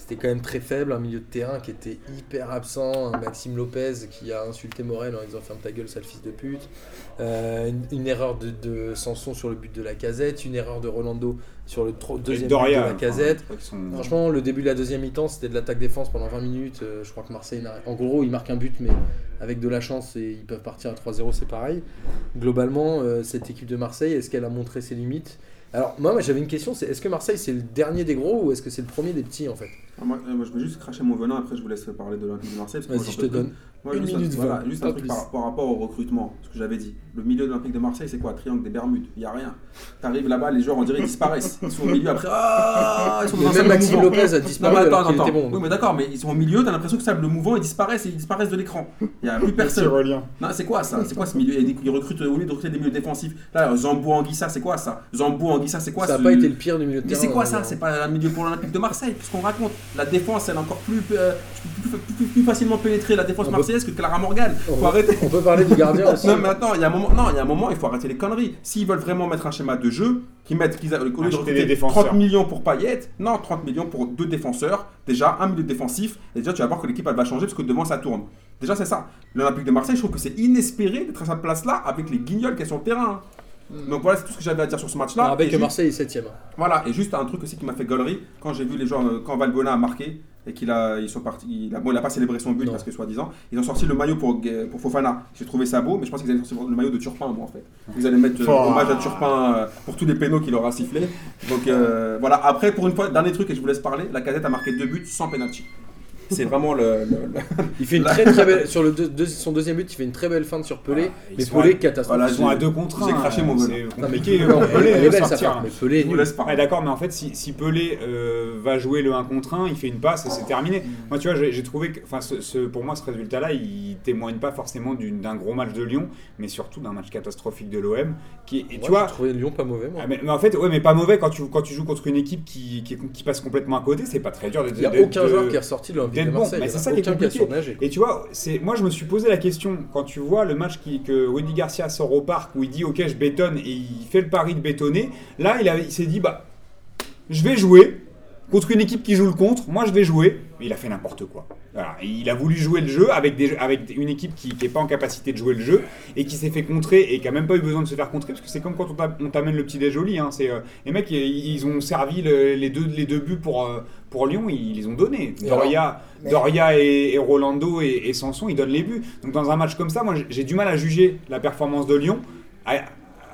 [SPEAKER 1] c'était quand même très faible, un milieu de terrain qui était hyper absent, un Maxime Lopez qui a insulté Morel en disant ferme ta gueule sale fils de pute, Euh, une, une erreur de, de Sanson sur le but de la casette, une erreur de Rolando sur le tro- deuxième but de la casette. Franchement, le début de la deuxième mi-temps, c'était de l'attaque-défense pendant 20 minutes. Euh, je crois que Marseille, n'a- en gros, ils marquent un but, mais avec de la chance, et ils peuvent partir à 3-0, c'est pareil. Globalement, euh, cette équipe de Marseille, est-ce qu'elle a montré ses limites Alors, moi, moi, j'avais une question c'est est-ce que Marseille, c'est le dernier des gros ou est-ce que c'est le premier des petits, en fait
[SPEAKER 3] Ah, moi, euh, moi, je vais juste cracher mon venin, après je vous laisse parler de l'Olympique de Marseille. parce que moi,
[SPEAKER 1] Vas-y,
[SPEAKER 3] j'en
[SPEAKER 1] je te
[SPEAKER 3] peux plus.
[SPEAKER 1] donne.
[SPEAKER 3] Moi,
[SPEAKER 1] Une
[SPEAKER 3] juste, un-
[SPEAKER 1] minute
[SPEAKER 3] voilà,
[SPEAKER 1] vingt,
[SPEAKER 3] juste
[SPEAKER 1] pas
[SPEAKER 3] un truc
[SPEAKER 1] plus.
[SPEAKER 3] par, par rapport au recrutement, ce que j'avais dit. Le milieu de l'Olympique de Marseille, c'est quoi Triangle des Bermudes, il n'y a rien. T'arrives là-bas, les joueurs, on dirait, ils disparaissent. Ils sont au milieu après. Ah, ils sont dans un
[SPEAKER 1] Même
[SPEAKER 3] sable
[SPEAKER 1] Maxime
[SPEAKER 3] mouvant.
[SPEAKER 1] Lopez a
[SPEAKER 3] Non,
[SPEAKER 1] disparu
[SPEAKER 3] mais attends,
[SPEAKER 1] alors qu'il
[SPEAKER 3] attends.
[SPEAKER 1] était bon.
[SPEAKER 3] Oui, mais d'accord, mais ils sont au milieu, t'as l'impression que sable mouvant, ils disparaissent, ils disparaissent de l'écran. Il n'y a plus personne.
[SPEAKER 2] Tyrolien.
[SPEAKER 3] Non, c'est quoi ça C'est quoi ce milieu Ils ils recrutent au lieu de recruter des milieux défensifs. Là, Zambo Anguissa, c'est quoi ça Zambo Anguissa, c'est quoi
[SPEAKER 1] ça
[SPEAKER 3] ce-
[SPEAKER 1] n'a pas été le pire du milieu de
[SPEAKER 3] mais
[SPEAKER 1] terrain.
[SPEAKER 3] c'est quoi
[SPEAKER 1] euh,
[SPEAKER 3] ça C'est pas un milieu pour l'Olympique de Marseille, ce qu'on raconte. La défense, elle est encore plus, euh, plus, plus- plus- plus facilement pénétrée, la défense
[SPEAKER 1] Ah bah-
[SPEAKER 3] marseillaise, que Clara Morgan.
[SPEAKER 2] Oh.
[SPEAKER 1] On
[SPEAKER 3] Faut
[SPEAKER 1] peut-
[SPEAKER 3] arrêter.
[SPEAKER 2] Ah,
[SPEAKER 1] On peut parler du gardien aussi.
[SPEAKER 3] Non, mais attends, il y a un moment, non, il y a un moment, il faut arrêter les conneries. S'ils veulent vraiment mettre un schéma de jeu, qu'ils mettent, qu'ils a- au lieu de
[SPEAKER 2] Acheter
[SPEAKER 3] recruter
[SPEAKER 2] des défenseurs.
[SPEAKER 3] 30 millions pour Payet, non, 30 millions pour deux défenseurs, déjà un milieu défensif, et déjà tu vas voir que l'équipe elle va changer parce que devant ça tourne. Déjà c'est ça. L'Olympique de Marseille, je trouve que c'est inespéré d'être à sa place là avec les guignols qui sont sur le terrain. Donc voilà, c'est tout ce que j'avais à dire sur ce match-là.
[SPEAKER 1] On rappelle
[SPEAKER 3] Et
[SPEAKER 1] que
[SPEAKER 3] juste-
[SPEAKER 1] Marseille est 7
[SPEAKER 3] voilà, et juste un truc aussi qui m'a fait gaulerie, quand j'ai vu les joueurs, euh, quand Valbuena a marqué, et qu'il a, ils sont partis, il a, bon, il a pas célébré son but
[SPEAKER 1] Non.
[SPEAKER 3] parce que soi-disant, ils ont sorti le maillot pour, Gue- pour Fofana. J'ai trouvé ça beau, mais je pense qu'ils allaient sortir le maillot de Turpin, moi, en fait. Ils allaient mettre euh,
[SPEAKER 2] Oh.
[SPEAKER 3] hommage à Turpin euh, pour tous les pénaux qu'il aura sifflés. Donc euh, voilà, après, pour une fois, dernier truc, et je vous laisse parler, la casette a marqué deux buts sans penalty. C'est vraiment le. le- le-
[SPEAKER 1] Il fait une
[SPEAKER 3] Là.
[SPEAKER 1] très très belle. Sur le deux- deux- son deuxième but, il fait une très belle feinte sur Pelé.
[SPEAKER 2] Ah, ils
[SPEAKER 1] mais
[SPEAKER 2] sont à-
[SPEAKER 1] Pelé, catastrophe.
[SPEAKER 3] voilà,
[SPEAKER 2] Ils sont à
[SPEAKER 3] j'ai-
[SPEAKER 2] deux contre
[SPEAKER 3] j'ai
[SPEAKER 2] un,
[SPEAKER 3] craché
[SPEAKER 2] euh,
[SPEAKER 3] mon venin.
[SPEAKER 2] C'est
[SPEAKER 1] Non, mais
[SPEAKER 2] compliqué.
[SPEAKER 1] Non,
[SPEAKER 2] euh,
[SPEAKER 1] elle
[SPEAKER 2] Pelé
[SPEAKER 1] est
[SPEAKER 2] de
[SPEAKER 1] belle, sa
[SPEAKER 2] sortir.
[SPEAKER 1] frappe,
[SPEAKER 2] hein.
[SPEAKER 1] mais Pelé est
[SPEAKER 3] je vous
[SPEAKER 1] nul.
[SPEAKER 3] laisse
[SPEAKER 2] Ouais,
[SPEAKER 3] parler.
[SPEAKER 2] d'accord, mais en fait, si, si Pelé euh, va jouer le 1 contre 1, il fait une passe et c'est
[SPEAKER 1] Mm.
[SPEAKER 2] terminé. Moi, tu vois, j'ai j'ai trouvé que, enfin, ce, ce- pour moi, ce résultat-là, il témoigne pas forcément d'une- d'un gros match de Lyon, mais surtout d'un match catastrophique de l'OM. Qui, et
[SPEAKER 1] Moi,
[SPEAKER 2] tu vois,
[SPEAKER 1] j'ai trouvé Lyon pas mauvais, moi.
[SPEAKER 2] ah, mais, mais en fait, ouais, mais pas mauvais quand tu, quand tu joues contre une équipe qui, qui, qui passe complètement à côté, c'est pas très dur de.
[SPEAKER 1] Il n'y a
[SPEAKER 2] de-
[SPEAKER 1] aucun
[SPEAKER 2] de-
[SPEAKER 1] joueur qui est ressorti de l'Olympique de
[SPEAKER 2] d'être bon.
[SPEAKER 1] Marseille.
[SPEAKER 2] Mais
[SPEAKER 1] Il y en
[SPEAKER 2] c'est
[SPEAKER 1] a
[SPEAKER 2] ça qui est
[SPEAKER 1] aucun qui a
[SPEAKER 2] compliqué.
[SPEAKER 1] surnagé. quoi.
[SPEAKER 2] Et tu vois, c'est moi je me suis posé la question quand tu vois le match qui, que Wendy Garcia sort au parc où il dit OK, je bétonne et il fait le pari de bétonner. Là, il, a- il s'est dit bah je vais jouer contre une équipe qui joue le contre. Moi, je vais jouer. Mais il a fait n'importe quoi. Voilà. Il a voulu jouer le jeu avec, des, avec une équipe qui n'est pas en capacité de jouer le jeu et qui s'est fait contrer et qui a même pas eu besoin de se faire contrer parce que c'est comme quand on t'a- on t'amène le petit déjoli. Hein, c'est, euh, les mecs, ils ils ont servi le- les, deux, les deux buts pour, euh, pour Lyon, ils, ils les ont donnés.
[SPEAKER 1] Et alors
[SPEAKER 2] Doria,
[SPEAKER 6] Mais-
[SPEAKER 2] Doria et, et Rolando et, et Sanson, ils donnent les buts. Donc dans un match comme ça, moi j'ai- j'ai du mal à juger la performance de Lyon. À,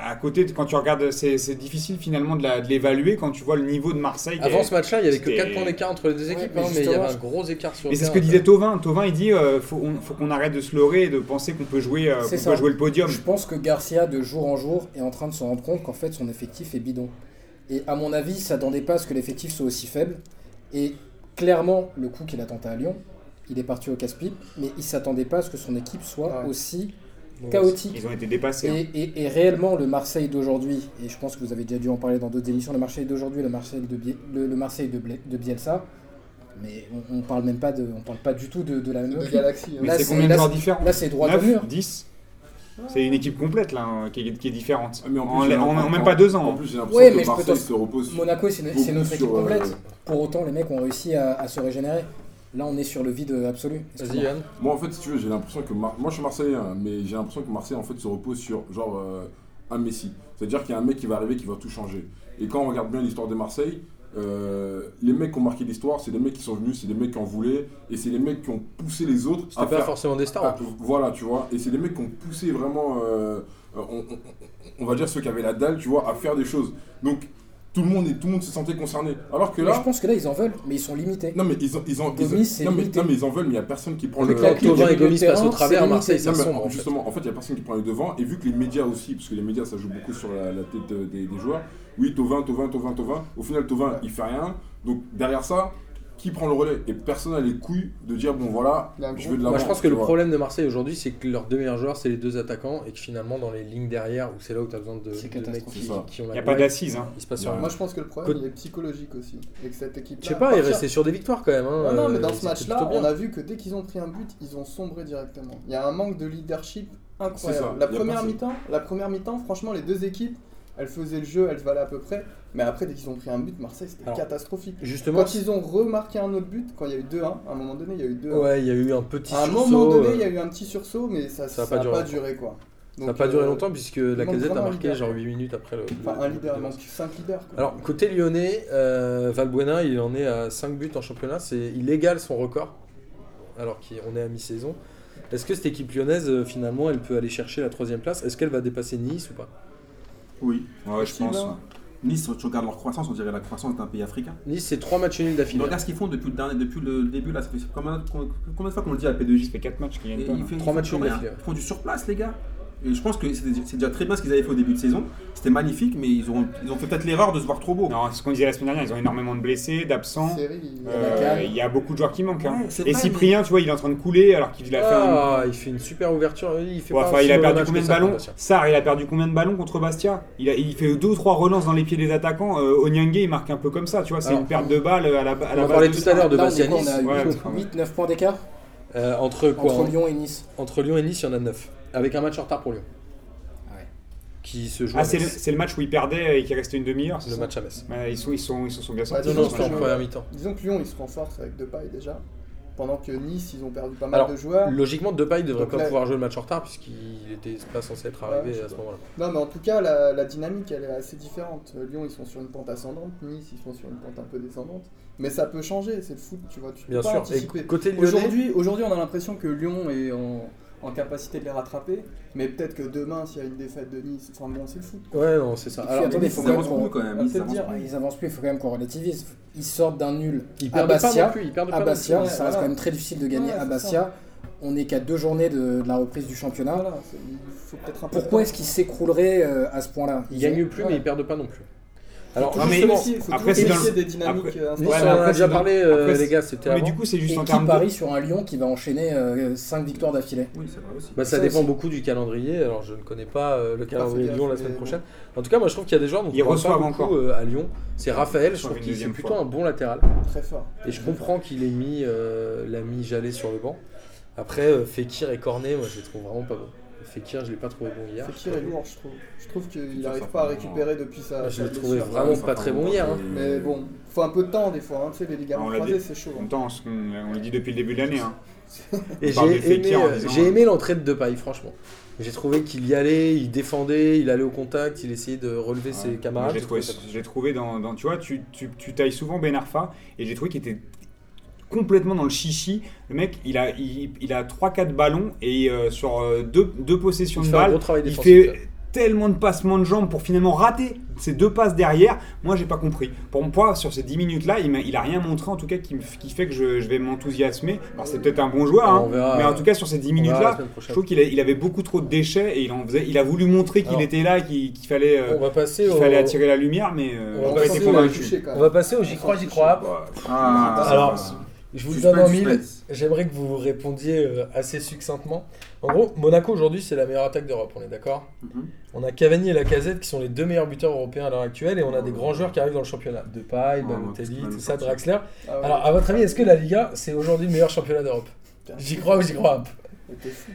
[SPEAKER 2] à côté, de- quand tu regardes, c'est c'est difficile finalement de la- de l'évaluer quand tu vois le niveau de Marseille. qui est-
[SPEAKER 1] Avant ce match-là, il n'y avait que
[SPEAKER 2] c'était-
[SPEAKER 1] 4 points d'écart entre les deux
[SPEAKER 6] Ouais,
[SPEAKER 1] équipes,
[SPEAKER 6] mais
[SPEAKER 1] hein, mais il y
[SPEAKER 6] justement,
[SPEAKER 1] avait un
[SPEAKER 6] je-
[SPEAKER 1] gros écart sur
[SPEAKER 2] mais
[SPEAKER 1] le
[SPEAKER 2] c'est ce que
[SPEAKER 1] terrain,
[SPEAKER 2] disait
[SPEAKER 1] quoi.
[SPEAKER 2] Tovin. Tovin, il dit euh, faut on- faut qu'on arrête de se leurrer et de penser qu'on peut jouer, euh,
[SPEAKER 6] C'est
[SPEAKER 2] qu'on
[SPEAKER 6] ça.
[SPEAKER 2] peut jouer le podium.
[SPEAKER 6] Je pense que Garcia, de jour en jour, est en train de se rendre compte qu'en fait, son effectif est bidon. Et à mon avis, il s'attendait pas à ce que l'effectif soit aussi faible. Et clairement, le coup qu'il a tenté à Lyon, il est parti au casse-pipe, mais il s'attendait pas à ce que son équipe soit
[SPEAKER 4] Ouais.
[SPEAKER 6] aussi
[SPEAKER 1] Bon,
[SPEAKER 6] chaotique.
[SPEAKER 2] Ils ont été dépassés. hein.
[SPEAKER 6] Et, et- et réellement, le Marseille d'aujourd'hui, et je pense que vous avez déjà dû en parler dans d'autres émissions, le Marseille d'aujourd'hui, le Marseille de, Bie- le, le Marseille de, Bla- de Bielsa, mais on, on parle même pas de, on parle pas du tout de, de la même
[SPEAKER 4] De
[SPEAKER 6] équipe.
[SPEAKER 4] Galaxy. hein.
[SPEAKER 2] Mais
[SPEAKER 6] Là,
[SPEAKER 2] c'est
[SPEAKER 6] c'est-
[SPEAKER 2] combien de
[SPEAKER 6] là,
[SPEAKER 2] joueurs
[SPEAKER 6] c'est-
[SPEAKER 2] différents
[SPEAKER 6] Là, c'est droit au
[SPEAKER 2] 9,
[SPEAKER 6] mur.
[SPEAKER 2] 10 C'est une équipe complète là, hein, qui, est, qui est différente.
[SPEAKER 5] Ah, mais en
[SPEAKER 2] en,
[SPEAKER 5] plus,
[SPEAKER 2] la-
[SPEAKER 5] j'ai
[SPEAKER 2] en-
[SPEAKER 5] l'impression-
[SPEAKER 2] en même pas deux ans.
[SPEAKER 5] En
[SPEAKER 2] hein.
[SPEAKER 5] plus, j'ai l'impression
[SPEAKER 6] Ouais, mais
[SPEAKER 5] que
[SPEAKER 6] je peux
[SPEAKER 5] Marseille
[SPEAKER 6] t'en-
[SPEAKER 5] se repose sur-
[SPEAKER 6] Monaco, c'est
[SPEAKER 5] beaucoup
[SPEAKER 6] c'est notre équipe
[SPEAKER 5] sur, euh,
[SPEAKER 6] complète. Pour autant, les mecs ont réussi à, à se régénérer. Là, on est sur le vide euh, absolu.
[SPEAKER 1] Vas-y, Yann.
[SPEAKER 5] Moi, en fait, si tu veux, j'ai l'impression que. Mar- Moi, je suis Marseillais, hein, mais j'ai l'impression que Marseille, en fait, se repose sur, genre, euh, un Messi. C'est-à-dire qu'il y a un mec qui va arriver, qui va tout changer. Et quand on regarde bien l'histoire de Marseille, euh, les mecs qui ont marqué l'histoire, c'est des mecs qui sont venus, c'est des mecs qui en voulaient, et c'est les mecs qui ont poussé les autres
[SPEAKER 1] C'était
[SPEAKER 5] à
[SPEAKER 1] pas
[SPEAKER 5] faire.
[SPEAKER 1] forcément des stars. hein.
[SPEAKER 5] Ah, voilà, tu vois. Et c'est des mecs qui ont poussé vraiment, euh, euh, on, on- on va dire ceux qui avaient la dalle, tu vois, à faire des choses. Donc tout le monde, est, tout le monde se sentait concerné. Alors que
[SPEAKER 6] Mais je
[SPEAKER 5] là,
[SPEAKER 6] pense que là, ils en veulent, mais ils sont limités.
[SPEAKER 5] non mais ils en, ils en- ils en-
[SPEAKER 6] Gomis, c'est
[SPEAKER 5] non, mais,
[SPEAKER 6] limité.
[SPEAKER 5] non, mais ils en veulent, mais il n'y a personne qui prend
[SPEAKER 1] Mais
[SPEAKER 5] le.
[SPEAKER 1] quand
[SPEAKER 6] claquer
[SPEAKER 1] Thauvin
[SPEAKER 6] du
[SPEAKER 1] et Gomis
[SPEAKER 6] milieu de
[SPEAKER 1] passent au
[SPEAKER 6] terrain,
[SPEAKER 1] travers,
[SPEAKER 6] c'est
[SPEAKER 1] Marseille,
[SPEAKER 6] limité.
[SPEAKER 1] ça
[SPEAKER 5] Non, mais
[SPEAKER 1] sombre. en fait.
[SPEAKER 5] justement, en fait, il n'y a personne qui prend les devants. Et vu que les médias aussi, parce que les médias, ça joue beaucoup sur la, la tête euh, des, des joueurs. Oui, Tovin, Tovin, Tovin, Tovin. Au final, Tovin, il fait rien. Donc derrière ça, qui prend le relais Et personne n'a les couilles de dire bon voilà,
[SPEAKER 4] Il a un
[SPEAKER 5] je
[SPEAKER 4] gros-
[SPEAKER 5] veux de l'avant.
[SPEAKER 1] Moi, Bah, je pense que
[SPEAKER 5] tu
[SPEAKER 1] le
[SPEAKER 5] vois.
[SPEAKER 1] problème de Marseille aujourd'hui, c'est que leurs deux meilleurs joueurs, c'est les deux attaquants, et que finalement, dans les lignes derrière, où c'est là où tu as besoin de,
[SPEAKER 6] C'est
[SPEAKER 1] de mecs
[SPEAKER 6] catastrophique.
[SPEAKER 1] qui, qui ont
[SPEAKER 2] Il
[SPEAKER 1] la
[SPEAKER 2] n'y a pas
[SPEAKER 1] courage,
[SPEAKER 2] d'assises. hein.
[SPEAKER 1] il se passe
[SPEAKER 5] Il y a
[SPEAKER 1] rien.
[SPEAKER 4] Moi, je pense que le problème,
[SPEAKER 1] Côte-
[SPEAKER 4] il est psychologique aussi. Et que cette équipe.
[SPEAKER 1] Je sais pas, il est resté sur des victoires quand même. hein,
[SPEAKER 4] Bah, Non, non, mais dans
[SPEAKER 1] euh,
[SPEAKER 4] ce
[SPEAKER 1] c'était
[SPEAKER 4] match-là,
[SPEAKER 1] plutôt bien.
[SPEAKER 4] on a vu que dès qu'ils ont pris un but, ils ont sombré directement. Il y a un manque de leadership
[SPEAKER 5] C'est ça,
[SPEAKER 4] incroyable. La
[SPEAKER 5] il y a
[SPEAKER 4] première
[SPEAKER 5] personne.
[SPEAKER 4] mi-temps, la première mi-temps, franchement, les deux équipes, elle faisait le jeu, elle se valait à peu près. Mais après, dès qu'ils ont pris un but, Marseille, c'était
[SPEAKER 1] Alors,
[SPEAKER 4] catastrophique.
[SPEAKER 1] Justement,
[SPEAKER 4] Quand ils ont remarqué un autre but, quand il y a eu 2-1, à un moment donné, il y a eu 2-1.
[SPEAKER 1] ouais, il y a eu un petit
[SPEAKER 4] à un
[SPEAKER 1] sursaut.
[SPEAKER 4] moment donné,
[SPEAKER 1] euh,
[SPEAKER 4] il y a eu un petit sursaut, mais ça n'a
[SPEAKER 1] ça a pas
[SPEAKER 4] pas,
[SPEAKER 1] duré longtemps.
[SPEAKER 4] duré quoi.
[SPEAKER 1] Ça n'a
[SPEAKER 4] Donc,
[SPEAKER 1] pas duré
[SPEAKER 4] euh,
[SPEAKER 1] longtemps puisque la
[SPEAKER 4] manque
[SPEAKER 1] casette a
[SPEAKER 4] vraiment un
[SPEAKER 1] marqué
[SPEAKER 4] leader.
[SPEAKER 1] genre 8 minutes après le.
[SPEAKER 4] Enfin,
[SPEAKER 1] le-
[SPEAKER 4] un
[SPEAKER 1] le
[SPEAKER 4] leader, il
[SPEAKER 1] démarrage.
[SPEAKER 4] manque 5 leaders. Quoi.
[SPEAKER 1] Alors, côté lyonnais, euh, Valbuena, il en est à 5 buts en championnat. C'est, il égale son record, alors qu'on est à mi-saison. Est-ce que cette équipe lyonnaise, euh, finalement, elle peut aller chercher la troisième place Est-ce qu'elle va dépasser Nice ou pas
[SPEAKER 3] Oui.
[SPEAKER 2] Ouais, je
[SPEAKER 4] Facile,
[SPEAKER 2] pense.
[SPEAKER 4] hein.
[SPEAKER 2] ouais.
[SPEAKER 3] Nice, tu regardes leur croissance, on dirait la croissance d'un pays africain.
[SPEAKER 1] Nice, c'est 3 matchs nuls
[SPEAKER 3] Ils
[SPEAKER 1] d'affilée.
[SPEAKER 3] regardent ce qu'ils font depuis le, dernier, depuis le début, là, ça fait combien, combien de fois qu'on le dit à la P2J
[SPEAKER 2] Ça fait 4 matchs qu'ils
[SPEAKER 3] Et
[SPEAKER 2] gagnent pas.
[SPEAKER 3] ils
[SPEAKER 2] là.
[SPEAKER 3] font-
[SPEAKER 1] Trois
[SPEAKER 3] ils
[SPEAKER 1] matchs
[SPEAKER 3] font
[SPEAKER 1] nuls
[SPEAKER 3] rien.
[SPEAKER 1] d'affilée, ouais.
[SPEAKER 3] Ils font du surplace, les gars. Et je pense que c'est c'est déjà très bien ce qu'ils avaient fait au début de saison. C'était magnifique, mais ils ont, ils ont fait peut-être l'erreur de se voir trop beau.
[SPEAKER 2] Non, c'est ce qu'on disait la semaine dernière, ils ont énormément de blessés,
[SPEAKER 1] Hein
[SPEAKER 2] d'absents.
[SPEAKER 4] Série, il-
[SPEAKER 6] la
[SPEAKER 2] Euh,
[SPEAKER 6] canne.
[SPEAKER 2] Il y a beaucoup de joueurs qui manquent. hein.
[SPEAKER 3] Ouais, c'est
[SPEAKER 2] Et
[SPEAKER 3] vrai,
[SPEAKER 2] Cyprien, tu vois, il est en train de couler alors qu'il a fait un-
[SPEAKER 1] Ah, il fait une super ouverture. Il, fait
[SPEAKER 2] Ouais,
[SPEAKER 1] pas
[SPEAKER 2] enfin,
[SPEAKER 1] un si
[SPEAKER 2] il a
[SPEAKER 1] mauvais
[SPEAKER 2] perdu
[SPEAKER 1] match
[SPEAKER 2] combien
[SPEAKER 1] que
[SPEAKER 2] de
[SPEAKER 1] ça,
[SPEAKER 2] ballons
[SPEAKER 1] Bastia.
[SPEAKER 2] Sarr, il a perdu combien de ballons contre Bastia il, a- il fait deux ou trois relances dans les pieds des attaquants. Euh, Onyangé, il marque un peu comme ça, tu vois. C'est
[SPEAKER 1] Alors,
[SPEAKER 2] une perte de balle euh, à la, à
[SPEAKER 1] On
[SPEAKER 2] la
[SPEAKER 1] en parlait
[SPEAKER 2] base de
[SPEAKER 1] tout à
[SPEAKER 2] Sarr.
[SPEAKER 1] l'heure de
[SPEAKER 6] Là, on est
[SPEAKER 1] Bastia
[SPEAKER 6] quoi, on
[SPEAKER 1] Nice.
[SPEAKER 6] a
[SPEAKER 2] Ouais,
[SPEAKER 6] 8-9 points d'écart
[SPEAKER 1] Euh, entre quoi
[SPEAKER 6] entre
[SPEAKER 1] hein
[SPEAKER 6] Lyon et Nice.
[SPEAKER 1] Entre Lyon et Nice, il y en a 9. Avec un match en retard pour Lyon.
[SPEAKER 6] Ouais.
[SPEAKER 1] Qui se joue à
[SPEAKER 2] Ah, c'est le,
[SPEAKER 1] Metz.
[SPEAKER 2] c'est le match où il perdait et qu'il restait une demi-heure. c'est
[SPEAKER 1] le
[SPEAKER 2] ça
[SPEAKER 1] match Bah, à Metz.
[SPEAKER 2] Ouais, ils, sont, ils, sont, ils se sont bien
[SPEAKER 4] Ah,
[SPEAKER 2] sortis.
[SPEAKER 1] Non,
[SPEAKER 4] non,
[SPEAKER 1] non,
[SPEAKER 2] dans ce
[SPEAKER 1] c'était en
[SPEAKER 4] franchement,
[SPEAKER 2] match.
[SPEAKER 1] première mi-temps.
[SPEAKER 4] Disons que Lyon, ils se renforcent avec Depay déjà. Pendant que Nice, ils ont perdu pas mal
[SPEAKER 1] Alors,
[SPEAKER 4] de joueurs.
[SPEAKER 1] Logiquement, Depay ne devrait
[SPEAKER 4] Donc
[SPEAKER 1] pas
[SPEAKER 4] là-
[SPEAKER 1] pouvoir jouer le match en retard puisqu'il était pas censé être
[SPEAKER 4] Ouais,
[SPEAKER 1] arrivé
[SPEAKER 4] je
[SPEAKER 1] à ce
[SPEAKER 4] sais
[SPEAKER 1] moment-là.
[SPEAKER 4] Non, mais en tout cas, la, la dynamique, elle est assez différente. Euh, Lyon, ils sont sur une pente ascendante. Nice, ils sont sur une pente un peu descendante. Mais ça peut changer, c'est le foot, tu vois. Tu peux
[SPEAKER 1] Bien
[SPEAKER 4] pas
[SPEAKER 1] sûr.
[SPEAKER 4] anticiper.
[SPEAKER 1] Et côté lyonnais,
[SPEAKER 4] Aujourd'hui, aujourd'hui, on a l'impression que Lyon est en, en capacité de les rattraper. Mais peut-être que demain, s'il y a une défaite de Nice, enfin bon, c'est le foot.
[SPEAKER 1] Ouais, non, c'est ça.
[SPEAKER 6] Il
[SPEAKER 1] Alors,
[SPEAKER 6] fait- attendez,
[SPEAKER 3] ils
[SPEAKER 6] faut
[SPEAKER 3] avancent
[SPEAKER 6] quand même
[SPEAKER 3] beaucoup, quand
[SPEAKER 4] on
[SPEAKER 3] même.
[SPEAKER 4] va
[SPEAKER 3] Ils
[SPEAKER 4] peut-être
[SPEAKER 3] avancent
[SPEAKER 4] dire,
[SPEAKER 3] beaucoup.
[SPEAKER 6] Ouais, Ils avancent plus, il faut quand même qu'on relativise. Ils sortent d'un nul
[SPEAKER 1] ils
[SPEAKER 6] à
[SPEAKER 1] perdent pas non
[SPEAKER 6] Bastia.
[SPEAKER 1] plus. Ils perdent pas
[SPEAKER 6] À
[SPEAKER 1] non plus.
[SPEAKER 6] Bastia,
[SPEAKER 4] Ouais,
[SPEAKER 6] ça
[SPEAKER 4] voilà.
[SPEAKER 6] reste quand même très difficile de gagner
[SPEAKER 4] Ouais,
[SPEAKER 6] à
[SPEAKER 4] c'est
[SPEAKER 6] Bastia. On n'est qu'à deux journées de, de la reprise du
[SPEAKER 1] Hein
[SPEAKER 6] championnat.
[SPEAKER 4] Voilà, c'est- il faut peut-être un peu.
[SPEAKER 6] Pourquoi est-ce qu'ils s'écrouleraient euh, à ce point-là
[SPEAKER 1] Ils
[SPEAKER 6] Ils
[SPEAKER 1] gagnent
[SPEAKER 6] ont-
[SPEAKER 1] plus, mais
[SPEAKER 4] voilà.
[SPEAKER 1] ils perdent pas non plus. Alors,
[SPEAKER 2] Non, mais-
[SPEAKER 1] justement,
[SPEAKER 4] il faut
[SPEAKER 2] après,
[SPEAKER 4] après,
[SPEAKER 2] c'est
[SPEAKER 4] toujours
[SPEAKER 2] dans
[SPEAKER 4] essayer
[SPEAKER 2] le-
[SPEAKER 4] des dynamiques
[SPEAKER 2] après-
[SPEAKER 4] euh,
[SPEAKER 1] Nice,
[SPEAKER 2] Ouais,
[SPEAKER 1] on
[SPEAKER 4] instantanées.
[SPEAKER 1] en a
[SPEAKER 2] après,
[SPEAKER 1] déjà
[SPEAKER 2] c'est dans-
[SPEAKER 1] parlé, euh,
[SPEAKER 2] après, c'est-
[SPEAKER 1] les gars, c'était
[SPEAKER 2] Mais
[SPEAKER 1] avant.
[SPEAKER 2] du coup, c'est
[SPEAKER 6] Et
[SPEAKER 2] juste en
[SPEAKER 6] qui
[SPEAKER 2] termes de.
[SPEAKER 6] parie sur un Lyon qui va enchaîner 5 victoires d'affilée
[SPEAKER 3] Oui, c'est vrai aussi.
[SPEAKER 1] Bah, ça
[SPEAKER 6] Ça
[SPEAKER 1] dépend
[SPEAKER 6] aussi.
[SPEAKER 1] beaucoup du calendrier. Alors, je ne connais pas euh, le calendrier
[SPEAKER 4] fait
[SPEAKER 1] de Lyon
[SPEAKER 4] gaffe,
[SPEAKER 1] la semaine
[SPEAKER 4] mais bon.
[SPEAKER 1] prochaine. En tout cas, moi, je trouve qu'il y a des joueurs dont
[SPEAKER 2] Ils
[SPEAKER 1] on parle pas
[SPEAKER 2] reçoivent
[SPEAKER 1] beaucoup,
[SPEAKER 2] encore.
[SPEAKER 1] euh, à Lyon. C'est Raphaël, je
[SPEAKER 2] Sur
[SPEAKER 1] trouve
[SPEAKER 2] une
[SPEAKER 1] qu'il c'est
[SPEAKER 2] deuxième
[SPEAKER 1] plutôt
[SPEAKER 2] fois.
[SPEAKER 1] un bon latéral.
[SPEAKER 4] Très fort.
[SPEAKER 1] Et je comprends qu'il ait mis euh, l'ami Jallet sur le banc. Après, euh, Fekir et Cornet, moi, je les trouve vraiment pas bons. Fekir, je l'ai pas trouvé bon hier.
[SPEAKER 4] Fekir est lourd, je trouve. Je trouve qu'il
[SPEAKER 5] Fekir,
[SPEAKER 4] n'arrive
[SPEAKER 5] ça
[SPEAKER 4] pas à
[SPEAKER 5] fait un
[SPEAKER 4] récupérer depuis sa.
[SPEAKER 1] Moi, Ah, je
[SPEAKER 4] sa
[SPEAKER 1] l'ai trouvé
[SPEAKER 4] blessure.
[SPEAKER 5] Ah,
[SPEAKER 1] vraiment
[SPEAKER 2] Ah,
[SPEAKER 1] pas très bon hier. hein.
[SPEAKER 4] Mais bon, faut un peu de temps des fois. hein. Tu sais, les ligaments
[SPEAKER 2] On l'a
[SPEAKER 4] croisés,
[SPEAKER 2] dit.
[SPEAKER 4] c'est chaud.
[SPEAKER 2] En
[SPEAKER 4] hein.
[SPEAKER 2] même temps, ce qu'on- on le dit depuis le début de l'année. hein.
[SPEAKER 1] Et
[SPEAKER 2] On parle de
[SPEAKER 1] j'ai aimé,
[SPEAKER 2] Fekir en
[SPEAKER 1] euh,
[SPEAKER 2] disant,
[SPEAKER 1] j'ai
[SPEAKER 2] euh,
[SPEAKER 1] aimé l'entrée de Depay, franchement. J'ai trouvé qu'il y allait, il défendait, il allait au contact, il essayait de relever
[SPEAKER 2] Ouais.
[SPEAKER 1] ses
[SPEAKER 2] Moi,
[SPEAKER 1] camarades.
[SPEAKER 2] Je l'ai trouvé,
[SPEAKER 1] J'ai trouvé ça-
[SPEAKER 2] je l'ai trouvé dans, dans- Tu vois, tu, tu, tu tailles souvent Ben Arfa et j'ai trouvé qu'il était complètement dans le chichi. Le mec, il a, il, il a 3-4 ballons et euh, sur euh, deux, deux possessions
[SPEAKER 1] Il
[SPEAKER 2] de
[SPEAKER 1] fait un
[SPEAKER 2] balle,
[SPEAKER 1] gros travail
[SPEAKER 2] il
[SPEAKER 1] défensif. hein.
[SPEAKER 2] fait tellement de passements de jambes pour finalement rater ces deux passes derrière. Moi, j'ai pas compris. Pour moi, sur ces 10 minutes-là, il, m'a- il a rien montré en tout cas qui, me f- qui fait que je, je vais m'enthousiasmer. Alors, c'est peut-être un bon joueur,
[SPEAKER 1] Alors,
[SPEAKER 2] hein,
[SPEAKER 1] on verra,
[SPEAKER 2] mais
[SPEAKER 1] euh,
[SPEAKER 2] en tout cas, sur ces 10
[SPEAKER 1] On verra la
[SPEAKER 2] minutes-là,
[SPEAKER 1] semaine
[SPEAKER 2] je
[SPEAKER 1] prochaine.
[SPEAKER 2] trouve qu'il a- il avait beaucoup trop de déchets et il, en faisait, il a voulu montrer qu'il
[SPEAKER 1] Alors,
[SPEAKER 2] était là, qu'il qu'il fallait. euh,
[SPEAKER 1] On va passer
[SPEAKER 2] il
[SPEAKER 1] au.
[SPEAKER 2] fallait attirer la lumière, mais
[SPEAKER 1] On
[SPEAKER 2] euh, on
[SPEAKER 1] va
[SPEAKER 2] n'a pas
[SPEAKER 1] passer
[SPEAKER 2] été
[SPEAKER 1] au-
[SPEAKER 2] convaincu.
[SPEAKER 1] On va passer au j'y
[SPEAKER 4] On
[SPEAKER 1] crois,
[SPEAKER 4] s'en
[SPEAKER 1] j'y
[SPEAKER 4] fiche.
[SPEAKER 1] crois.
[SPEAKER 3] Ah,
[SPEAKER 1] Alors,
[SPEAKER 3] ça va.
[SPEAKER 1] Je vous le
[SPEAKER 3] Suspense,
[SPEAKER 1] donne en mille.
[SPEAKER 3] suspense.
[SPEAKER 1] J'aimerais que vous répondiez euh, assez succinctement. En gros, Monaco aujourd'hui, c'est la meilleure attaque d'Europe, on est d'accord
[SPEAKER 3] Mhm.
[SPEAKER 1] On a Cavani et Lacazette qui sont les deux meilleurs buteurs européens à l'heure actuelle et on a des grands joueurs qui arrivent dans le championnat. Depay,
[SPEAKER 3] Oh,
[SPEAKER 1] Ah, Balotelli,
[SPEAKER 3] ouais,
[SPEAKER 1] tout
[SPEAKER 3] c'est
[SPEAKER 1] ça,
[SPEAKER 3] parti.
[SPEAKER 1] Draxler.
[SPEAKER 4] Ah ouais,
[SPEAKER 1] Alors, à votre avis, est-ce que la Liga, c'est aujourd'hui le meilleur championnat d'Europe
[SPEAKER 4] putain,
[SPEAKER 1] J'y crois ou j'y crois pas
[SPEAKER 4] t'es fou,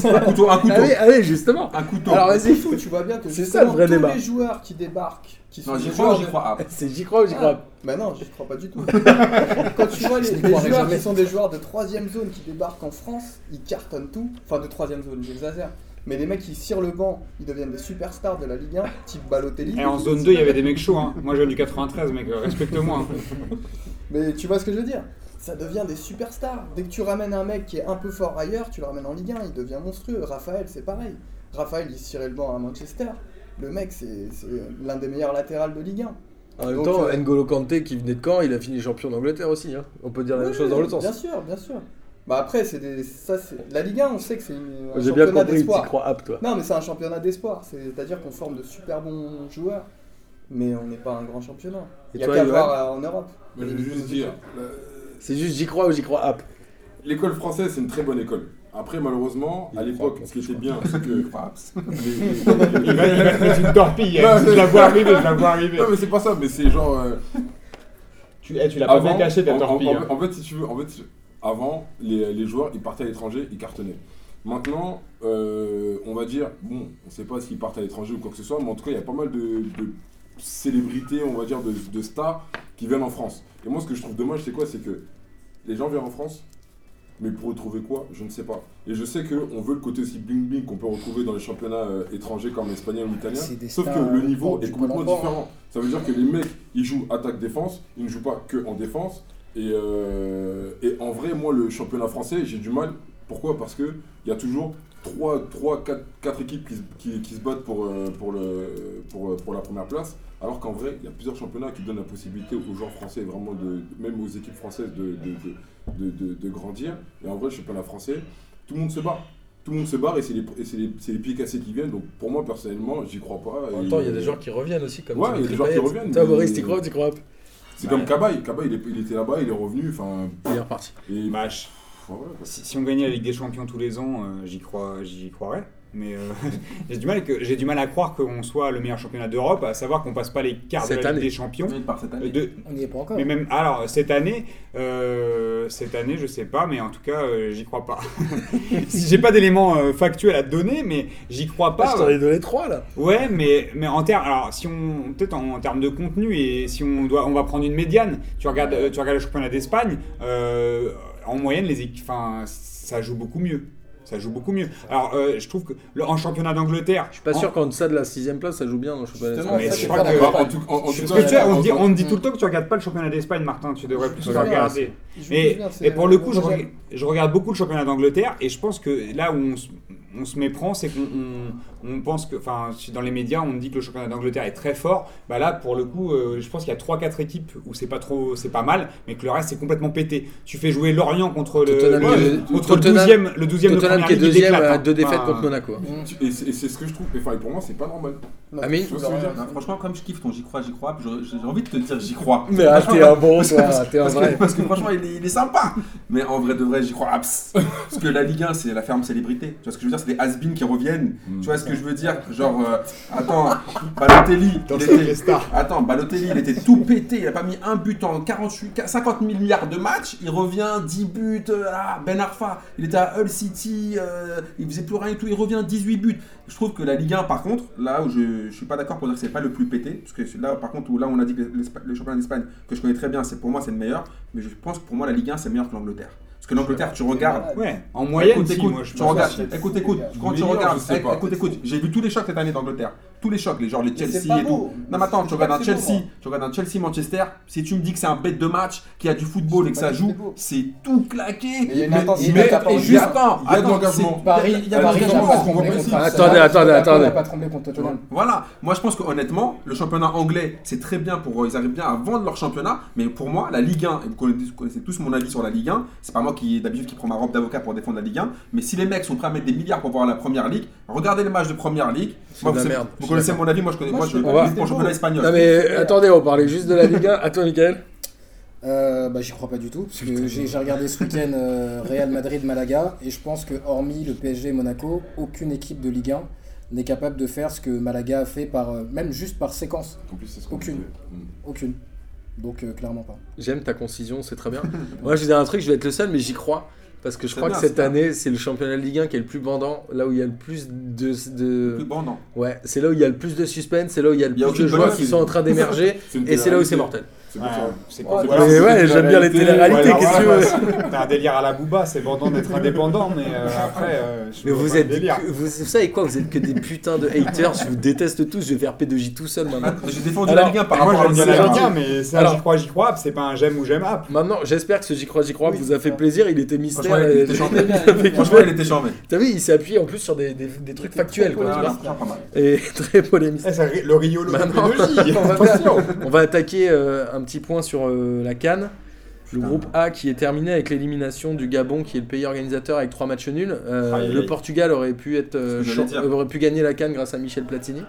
[SPEAKER 4] toi.
[SPEAKER 3] Un couteau, un couteau.
[SPEAKER 1] Allez, allez, justement
[SPEAKER 3] Un couteau.
[SPEAKER 1] Ah Alors,
[SPEAKER 4] Mais
[SPEAKER 1] vas-y.
[SPEAKER 4] c'est Ah, fou, tu vois bien que
[SPEAKER 1] C'est
[SPEAKER 4] c'est
[SPEAKER 1] ça, le vrai
[SPEAKER 4] tous
[SPEAKER 1] débat.
[SPEAKER 4] les joueurs qui débarquent, qui sont
[SPEAKER 3] Non, j'y
[SPEAKER 4] des
[SPEAKER 3] crois,
[SPEAKER 4] joueurs
[SPEAKER 3] j'y
[SPEAKER 4] de-
[SPEAKER 3] crois. Ah,
[SPEAKER 1] C'est j'y crois ou j'y crois pas
[SPEAKER 4] Bah non, j'y crois pas du tout. Quand tu vois les,
[SPEAKER 6] n'y
[SPEAKER 4] les
[SPEAKER 6] croirais
[SPEAKER 4] joueurs
[SPEAKER 6] jamais.
[SPEAKER 4] qui sont des joueurs de troisième zone qui débarquent en France, ils cartonnent tout. Enfin, de troisième zone, j'exagère. Mais les mecs, ils cirent le banc, ils deviennent des superstars de la Ligue 1, type Balotelli.
[SPEAKER 2] Et en zone 2, il y avait des mecs chauds. hein. Moi, je viens du 93, mec, euh, respecte-moi. hein.
[SPEAKER 4] Mais tu vois ce que je veux dire Ça devient des superstars. Dès que tu ramènes un mec qui est un peu fort ailleurs, tu le ramènes en Ligue 1, il devient monstrueux. Raphaël, c'est pareil. Raphaël, il cirait le banc à Manchester. Le mec, c'est c'est l'un des meilleurs latérales de Ligue 1.
[SPEAKER 1] En même
[SPEAKER 4] Donc,
[SPEAKER 1] temps,
[SPEAKER 4] euh,
[SPEAKER 1] N'Golo Kanté qui venait de Caen, il a fini champion d'Angleterre aussi. hein. On peut dire la même chose dans l'autre sens.
[SPEAKER 4] Bien sûr, bien sûr. Bah après, c'est des... ça, c'est... la Ligue 1, on sait que c'est une... un
[SPEAKER 1] J'ai bien
[SPEAKER 4] championnat
[SPEAKER 1] compris, t'y
[SPEAKER 4] d'espoir.
[SPEAKER 1] crois apte, toi.
[SPEAKER 4] Non, mais c'est un championnat d'espoir. C'est-à-dire qu'on forme de super bons joueurs, mais on n'est pas un grand championnat.
[SPEAKER 1] Et
[SPEAKER 4] Il y a
[SPEAKER 1] toi,
[SPEAKER 4] qu'à
[SPEAKER 1] Johan
[SPEAKER 4] voir euh, en Europe.
[SPEAKER 5] Moi, je veux juste dire, la-
[SPEAKER 1] C'est juste j'y crois ou j'y crois apte.
[SPEAKER 5] l'école française, c'est une très bonne école. Après, malheureusement,
[SPEAKER 1] Il
[SPEAKER 5] à
[SPEAKER 1] y
[SPEAKER 5] l'époque,
[SPEAKER 1] croit,
[SPEAKER 5] ce qui était bien, c'est que.
[SPEAKER 2] Il va, il va te mettre une torpille. hein. Je la vois arriver, je la vois arriver.
[SPEAKER 5] Non, mais c'est pas ça, mais c'est genre. euh,
[SPEAKER 2] Tu, eh, tu l'as pas
[SPEAKER 5] Avant,
[SPEAKER 2] bien caché, ta
[SPEAKER 5] en-
[SPEAKER 2] torpille.
[SPEAKER 5] en-
[SPEAKER 2] hein.
[SPEAKER 5] en- en fait, si tu veux, en fait, si- avant, les, les joueurs, ils partaient à l'étranger, ils cartonnaient. Maintenant, euh, on va dire, bon, on sait pas s'ils partent à l'étranger ou quoi que ce soit, mais en tout cas, il y a pas mal de, de célébrités, on va dire, de, de stars qui viennent en France. Et moi, ce que je trouve dommage, c'est quoi C'est que les gens viennent en France, mais pour retrouver quoi Je ne sais pas. Et je sais qu'on veut le côté aussi bling-bling qu'on peut retrouver dans les championnats euh, étrangers comme espagnol ou italien.
[SPEAKER 6] C'est des
[SPEAKER 5] Sauf que
[SPEAKER 6] stars,
[SPEAKER 5] le
[SPEAKER 6] euh,
[SPEAKER 5] niveau
[SPEAKER 6] du
[SPEAKER 5] est complètement
[SPEAKER 6] Pôle emploi,
[SPEAKER 5] différent. Ça veut dire que les mecs, ils jouent attaque-défense, ils ne jouent pas que en défense. Et, euh, et en vrai, moi, le championnat français, j'ai du mal. Pourquoi Parce que il y a toujours 3, 3 4, équipes qui, se- qui- qui se battent pour, euh, pour, le, pour, euh, pour la première place. Alors qu'en vrai, il y a plusieurs championnats qui donnent la possibilité aux joueurs français, vraiment de, même aux équipes françaises, de, de- de- de- de- de grandir. Et en vrai, le championnat français, tout le monde se bat. Tout le monde se barre et c'est les, et c'est les, c'est les pieds cassés qui viennent. Donc pour moi, personnellement, j'y crois pas.
[SPEAKER 1] En même
[SPEAKER 5] Et-
[SPEAKER 1] temps, il y a des joueurs qui reviennent aussi, comme
[SPEAKER 5] Ouais, il y a des
[SPEAKER 1] Dimitri
[SPEAKER 5] joueurs qui
[SPEAKER 1] Payet.
[SPEAKER 5] reviennent,
[SPEAKER 1] Toi,
[SPEAKER 5] mais-
[SPEAKER 1] Boris, t'y crois ou t'y crois pas
[SPEAKER 5] C'est comme Cabaye. Cabaye, il, est- il était là-bas, il est revenu. Enfin,
[SPEAKER 1] Il est reparti.
[SPEAKER 5] et
[SPEAKER 2] Bah, je-
[SPEAKER 5] enfin, voilà, quoi.
[SPEAKER 2] Si, si on gagnait la Ligue des Champions tous les ans, euh, j'y crois, j'y croirais. Mais euh, j'ai du mal que j'ai du mal à croire qu'on soit le meilleur championnat d'Europe, à savoir qu'on passe pas les quarts de
[SPEAKER 1] Cette
[SPEAKER 2] la
[SPEAKER 1] année.
[SPEAKER 2] Ligue des Champions.
[SPEAKER 3] Il part cette
[SPEAKER 2] Euh,
[SPEAKER 3] année.
[SPEAKER 2] de-
[SPEAKER 6] On n'y est pas encore.
[SPEAKER 2] mais même alors cette année, euh, cette année je sais pas, mais en tout cas euh, j'y crois pas. Si j'ai pas d'éléments euh, factuels à te donner, mais j'y crois
[SPEAKER 1] Ah,
[SPEAKER 2] pas.
[SPEAKER 1] je t'en ai donné 3 là.
[SPEAKER 2] Ouais, mais, mais en termes, alors si on peut-être en, en termes de contenu et si on doit, on va prendre une médiane. Tu regardes, euh, tu regardes le championnat d'Espagne. euh, en moyenne, les équipes, enfin, ça joue beaucoup mieux. Ça joue beaucoup mieux. Alors, euh, je trouve que le- en championnat d'Angleterre,
[SPEAKER 1] Je suis pas sûr qu'en deçà de la 6ème place, ça joue bien dans le championnat.
[SPEAKER 4] Justement,
[SPEAKER 1] d'Espagne.
[SPEAKER 2] Mais
[SPEAKER 4] Ah, ça,
[SPEAKER 2] je
[SPEAKER 4] c'est
[SPEAKER 2] crois
[SPEAKER 4] pas
[SPEAKER 2] que-
[SPEAKER 4] la-
[SPEAKER 5] Bah, en tout, en- en tout
[SPEAKER 2] Parce
[SPEAKER 5] cas,
[SPEAKER 2] que tu vois, on, te dit,
[SPEAKER 5] en-
[SPEAKER 2] on te dit tout le temps que tu regardes pas le championnat d'Espagne, Martin. Tu devrais plus
[SPEAKER 1] Je
[SPEAKER 2] le
[SPEAKER 1] regarde.
[SPEAKER 2] regarder.
[SPEAKER 4] Ils jouent tous
[SPEAKER 2] Et,
[SPEAKER 4] bien, c'est
[SPEAKER 2] et pour le coup, je,
[SPEAKER 4] deuxième.
[SPEAKER 2] reg- je regarde beaucoup le championnat d'Angleterre et je pense que là où on, se- on se méprend, c'est qu'on on- on pense que, enfin, si dans les médias, on dit que le championnat d'Angleterre est très fort. Bah là, pour le coup, euh, je pense qu'il y a 3-4 équipes où c'est pas trop, c'est pas mal, mais que le reste c'est complètement pété. Tu fais jouer Lorient contre le,
[SPEAKER 1] Tottenham,
[SPEAKER 2] le-
[SPEAKER 1] euh,
[SPEAKER 2] contre le
[SPEAKER 1] Tottenham-
[SPEAKER 2] 12e, le 12e de
[SPEAKER 1] Tottenham
[SPEAKER 2] première
[SPEAKER 1] qui est
[SPEAKER 2] ligue, il
[SPEAKER 1] deuxième
[SPEAKER 2] éclate,
[SPEAKER 1] à
[SPEAKER 2] hein.
[SPEAKER 1] deux défaites
[SPEAKER 2] Enfin,
[SPEAKER 1] contre Monaco. hein.
[SPEAKER 5] Et c'est et c'est ce que je trouve. Enfin, pour moi, c'est pas normal.
[SPEAKER 4] Non,
[SPEAKER 1] Amine,
[SPEAKER 4] Ah. je
[SPEAKER 5] tu vois ce
[SPEAKER 4] leur-
[SPEAKER 5] que je veux dire
[SPEAKER 3] Non, franchement, comme je kiffe ton j'y crois, j'y crois, puis j'aurais- j'ai j'ai envie de te dire j'y crois.
[SPEAKER 1] Mais ah, t'es un bon,
[SPEAKER 3] Parce que-
[SPEAKER 1] toi, t'es un
[SPEAKER 3] parce que-
[SPEAKER 1] vrai.
[SPEAKER 3] Parce que franchement, il est, il est sympa. Mais en vrai de vrai, j'y crois. abs. Parce que la Ligue 1, c'est la ferme célébrité. Tu vois ce que je veux dire C'est des has qui reviennent.
[SPEAKER 5] Mm.
[SPEAKER 3] Tu vois ce que je veux dire Genre, euh, attends, Balotelli, il était, attends, Balotelli, il était tout pété. Il a pas mis un but en 48, 50 000 milliards de matchs. Il revient 10 buts. euh, ah, ben Arfa, il était à Hull City. euh, il faisait plus rien et tout. Il revient 18 buts. Je trouve que la Ligue 1, par contre, là où je, je suis pas d'accord pour dire que c'est pas le plus pété, parce que c'est là, par contre, où là, on a dit que l'Espa- le championnat d'Espagne, que je connais très bien, c'est pour moi, c'est le meilleur, mais je pense que pour moi, la Ligue 1, c'est meilleur que l'Angleterre. Parce que l'Angleterre, tu regardes.
[SPEAKER 2] Ouais, en
[SPEAKER 1] Bah,
[SPEAKER 2] moyenne,
[SPEAKER 3] écoute,
[SPEAKER 2] si,
[SPEAKER 3] écoute,
[SPEAKER 2] moi, je
[SPEAKER 3] tu
[SPEAKER 2] pense.
[SPEAKER 3] regardes,
[SPEAKER 4] que c'est-
[SPEAKER 3] écoute, écoute, quand tu
[SPEAKER 5] Meilleur,
[SPEAKER 3] regardes, eh,
[SPEAKER 5] je sais pas.
[SPEAKER 3] écoute, écoute, j'ai vu tous les chocs cette année d'Angleterre, tous les chocs, les genres les
[SPEAKER 4] Mais
[SPEAKER 3] Chelsea
[SPEAKER 4] c'est pas
[SPEAKER 3] et tout.
[SPEAKER 4] beau.
[SPEAKER 3] Non, mais attends,
[SPEAKER 4] Je
[SPEAKER 3] tu
[SPEAKER 4] trouve pas
[SPEAKER 3] regardes
[SPEAKER 4] que
[SPEAKER 3] un
[SPEAKER 4] c'est beau,
[SPEAKER 3] Chelsea,
[SPEAKER 4] moi.
[SPEAKER 3] tu regardes un Chelsea Manchester, si tu me dis que c'est un bête de match, qu'il y a du football et que
[SPEAKER 4] C'est
[SPEAKER 3] ça
[SPEAKER 4] pas que
[SPEAKER 3] joue,
[SPEAKER 4] c'est beau.
[SPEAKER 3] c'est tout claqué.
[SPEAKER 4] Mais il y a une
[SPEAKER 3] Mais-
[SPEAKER 4] intensité
[SPEAKER 3] mais-
[SPEAKER 4] qui a pas
[SPEAKER 3] et
[SPEAKER 4] envie.
[SPEAKER 3] juste,
[SPEAKER 5] Il
[SPEAKER 3] attends,
[SPEAKER 5] y a de
[SPEAKER 3] attends,
[SPEAKER 5] l'engagement.
[SPEAKER 3] c'est-
[SPEAKER 6] Paris,
[SPEAKER 3] il y a de
[SPEAKER 6] Paris n'a Ah,
[SPEAKER 3] l'engagement.
[SPEAKER 6] pas tremblé contre Arsenal.
[SPEAKER 1] Attendez, attendez,
[SPEAKER 6] Monaco n'a
[SPEAKER 1] attendez.
[SPEAKER 6] pas tremblé contre Tottenham.
[SPEAKER 3] Voilà, moi je pense que honnêtement, le championnat anglais, c'est très bien pour euh, ils arrivent bien à vendre leur championnat, mais pour moi, la Ligue 1, et vous connaissez, vous connaissez tous mon avis sur la Ligue 1, c'est pas moi qui d'habitude qui prend ma robe d'avocat pour défendre la Ligue 1, mais si les mecs sont prêts à mettre des milliards pour voir la première ligue, regardez les matchs de première ligue. Moi,
[SPEAKER 1] de la
[SPEAKER 3] vous, savez-
[SPEAKER 1] merde.
[SPEAKER 3] vous connaissez mon avis, moi je connais
[SPEAKER 4] Moi,
[SPEAKER 3] moi,
[SPEAKER 4] je
[SPEAKER 3] je,
[SPEAKER 4] sais
[SPEAKER 1] pas,
[SPEAKER 3] moi,
[SPEAKER 1] mais
[SPEAKER 3] pour le
[SPEAKER 4] c'est
[SPEAKER 3] championnat
[SPEAKER 4] beau.
[SPEAKER 3] espagnol.
[SPEAKER 1] Non mais euh, attendez, on parlait juste de la Ligue 1. À toi, Michael.
[SPEAKER 6] Euh, bah, j'y crois pas du tout, parce que j'ai j'ai regardé ce week-end euh, Real Madrid-Malaga, et je pense que, hormis le PSG et Monaco, aucune équipe de Ligue 1 n'est capable de faire ce que Malaga a fait, par, euh, même juste par séquence.
[SPEAKER 5] En plus, c'est ce
[SPEAKER 6] Aucune.
[SPEAKER 5] fait. Mm.
[SPEAKER 6] Aucune. Donc, euh, clairement pas.
[SPEAKER 1] J'aime ta concision, c'est très bien. Moi, je vais dire un truc, je vais être le seul, mais j'y crois. Parce que je
[SPEAKER 3] C'est
[SPEAKER 1] crois
[SPEAKER 3] bien,
[SPEAKER 1] que cette
[SPEAKER 3] c'est bien.
[SPEAKER 1] année, c'est le championnat de Ligue 1 qui est le plus bandant, là où il y a le plus de. de-
[SPEAKER 3] Plus bon, non.
[SPEAKER 1] Ouais, c'est là où il y a le plus de suspense, c'est là où il y a le
[SPEAKER 3] Il y a
[SPEAKER 1] plus de
[SPEAKER 3] aucune
[SPEAKER 1] joueurs
[SPEAKER 3] bonne
[SPEAKER 1] qui
[SPEAKER 3] idée.
[SPEAKER 1] sont en train d'émerger,
[SPEAKER 5] C'est une
[SPEAKER 1] et c'est là où c'est
[SPEAKER 5] télé-réalité.
[SPEAKER 1] mortel.
[SPEAKER 5] C'est
[SPEAKER 2] Ouais,
[SPEAKER 5] pour ça.
[SPEAKER 2] c'est
[SPEAKER 5] Ouais,
[SPEAKER 2] voilà,
[SPEAKER 1] Mais
[SPEAKER 5] c'est
[SPEAKER 1] ouais,
[SPEAKER 5] une
[SPEAKER 1] j'aime bien les
[SPEAKER 5] télé-réalités.
[SPEAKER 1] téléréalités, qu'est-ce que tu veux
[SPEAKER 2] T'as un délire à la Booba, c'est vendant d'être indépendant, mais euh, après. euh, je
[SPEAKER 1] Mais
[SPEAKER 2] vois
[SPEAKER 1] vous
[SPEAKER 2] pas le
[SPEAKER 1] êtes.
[SPEAKER 2] délire.
[SPEAKER 1] que- Vous, vous savez quoi Vous êtes que des putains de haters, je vous déteste tous, je vais faire P2J tout seul maintenant.
[SPEAKER 3] J'ai défendu
[SPEAKER 1] Alors,
[SPEAKER 3] la Ligue 1 par
[SPEAKER 2] Moi,
[SPEAKER 3] rapport à
[SPEAKER 2] j'aime bien
[SPEAKER 1] c'est
[SPEAKER 2] la
[SPEAKER 3] l'Angleterre.
[SPEAKER 2] Ligue
[SPEAKER 1] gentil.
[SPEAKER 2] 1, mais c'est un
[SPEAKER 1] Alors-
[SPEAKER 2] j'y crois, j'y crois, c'est pas un j'aime ou j'aime up.
[SPEAKER 1] Maintenant, j'espère que ce J'y crois, J'y crois
[SPEAKER 4] Oui,
[SPEAKER 1] vous a
[SPEAKER 4] c'est
[SPEAKER 1] fait
[SPEAKER 4] ça.
[SPEAKER 1] plaisir, il était mystère.
[SPEAKER 3] Franchement, il
[SPEAKER 1] et-
[SPEAKER 3] était charmé. Franchement, il était charmé.
[SPEAKER 1] T'as vu, il s'est appuyé en plus sur des, des- des trucs factuels, quoi,
[SPEAKER 3] Ouais,
[SPEAKER 1] tu
[SPEAKER 3] ouais,
[SPEAKER 1] vois.
[SPEAKER 3] franchement, pas mal.
[SPEAKER 1] Et très polémique.
[SPEAKER 2] Eh, ça ri- le Rio le
[SPEAKER 1] Bah non.
[SPEAKER 2] P2J,
[SPEAKER 1] On va
[SPEAKER 2] attention.
[SPEAKER 1] On va attaquer euh, un petit point sur euh, la Cannes. Le groupe A qui est terminé avec l'élimination du Gabon qui est le pays organisateur avec trois matchs nuls. Euh,
[SPEAKER 2] Aïe, aïe,
[SPEAKER 1] le
[SPEAKER 2] aïe.
[SPEAKER 1] Portugal aurait pu être euh,
[SPEAKER 3] C'est ce que j'allais
[SPEAKER 1] champ-
[SPEAKER 3] dire.
[SPEAKER 1] aurait pu gagner la Cannes grâce à Michel Platini.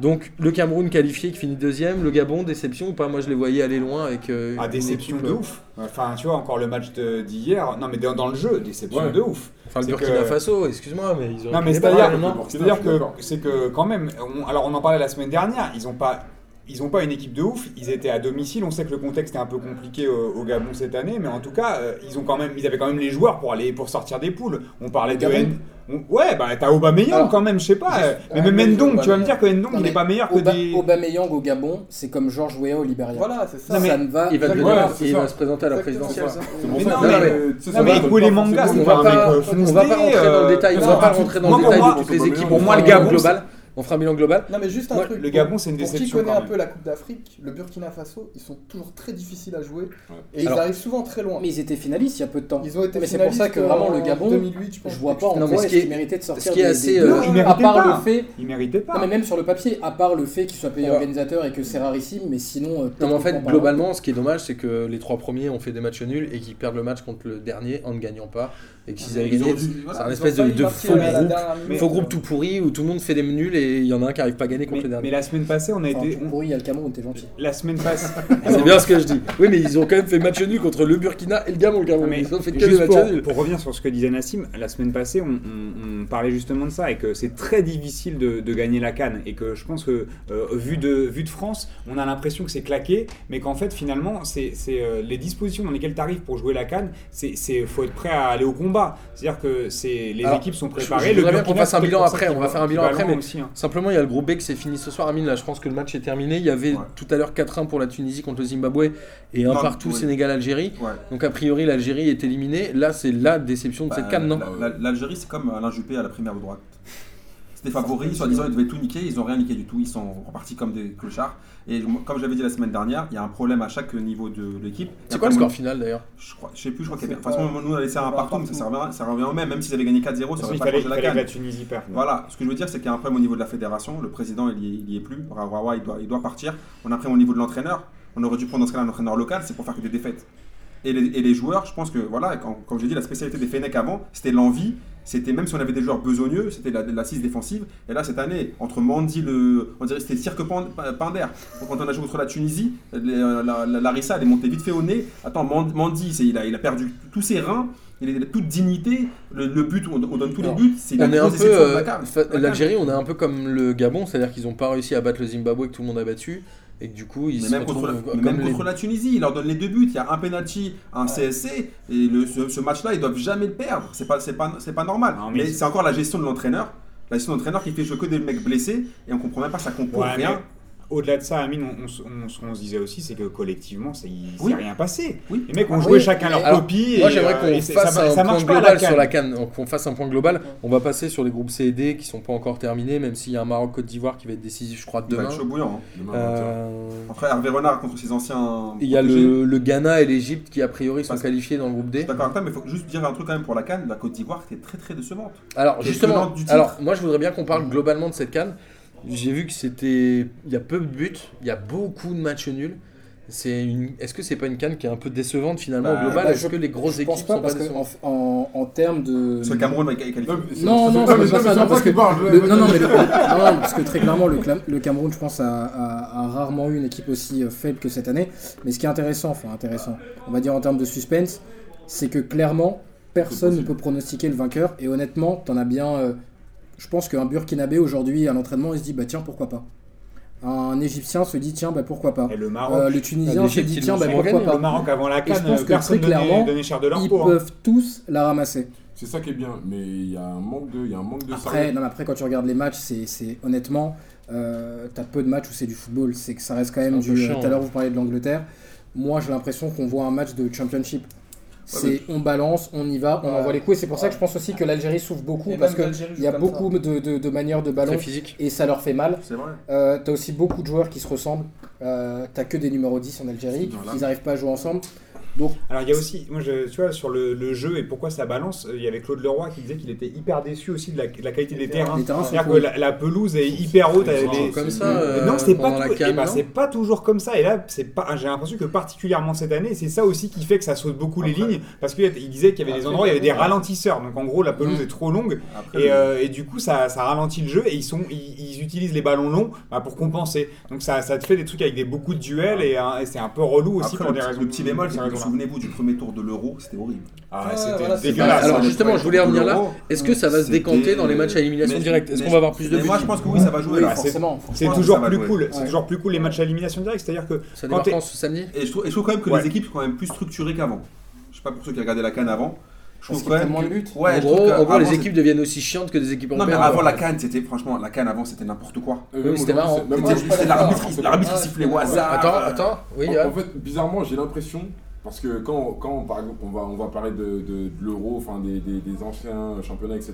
[SPEAKER 1] Donc le Cameroun qualifié qui finit deuxième, le Gabon déception ou pas Moi je les voyais aller loin avec euh,
[SPEAKER 2] Ah,
[SPEAKER 1] une
[SPEAKER 2] déception
[SPEAKER 1] équipe,
[SPEAKER 2] de
[SPEAKER 1] euh,
[SPEAKER 2] ouf. Enfin, tu vois, encore le match de- d'hier. Non, mais dans dans le jeu, déception
[SPEAKER 5] Ouais.
[SPEAKER 2] de ouf.
[SPEAKER 1] Enfin le
[SPEAKER 2] C'est
[SPEAKER 1] Burkina
[SPEAKER 2] que-
[SPEAKER 1] Faso, excuse-moi mais ils auraient
[SPEAKER 2] Non,
[SPEAKER 1] pu
[SPEAKER 2] mais
[SPEAKER 1] les battre,
[SPEAKER 2] c'est-à-dire
[SPEAKER 1] non
[SPEAKER 2] c'est-à-dire
[SPEAKER 5] Je suis
[SPEAKER 2] que
[SPEAKER 5] d'accord.
[SPEAKER 2] c'est que quand même, on- alors on en parlait la semaine dernière, ils ont pas ils n'ont pas une équipe de ouf, ils étaient à domicile, on sait que le contexte est un peu compliqué au, au Gabon cette année, mais en tout cas, euh, ils, ont quand même, ils avaient quand même les joueurs pour, aller, pour sortir des poules. On parlait de...
[SPEAKER 6] Gabon
[SPEAKER 2] N- on- ouais, bah t'as Aubameyang
[SPEAKER 6] Alors,
[SPEAKER 2] quand même, je sais pas.
[SPEAKER 6] juste-
[SPEAKER 2] euh, mais
[SPEAKER 1] ouais,
[SPEAKER 2] même
[SPEAKER 1] mais
[SPEAKER 2] Mendong, tu vas me
[SPEAKER 1] Aubameyang-
[SPEAKER 2] dire que Mendong,
[SPEAKER 6] Non,
[SPEAKER 2] il est
[SPEAKER 6] mais
[SPEAKER 2] pas
[SPEAKER 1] Ah,
[SPEAKER 2] meilleur que
[SPEAKER 6] Oba-
[SPEAKER 2] des...
[SPEAKER 6] Aubameyang au Gabon, c'est comme George Weah au Libéria.
[SPEAKER 4] Voilà, c'est ça.
[SPEAKER 2] Non, mais-
[SPEAKER 6] ça ne va.
[SPEAKER 1] Il va,
[SPEAKER 6] ça ne
[SPEAKER 1] devenir-
[SPEAKER 6] va
[SPEAKER 5] Ouais,
[SPEAKER 6] pas.
[SPEAKER 5] c'est
[SPEAKER 1] Ah, il
[SPEAKER 5] ça.
[SPEAKER 1] va se présenter à la
[SPEAKER 4] Exactement,
[SPEAKER 1] présidentielle.
[SPEAKER 4] c'est ça.
[SPEAKER 5] C'est pour
[SPEAKER 2] Mais
[SPEAKER 5] ça
[SPEAKER 2] non,
[SPEAKER 5] que-
[SPEAKER 2] mais-
[SPEAKER 5] euh, tu sais, ça
[SPEAKER 2] Non, mais
[SPEAKER 5] va,
[SPEAKER 2] Ekpo
[SPEAKER 5] donne pas
[SPEAKER 2] Lemanga,
[SPEAKER 5] forcément-
[SPEAKER 2] c'est
[SPEAKER 1] On
[SPEAKER 2] pas
[SPEAKER 1] va
[SPEAKER 2] un
[SPEAKER 1] pas,
[SPEAKER 2] mec euh,
[SPEAKER 1] on va pas
[SPEAKER 2] foncé,
[SPEAKER 1] rentrer dans le
[SPEAKER 2] euh,
[SPEAKER 1] détail, on
[SPEAKER 5] ça
[SPEAKER 1] va
[SPEAKER 5] va
[SPEAKER 1] pas
[SPEAKER 5] tout-
[SPEAKER 1] rentrer dans
[SPEAKER 5] moi,
[SPEAKER 1] le
[SPEAKER 5] pour
[SPEAKER 1] détail
[SPEAKER 5] moi-
[SPEAKER 1] de toutes les équipes.
[SPEAKER 5] pour
[SPEAKER 1] on
[SPEAKER 5] moi,
[SPEAKER 1] fera
[SPEAKER 5] le
[SPEAKER 1] un bilan
[SPEAKER 5] Gabon,
[SPEAKER 1] global. On fera un bilan global.
[SPEAKER 4] Non mais juste un
[SPEAKER 1] Moi,
[SPEAKER 4] truc.
[SPEAKER 2] Le
[SPEAKER 4] pour-
[SPEAKER 2] Gabon, c'est une
[SPEAKER 4] Pour qui
[SPEAKER 2] déception
[SPEAKER 4] connaît
[SPEAKER 2] quand
[SPEAKER 4] un
[SPEAKER 2] même.
[SPEAKER 4] peu la Coupe d'Afrique, le Burkina Faso, ils sont toujours très difficiles à jouer
[SPEAKER 5] Ouais.
[SPEAKER 4] et ils
[SPEAKER 1] Alors-
[SPEAKER 4] arrivent souvent très loin.
[SPEAKER 6] Mais ils étaient finalistes il y a peu de temps.
[SPEAKER 4] Ils ont été
[SPEAKER 6] Mais c'est pour ça que
[SPEAKER 4] finalistes
[SPEAKER 6] vraiment le
[SPEAKER 4] en
[SPEAKER 6] Gabon,
[SPEAKER 4] 2008, je pense.
[SPEAKER 6] Je vois pas en
[SPEAKER 1] Non, mais ce
[SPEAKER 6] quoi est-ce
[SPEAKER 1] qui est-
[SPEAKER 6] qu'il méritait de sortir.
[SPEAKER 1] qui est
[SPEAKER 6] des-
[SPEAKER 1] assez,
[SPEAKER 6] des
[SPEAKER 1] euh,
[SPEAKER 6] deux,
[SPEAKER 1] Non,
[SPEAKER 2] il méritait
[SPEAKER 6] à part
[SPEAKER 2] pas.
[SPEAKER 6] le fait.
[SPEAKER 2] Il méritait pas.
[SPEAKER 6] Non, mais même sur le papier, à part le fait qu'il soit payé
[SPEAKER 1] Voilà.
[SPEAKER 6] organisateur et que c'est rarissime, mais sinon. euh,
[SPEAKER 1] Non, mais en fait,
[SPEAKER 6] techniquement
[SPEAKER 1] globalement, ce qui est dommage, c'est que les trois premiers ont fait des matchs nuls et qu'ils perdent le match contre le dernier en ne gagnant pas. Et que s'ils avaient
[SPEAKER 3] Ils ont
[SPEAKER 1] gagné,
[SPEAKER 3] dû- voilà,
[SPEAKER 1] c'est un
[SPEAKER 3] ils ont
[SPEAKER 1] espèce de,
[SPEAKER 4] failli
[SPEAKER 1] de
[SPEAKER 4] partir
[SPEAKER 1] faux
[SPEAKER 4] à la
[SPEAKER 1] groupe,
[SPEAKER 4] dernière euh, minute.
[SPEAKER 1] faux groupe tout pourri où tout le monde fait des nuls et il y en a un qui arrive pas à gagner contre
[SPEAKER 2] Mais,
[SPEAKER 1] le
[SPEAKER 2] mais
[SPEAKER 1] dernier.
[SPEAKER 2] la semaine passée, on a
[SPEAKER 6] parlant,
[SPEAKER 2] été...
[SPEAKER 6] enfin, tout pourri, il y a le Cameroun, t'es gentil.
[SPEAKER 2] on- La semaine passée...
[SPEAKER 1] C'est bien ce que je dis. Oui, mais ils ont quand même fait match nul contre le Burkina et le Gabon. le Gabon.
[SPEAKER 2] Non, Ah, mais
[SPEAKER 1] Ils ont fait que des
[SPEAKER 2] juste
[SPEAKER 1] matchs
[SPEAKER 2] pour,
[SPEAKER 1] nuls.
[SPEAKER 2] pour revenir sur ce que disait Nassim, la semaine passée, on, on- on parlait justement de ça et que c'est très difficile de, de gagner la canne et que je pense que euh, vu, de, vu de France, on a l'impression que c'est claqué, mais qu'en fait finalement, c'est c'est, euh, les dispositions dans lesquelles tu arrives pour jouer la canne, c'est c'est- faut être prêt à aller au combat. C'est-à-dire que c'est les
[SPEAKER 1] Alors,
[SPEAKER 2] équipes sont
[SPEAKER 1] je- je
[SPEAKER 2] préparées.
[SPEAKER 1] voudrais bien
[SPEAKER 2] Burkina,
[SPEAKER 1] qu'on fasse un
[SPEAKER 2] c'était
[SPEAKER 1] bilan
[SPEAKER 2] pour ça
[SPEAKER 1] après,
[SPEAKER 2] qu'il
[SPEAKER 1] on va
[SPEAKER 2] va-
[SPEAKER 1] faire un bilan
[SPEAKER 2] qu'il va
[SPEAKER 1] après,
[SPEAKER 2] loin
[SPEAKER 1] mais-
[SPEAKER 2] aussi, hein.
[SPEAKER 1] Simplement, il y a le groupe B que c'est fini ce soir à Mine. Là, je pense que le match est terminé. Il y avait
[SPEAKER 3] Ouais.
[SPEAKER 1] tout à l'heure 4-1 pour la Tunisie contre le Zimbabwe et un
[SPEAKER 3] Non,
[SPEAKER 1] partout
[SPEAKER 3] oui.
[SPEAKER 1] Sénégal-Algérie.
[SPEAKER 3] Ouais.
[SPEAKER 1] Donc, a priori, l'Algérie est éliminée. Là, c'est la déception de
[SPEAKER 3] Bah,
[SPEAKER 1] cette canne, non
[SPEAKER 3] la- la- L'Algérie, c'est comme Alain Juppé à la primaire de droite. C'était favori, soi-disant, ils devaient tout niquer, ils ont rien niqué du tout, ils sont repartis comme des clochards. Et moi, comme j'avais dit la semaine dernière, il y a un problème à chaque niveau de l'équipe.
[SPEAKER 1] C'est quoi le score final d'ailleurs
[SPEAKER 3] Je, crois, je sais plus, je crois qu'il y avait. De
[SPEAKER 4] C'est
[SPEAKER 3] toute façon,
[SPEAKER 4] pas-
[SPEAKER 3] nous, on a laissé un
[SPEAKER 4] pas
[SPEAKER 3] partout, mais ça,
[SPEAKER 4] partout.
[SPEAKER 3] revient- ça revient au même. Même s'ils avaient gagné 4-0, ça aurait
[SPEAKER 2] Ah, Il
[SPEAKER 3] pas
[SPEAKER 2] fallait,
[SPEAKER 3] changé la
[SPEAKER 2] il fallait que la
[SPEAKER 3] canne.
[SPEAKER 2] Tunisie perde.
[SPEAKER 3] Voilà, ce que je veux dire, c'est qu'il y a un problème au niveau de la fédération. Le président, il n'y est, il y est plus. Rawawa, il doit, il doit partir. On a un problème au niveau de l'entraîneur. On aurait dû prendre dans ce cas un entraîneur local, c'est pour faire que des défaites. Et les, et les joueurs, je pense que, voilà, quand- comme j'ai dit, la spécialité des Fenech avant, c'était l'envie. C'était même si on avait des joueurs besogneux, c'était la- l'assise défensive. Et là, cette année, entre Mandy, le, on dirait que c'était Cirque Pan- Pa- Pinder. Quand on a joué contre la Tunisie, les- la, la, Larissa, elle est montée vite fait au nez. Attends, Man- Mandy, c'est- il a, il a perdu tous ses reins, il a toute dignité. Le, le but, on, on donne tous
[SPEAKER 1] Alors,
[SPEAKER 3] les buts. C'est
[SPEAKER 1] On est
[SPEAKER 3] la
[SPEAKER 1] un
[SPEAKER 3] grosse
[SPEAKER 1] peu
[SPEAKER 3] déception de
[SPEAKER 1] euh,
[SPEAKER 3] la CAF.
[SPEAKER 1] fa-
[SPEAKER 3] La CAF.
[SPEAKER 1] l'Algérie, on est un peu comme le Gabon, c'est-à-dire qu'ils n'ont pas réussi à battre le Zimbabwe que tout le monde a battu et que du coup ils
[SPEAKER 3] Mais
[SPEAKER 1] se
[SPEAKER 3] même, contre,
[SPEAKER 1] retrouvent
[SPEAKER 3] la, mais
[SPEAKER 1] comme
[SPEAKER 3] même
[SPEAKER 1] les-
[SPEAKER 3] contre la Tunisie, il leur donne les deux buts. Il y a un penalty, un CSC, et le- ce, ce match-là, ils doivent jamais le perdre. C'est pas, c'est pas, c'est pas normal.
[SPEAKER 2] Non, mais
[SPEAKER 3] mais
[SPEAKER 2] ils-
[SPEAKER 3] c'est encore la gestion de l'entraîneur, la gestion de l'entraîneur qui fait jouer que des mecs blessés, et on comprend même pas ça compo
[SPEAKER 2] Ouais,
[SPEAKER 3] rien.
[SPEAKER 2] mais Au-delà de ça, Amine, on, on se- on se- on se disait aussi, c'est que collectivement, ça il
[SPEAKER 3] Oui.
[SPEAKER 2] s'est rien passé.
[SPEAKER 3] Oui.
[SPEAKER 2] Les mecs ont
[SPEAKER 6] Ah
[SPEAKER 2] joué
[SPEAKER 6] oui,
[SPEAKER 2] chacun
[SPEAKER 6] mais-
[SPEAKER 2] leur
[SPEAKER 1] Alors,
[SPEAKER 2] copie.
[SPEAKER 1] Moi
[SPEAKER 2] et,
[SPEAKER 1] j'aimerais
[SPEAKER 2] euh, et
[SPEAKER 1] qu'on
[SPEAKER 2] c'est-
[SPEAKER 1] fasse
[SPEAKER 2] ça,
[SPEAKER 1] un
[SPEAKER 2] ça
[SPEAKER 1] point
[SPEAKER 2] marche pas à
[SPEAKER 1] global
[SPEAKER 2] canne.
[SPEAKER 1] sur la canne, qu'on fasse un point global. On va passer sur les groupes C et D qui sont pas encore terminés, même s'il y a un Maroc-Côte d'Ivoire qui va être décisif, je crois,
[SPEAKER 3] Il va
[SPEAKER 1] demain.
[SPEAKER 3] être chaud bouillant. hein.
[SPEAKER 5] Demain, vingt heures.
[SPEAKER 1] Euh,
[SPEAKER 3] Après, Hervé Renard contre ses anciens.
[SPEAKER 1] Il y a
[SPEAKER 3] protégés.
[SPEAKER 1] le, le Ghana et l'Égypte qui a priori sont
[SPEAKER 3] Parce-
[SPEAKER 1] qualifiés dans le groupe
[SPEAKER 3] Je
[SPEAKER 1] D.
[SPEAKER 3] suis d'accord avec toi, mais il faut juste dire un truc quand même pour la Cannes. La Côte d'Ivoire était très très décevante.
[SPEAKER 1] Alors
[SPEAKER 3] Et
[SPEAKER 1] justement,
[SPEAKER 3] tenante du titre.
[SPEAKER 1] alors moi je voudrais bien qu'on parle globalement de cette canne. J'ai vu que c'était, il y a peu de buts, il y a beaucoup de matchs nuls. C'est une, est-ce que c'est pas une canne qui est un peu décevante finalement au
[SPEAKER 3] Bah,
[SPEAKER 1] global
[SPEAKER 6] bah,
[SPEAKER 1] Est-ce
[SPEAKER 6] je-
[SPEAKER 1] que les grosses
[SPEAKER 6] Je
[SPEAKER 1] équipes
[SPEAKER 6] pense pas
[SPEAKER 1] sont pas
[SPEAKER 6] parce que
[SPEAKER 1] décevantes
[SPEAKER 6] en, en, en termes de.
[SPEAKER 3] Parce que le Cameroun est qualifié.
[SPEAKER 5] Non, mais c'est-
[SPEAKER 6] Non,
[SPEAKER 5] c'est-
[SPEAKER 6] non,
[SPEAKER 5] mais
[SPEAKER 6] c'est pas
[SPEAKER 5] c'est
[SPEAKER 6] ça, non,
[SPEAKER 5] toi
[SPEAKER 6] parce
[SPEAKER 5] qui
[SPEAKER 6] que-
[SPEAKER 5] parles,
[SPEAKER 6] Le-
[SPEAKER 5] ouais,
[SPEAKER 6] non, non,
[SPEAKER 5] ouais.
[SPEAKER 6] mais le- non, non, parce que très clairement, le, Clam- le Cameroun, je pense, a, a- a rarement eu une équipe aussi euh, faible que cette année. Mais ce qui est intéressant, enfin intéressant, on va dire en termes de suspense, c'est que clairement, personne ne peut pronostiquer le vainqueur. Et honnêtement, t'en as bien. euh, je pense qu'un Burkinabé aujourd'hui à l'entraînement, il se dit bah tiens pourquoi pas. Un Égyptien se dit tiens bah pourquoi pas.
[SPEAKER 2] Et le
[SPEAKER 6] Euh,
[SPEAKER 2] Maroc,
[SPEAKER 6] le Tunisien se
[SPEAKER 1] l'Égypte,
[SPEAKER 6] dit
[SPEAKER 1] ils
[SPEAKER 6] tiens
[SPEAKER 1] l'ont
[SPEAKER 6] bah
[SPEAKER 1] souvent
[SPEAKER 6] pourquoi
[SPEAKER 1] gagné,
[SPEAKER 2] le
[SPEAKER 6] pas.
[SPEAKER 2] Maroc avant la
[SPEAKER 6] je
[SPEAKER 2] canne,
[SPEAKER 6] pense que
[SPEAKER 2] personne
[SPEAKER 6] très
[SPEAKER 2] donnait,
[SPEAKER 6] clairement,
[SPEAKER 2] donnait cher de leur
[SPEAKER 6] Ils
[SPEAKER 2] peau. hein.
[SPEAKER 6] peuvent tous la ramasser.
[SPEAKER 5] C'est ça qui est bien, mais il y a un manque de, il y a un manque de
[SPEAKER 6] Après,
[SPEAKER 5] sérieux.
[SPEAKER 6] non, mais après, quand tu regardes les matchs, c'est, c'est- honnêtement, euh, t'as peu de matchs où c'est du football. C'est que ça reste quand même
[SPEAKER 1] C'est un peu
[SPEAKER 6] du. euh,
[SPEAKER 1] chiant,
[SPEAKER 6] Tout à l'heure,
[SPEAKER 1] ouais.
[SPEAKER 6] vous parliez de l'Angleterre. Moi, j'ai l'impression qu'on voit un match de championship. c'est
[SPEAKER 3] mais-
[SPEAKER 6] on balance, on y va, on
[SPEAKER 4] Ouais.
[SPEAKER 6] envoie les coups. Et c'est pour ça que
[SPEAKER 4] Ouais.
[SPEAKER 6] je pense aussi que l'Algérie souffre beaucoup
[SPEAKER 4] Et
[SPEAKER 6] parce
[SPEAKER 4] même
[SPEAKER 6] que
[SPEAKER 4] l'Algérie
[SPEAKER 6] il y a
[SPEAKER 4] joue comme ça.
[SPEAKER 6] beaucoup de, de- de manières de ballon
[SPEAKER 1] Très physique.
[SPEAKER 6] et ça leur fait mal.
[SPEAKER 3] C'est vrai.
[SPEAKER 6] Euh, t'as aussi beaucoup de joueurs qui se ressemblent. Euh, t'as que des numéros 10 en Algérie.
[SPEAKER 3] Voilà.
[SPEAKER 6] Ils n'arrivent pas à jouer ensemble.
[SPEAKER 2] Alors il y a aussi, moi je, tu vois, sur le, le jeu et pourquoi ça balance, euh, il y avait Claude Leroy qui disait qu'il était hyper déçu aussi de la, de la qualité des
[SPEAKER 4] Les
[SPEAKER 2] terrains.
[SPEAKER 6] Les terrains sont
[SPEAKER 2] C'est-à-dire que
[SPEAKER 6] pourris.
[SPEAKER 2] la, la pelouse est hyper haute. elle est-
[SPEAKER 1] C'est comme
[SPEAKER 5] c'est-
[SPEAKER 1] ça. euh,
[SPEAKER 2] non, c'est pas,
[SPEAKER 1] pendant la
[SPEAKER 2] tou- eh
[SPEAKER 1] canne,
[SPEAKER 2] ben,
[SPEAKER 1] non
[SPEAKER 2] c'est pas toujours comme ça. Et là, c'est pas. J'ai l'impression que particulièrement cette année, c'est ça aussi qui fait que ça saute beaucoup les
[SPEAKER 3] Après.
[SPEAKER 2] lignes, parce qu'il y a- il disait qu'il y avait des
[SPEAKER 4] Après,
[SPEAKER 2] endroits, où il y avait des
[SPEAKER 4] ouais.
[SPEAKER 2] ralentisseurs. Donc en gros, la pelouse
[SPEAKER 6] Mm.
[SPEAKER 2] est trop longue,
[SPEAKER 3] Après,
[SPEAKER 2] et,
[SPEAKER 3] le-
[SPEAKER 2] euh, et du coup, ça, ça ralentit le jeu. Et ils sont, ils, ils utilisent les ballons longs bah, pour compenser. Donc ça, ça te fait des trucs avec des beaucoup de duels, et, un- et c'est un peu relou aussi
[SPEAKER 3] Après,
[SPEAKER 2] pour
[SPEAKER 3] le
[SPEAKER 2] des
[SPEAKER 3] petit-
[SPEAKER 2] raisons.
[SPEAKER 3] Le petit bémol, c'est
[SPEAKER 2] pour
[SPEAKER 3] que
[SPEAKER 2] ces
[SPEAKER 3] le Souvenez-vous du premier tour de l'Euro, c'était horrible.
[SPEAKER 2] Ah,
[SPEAKER 1] Ouais,
[SPEAKER 2] c'était
[SPEAKER 1] voilà, c'est
[SPEAKER 2] dégueulasse.
[SPEAKER 1] ça. Alors,
[SPEAKER 2] hein.
[SPEAKER 1] justement, je voulais revenir là. Est-ce que ça va se
[SPEAKER 3] C'était-
[SPEAKER 1] décanter dans les matchs à élimination
[SPEAKER 3] Mais-
[SPEAKER 1] directe Est-ce
[SPEAKER 3] mais-
[SPEAKER 1] qu'on va avoir plus de
[SPEAKER 3] Mais
[SPEAKER 1] buts
[SPEAKER 3] moi, je pense que oui, ça va jouer.
[SPEAKER 2] Oui,
[SPEAKER 1] bah,
[SPEAKER 3] là.
[SPEAKER 2] forcément.
[SPEAKER 6] forcément.
[SPEAKER 2] C'est
[SPEAKER 3] Voilà,
[SPEAKER 2] toujours
[SPEAKER 3] ça va
[SPEAKER 2] plus
[SPEAKER 3] jouer.
[SPEAKER 2] cool. C'est
[SPEAKER 6] Ouais.
[SPEAKER 2] toujours plus cool les matchs à élimination directe. C'est-à-dire que
[SPEAKER 1] Ça
[SPEAKER 2] quand
[SPEAKER 1] démarre
[SPEAKER 2] t'es-
[SPEAKER 1] quand ce samedi
[SPEAKER 3] Et je trouve, et je trouve quand même que
[SPEAKER 2] Ouais.
[SPEAKER 3] les équipes sont quand même plus structurées qu'avant. Je sais pas pour ceux qui regardaient la canne avant.
[SPEAKER 6] Parce
[SPEAKER 3] Je trouve
[SPEAKER 6] qu'il
[SPEAKER 3] quand
[SPEAKER 6] prend
[SPEAKER 3] même.
[SPEAKER 6] moins de
[SPEAKER 3] que-
[SPEAKER 6] buts.
[SPEAKER 3] Ouais,
[SPEAKER 1] En
[SPEAKER 3] je trouve
[SPEAKER 1] gros, en
[SPEAKER 3] qu'avant,
[SPEAKER 1] gros, les
[SPEAKER 3] c'était-
[SPEAKER 1] équipes deviennent aussi chiantes que des équipes
[SPEAKER 3] ah, Non,
[SPEAKER 1] européennes.
[SPEAKER 3] mais avant
[SPEAKER 1] quoi.
[SPEAKER 3] la canne, c'était franchement, la canne avant, c'était n'importe quoi.
[SPEAKER 5] Euh,
[SPEAKER 1] Oui,
[SPEAKER 5] même
[SPEAKER 1] c'était
[SPEAKER 5] aujourd'hui,
[SPEAKER 1] marrant.
[SPEAKER 5] c'est- même
[SPEAKER 6] Moi,
[SPEAKER 3] C'était
[SPEAKER 6] je suis
[SPEAKER 5] aujourd'hui,
[SPEAKER 6] pas
[SPEAKER 3] c'était
[SPEAKER 6] d'accord.
[SPEAKER 3] l'arbitre qui- l'arbitre qui
[SPEAKER 6] Ouais,
[SPEAKER 3] sifflait
[SPEAKER 6] ouais.
[SPEAKER 3] au hasard.
[SPEAKER 1] Attends,
[SPEAKER 3] euh,
[SPEAKER 1] attends, oui, ah,
[SPEAKER 5] En,
[SPEAKER 1] ouais.
[SPEAKER 5] en fait, bizarrement, j'ai l'impression, parce que quand, quand par exemple, on va, on va parler de, de- de l'euro, enfin des, des- des anciens championnats, etc.,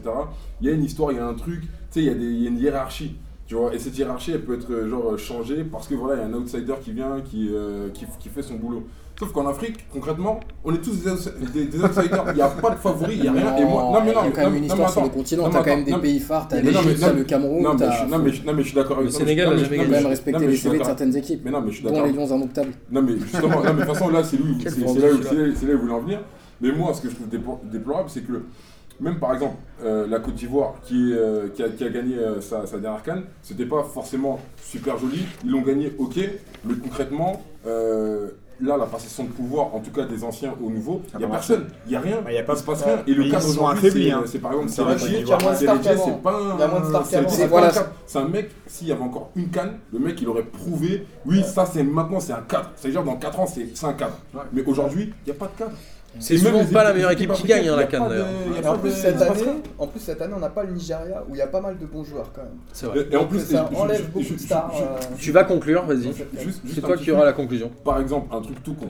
[SPEAKER 5] il y a une histoire, il y a un truc, tu sais, il y, a des- il y a une hiérarchie. Tu vois, et cette hiérarchie, elle peut être euh, genre euh, changée parce que voilà, il y a un outsider qui vient, qui, euh, qui, qui fait son boulot. Sauf qu'en Afrique, concrètement, on est tous des, outs- des- des outsiders. Il n'y a pas de favori, il n'y a rien. Et moi, non, mais non,
[SPEAKER 6] il y a quand
[SPEAKER 5] non,
[SPEAKER 6] même une
[SPEAKER 5] non, mais
[SPEAKER 6] histoire sur
[SPEAKER 5] attends.
[SPEAKER 6] les continents.
[SPEAKER 5] Non,
[SPEAKER 6] T'as
[SPEAKER 5] mais
[SPEAKER 6] quand même des
[SPEAKER 5] attends,
[SPEAKER 6] pays phares, t'as
[SPEAKER 5] mais non,
[SPEAKER 6] l'Égypte,
[SPEAKER 5] mais-
[SPEAKER 6] t'as le Cameroun,
[SPEAKER 5] non, mais je
[SPEAKER 6] t'as.
[SPEAKER 5] suis- non, mais je- non, mais je suis d'accord avec
[SPEAKER 1] Le
[SPEAKER 5] toi.
[SPEAKER 1] Sénégal
[SPEAKER 5] Non,
[SPEAKER 1] n'a
[SPEAKER 5] mais-
[SPEAKER 1] jamais
[SPEAKER 5] non,
[SPEAKER 1] gagné.
[SPEAKER 5] mais
[SPEAKER 6] quand
[SPEAKER 5] je-
[SPEAKER 6] même
[SPEAKER 5] non,
[SPEAKER 6] respecter
[SPEAKER 5] mais
[SPEAKER 6] les
[SPEAKER 5] je suis
[SPEAKER 6] CV de
[SPEAKER 5] d'accord.
[SPEAKER 6] certaines équipes,
[SPEAKER 5] Mais non, mais je suis
[SPEAKER 6] dont
[SPEAKER 5] d'accord.
[SPEAKER 6] les Lions indomptables.
[SPEAKER 5] Non mais justement, non, mais de toute façon là c'est lui,
[SPEAKER 1] Quel
[SPEAKER 5] c'est
[SPEAKER 1] vendu,
[SPEAKER 5] c'est là, où-
[SPEAKER 1] celui-là.
[SPEAKER 5] c'est là- c'est là où il voulait en venir. Mais moi ce que je trouve déplo- déplorable c'est que même par exemple euh, la Côte d'Ivoire qui, est, euh, qui, a, qui a gagné euh, sa, sa dernière canne, c'était pas forcément super joli, ils l'ont gagné ok, mais concrètement euh, là la passation de pouvoir en tout cas des anciens aux nouveaux,
[SPEAKER 3] Ça
[SPEAKER 5] il n'y a
[SPEAKER 3] marche.
[SPEAKER 5] personne, il n'y a rien,
[SPEAKER 2] Ouais, y a pas-
[SPEAKER 5] il se passe
[SPEAKER 2] ouais.
[SPEAKER 5] rien. Et
[SPEAKER 2] Mais
[SPEAKER 5] le
[SPEAKER 2] ils
[SPEAKER 5] cadre
[SPEAKER 2] sont
[SPEAKER 5] aujourd'hui
[SPEAKER 2] affaiblis,
[SPEAKER 5] c'est
[SPEAKER 2] hein.
[SPEAKER 5] c'est par exemple
[SPEAKER 2] C'est
[SPEAKER 5] c'est
[SPEAKER 2] vrai qu'il y a moins
[SPEAKER 6] de
[SPEAKER 5] c'est
[SPEAKER 6] stars
[SPEAKER 5] Léger,
[SPEAKER 6] qu'avant.
[SPEAKER 5] c'est pas un-
[SPEAKER 6] Il y a moins de stars
[SPEAKER 5] c'est-
[SPEAKER 6] qu'avant.
[SPEAKER 5] c'est pas
[SPEAKER 6] Voilà.
[SPEAKER 5] un cadre. C'est un mec, s'il y avait encore une canne, le mec il aurait prouvé, oui, ça c'est maintenant c'est un cadre. C'est-à-dire dans 4 ans c'est c'est un cadre.
[SPEAKER 3] Ouais.
[SPEAKER 5] Mais aujourd'hui, il n'y a pas de cadre.
[SPEAKER 1] C'est
[SPEAKER 5] Et même
[SPEAKER 1] souvent
[SPEAKER 5] les
[SPEAKER 1] pas la
[SPEAKER 5] équipes-
[SPEAKER 1] meilleure
[SPEAKER 5] les
[SPEAKER 1] équipe
[SPEAKER 5] équipes
[SPEAKER 1] qui gagne, hein, la
[SPEAKER 5] africaines,
[SPEAKER 1] canne
[SPEAKER 5] il y a pas de-
[SPEAKER 1] d'ailleurs.
[SPEAKER 5] il y a
[SPEAKER 4] Et en
[SPEAKER 5] pas
[SPEAKER 4] plus,
[SPEAKER 5] de-
[SPEAKER 4] cette
[SPEAKER 5] ça passe
[SPEAKER 4] année,
[SPEAKER 5] pas.
[SPEAKER 4] en plus, cette année, on n'a pas le Nigeria où il y a pas mal de bons joueurs quand même.
[SPEAKER 1] C'est vrai.
[SPEAKER 5] Et en
[SPEAKER 4] Donc,
[SPEAKER 5] plus,
[SPEAKER 4] ça
[SPEAKER 5] et-
[SPEAKER 4] enlève
[SPEAKER 5] je- je-
[SPEAKER 4] beaucoup
[SPEAKER 5] je-
[SPEAKER 4] de stars.
[SPEAKER 5] je-
[SPEAKER 4] euh,
[SPEAKER 1] Tu vas conclure, vas-y.
[SPEAKER 4] dans cette
[SPEAKER 5] je-
[SPEAKER 4] tête.
[SPEAKER 5] juste-
[SPEAKER 1] C'est
[SPEAKER 5] juste un
[SPEAKER 1] toi
[SPEAKER 5] petit
[SPEAKER 1] qui auras
[SPEAKER 5] truc.
[SPEAKER 1] la conclusion.
[SPEAKER 5] Par exemple, un truc tout con.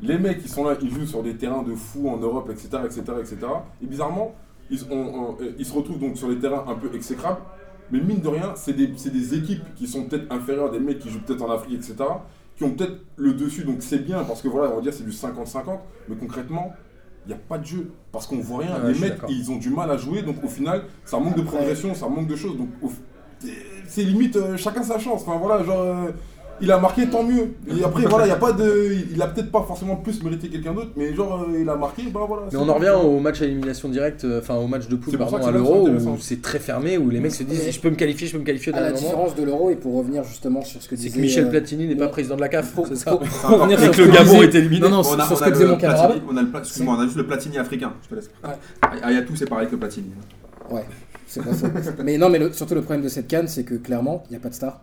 [SPEAKER 5] Les mecs, ils sont là, ils jouent sur des terrains de fous en Europe, etc., etc., etc. Et bizarrement, ils, ont- ont- euh, ils se retrouvent donc sur des terrains un peu exécrables. Mais mine de rien, c'est des, c'est des équipes qui sont peut-être inférieures, des mecs qui jouent peut-être en Afrique, etc., qui ont peut-être le dessus. Donc c'est bien, parce que voilà, on va dire c'est du 50-50. Mais concrètement, il n'y a pas de jeu. Parce qu'on voit rien.
[SPEAKER 1] Ah Ouais, je
[SPEAKER 5] les
[SPEAKER 1] suis
[SPEAKER 5] mecs,
[SPEAKER 1] d'accord.
[SPEAKER 5] ils ont du mal à jouer. Donc au final, ça manque de
[SPEAKER 6] Après-
[SPEAKER 5] progression, ça manque de choses. Donc au- c'est limite euh, chacun sa chance. Enfin voilà, genre. euh, il a marqué, tant mieux. Et après, voilà, il y a pas de, il a peut-être pas forcément plus mérité quelqu'un d'autre, mais genre euh, il a marqué, bah voilà.
[SPEAKER 1] Mais
[SPEAKER 5] c'est
[SPEAKER 1] on
[SPEAKER 5] bon.
[SPEAKER 1] en revient au match à élimination directe, euh, enfin au match de poule,
[SPEAKER 5] C'est pour ça
[SPEAKER 1] pardon,
[SPEAKER 5] que
[SPEAKER 1] à
[SPEAKER 5] c'est
[SPEAKER 1] l'euro,
[SPEAKER 5] intéressant.
[SPEAKER 1] où c'est très fermé, où les mecs se disent
[SPEAKER 6] Mais-
[SPEAKER 1] je peux me qualifier, je peux me qualifier
[SPEAKER 6] À
[SPEAKER 1] d'un
[SPEAKER 6] la
[SPEAKER 1] moment.
[SPEAKER 6] différence de l'euro, et pour revenir justement sur ce que
[SPEAKER 1] C'est
[SPEAKER 6] disait.
[SPEAKER 1] que Michel
[SPEAKER 6] euh,
[SPEAKER 1] Platini n'est pas
[SPEAKER 6] non.
[SPEAKER 1] président de la CAF,
[SPEAKER 6] Faut-
[SPEAKER 1] c'est
[SPEAKER 6] faut-
[SPEAKER 1] ça
[SPEAKER 6] faut revenir
[SPEAKER 1] Et
[SPEAKER 6] sur
[SPEAKER 1] que
[SPEAKER 6] ce
[SPEAKER 1] le
[SPEAKER 6] que
[SPEAKER 1] Gabon
[SPEAKER 6] disait-
[SPEAKER 1] est éliminé.
[SPEAKER 6] Non, non,
[SPEAKER 3] On a,
[SPEAKER 6] sur
[SPEAKER 3] on
[SPEAKER 6] ce
[SPEAKER 3] a
[SPEAKER 6] que disait
[SPEAKER 3] le
[SPEAKER 6] mon camarade.
[SPEAKER 3] Platini- on a le pla- excuse-moi, on a juste le platini africain, je te laisse.
[SPEAKER 6] Ouais.
[SPEAKER 3] Ayatou, c'est pareil que platini.
[SPEAKER 6] Ouais, c'est pas faux. mais non, mais le- surtout le problème de cette canne, c'est que clairement, il n'y a pas de star.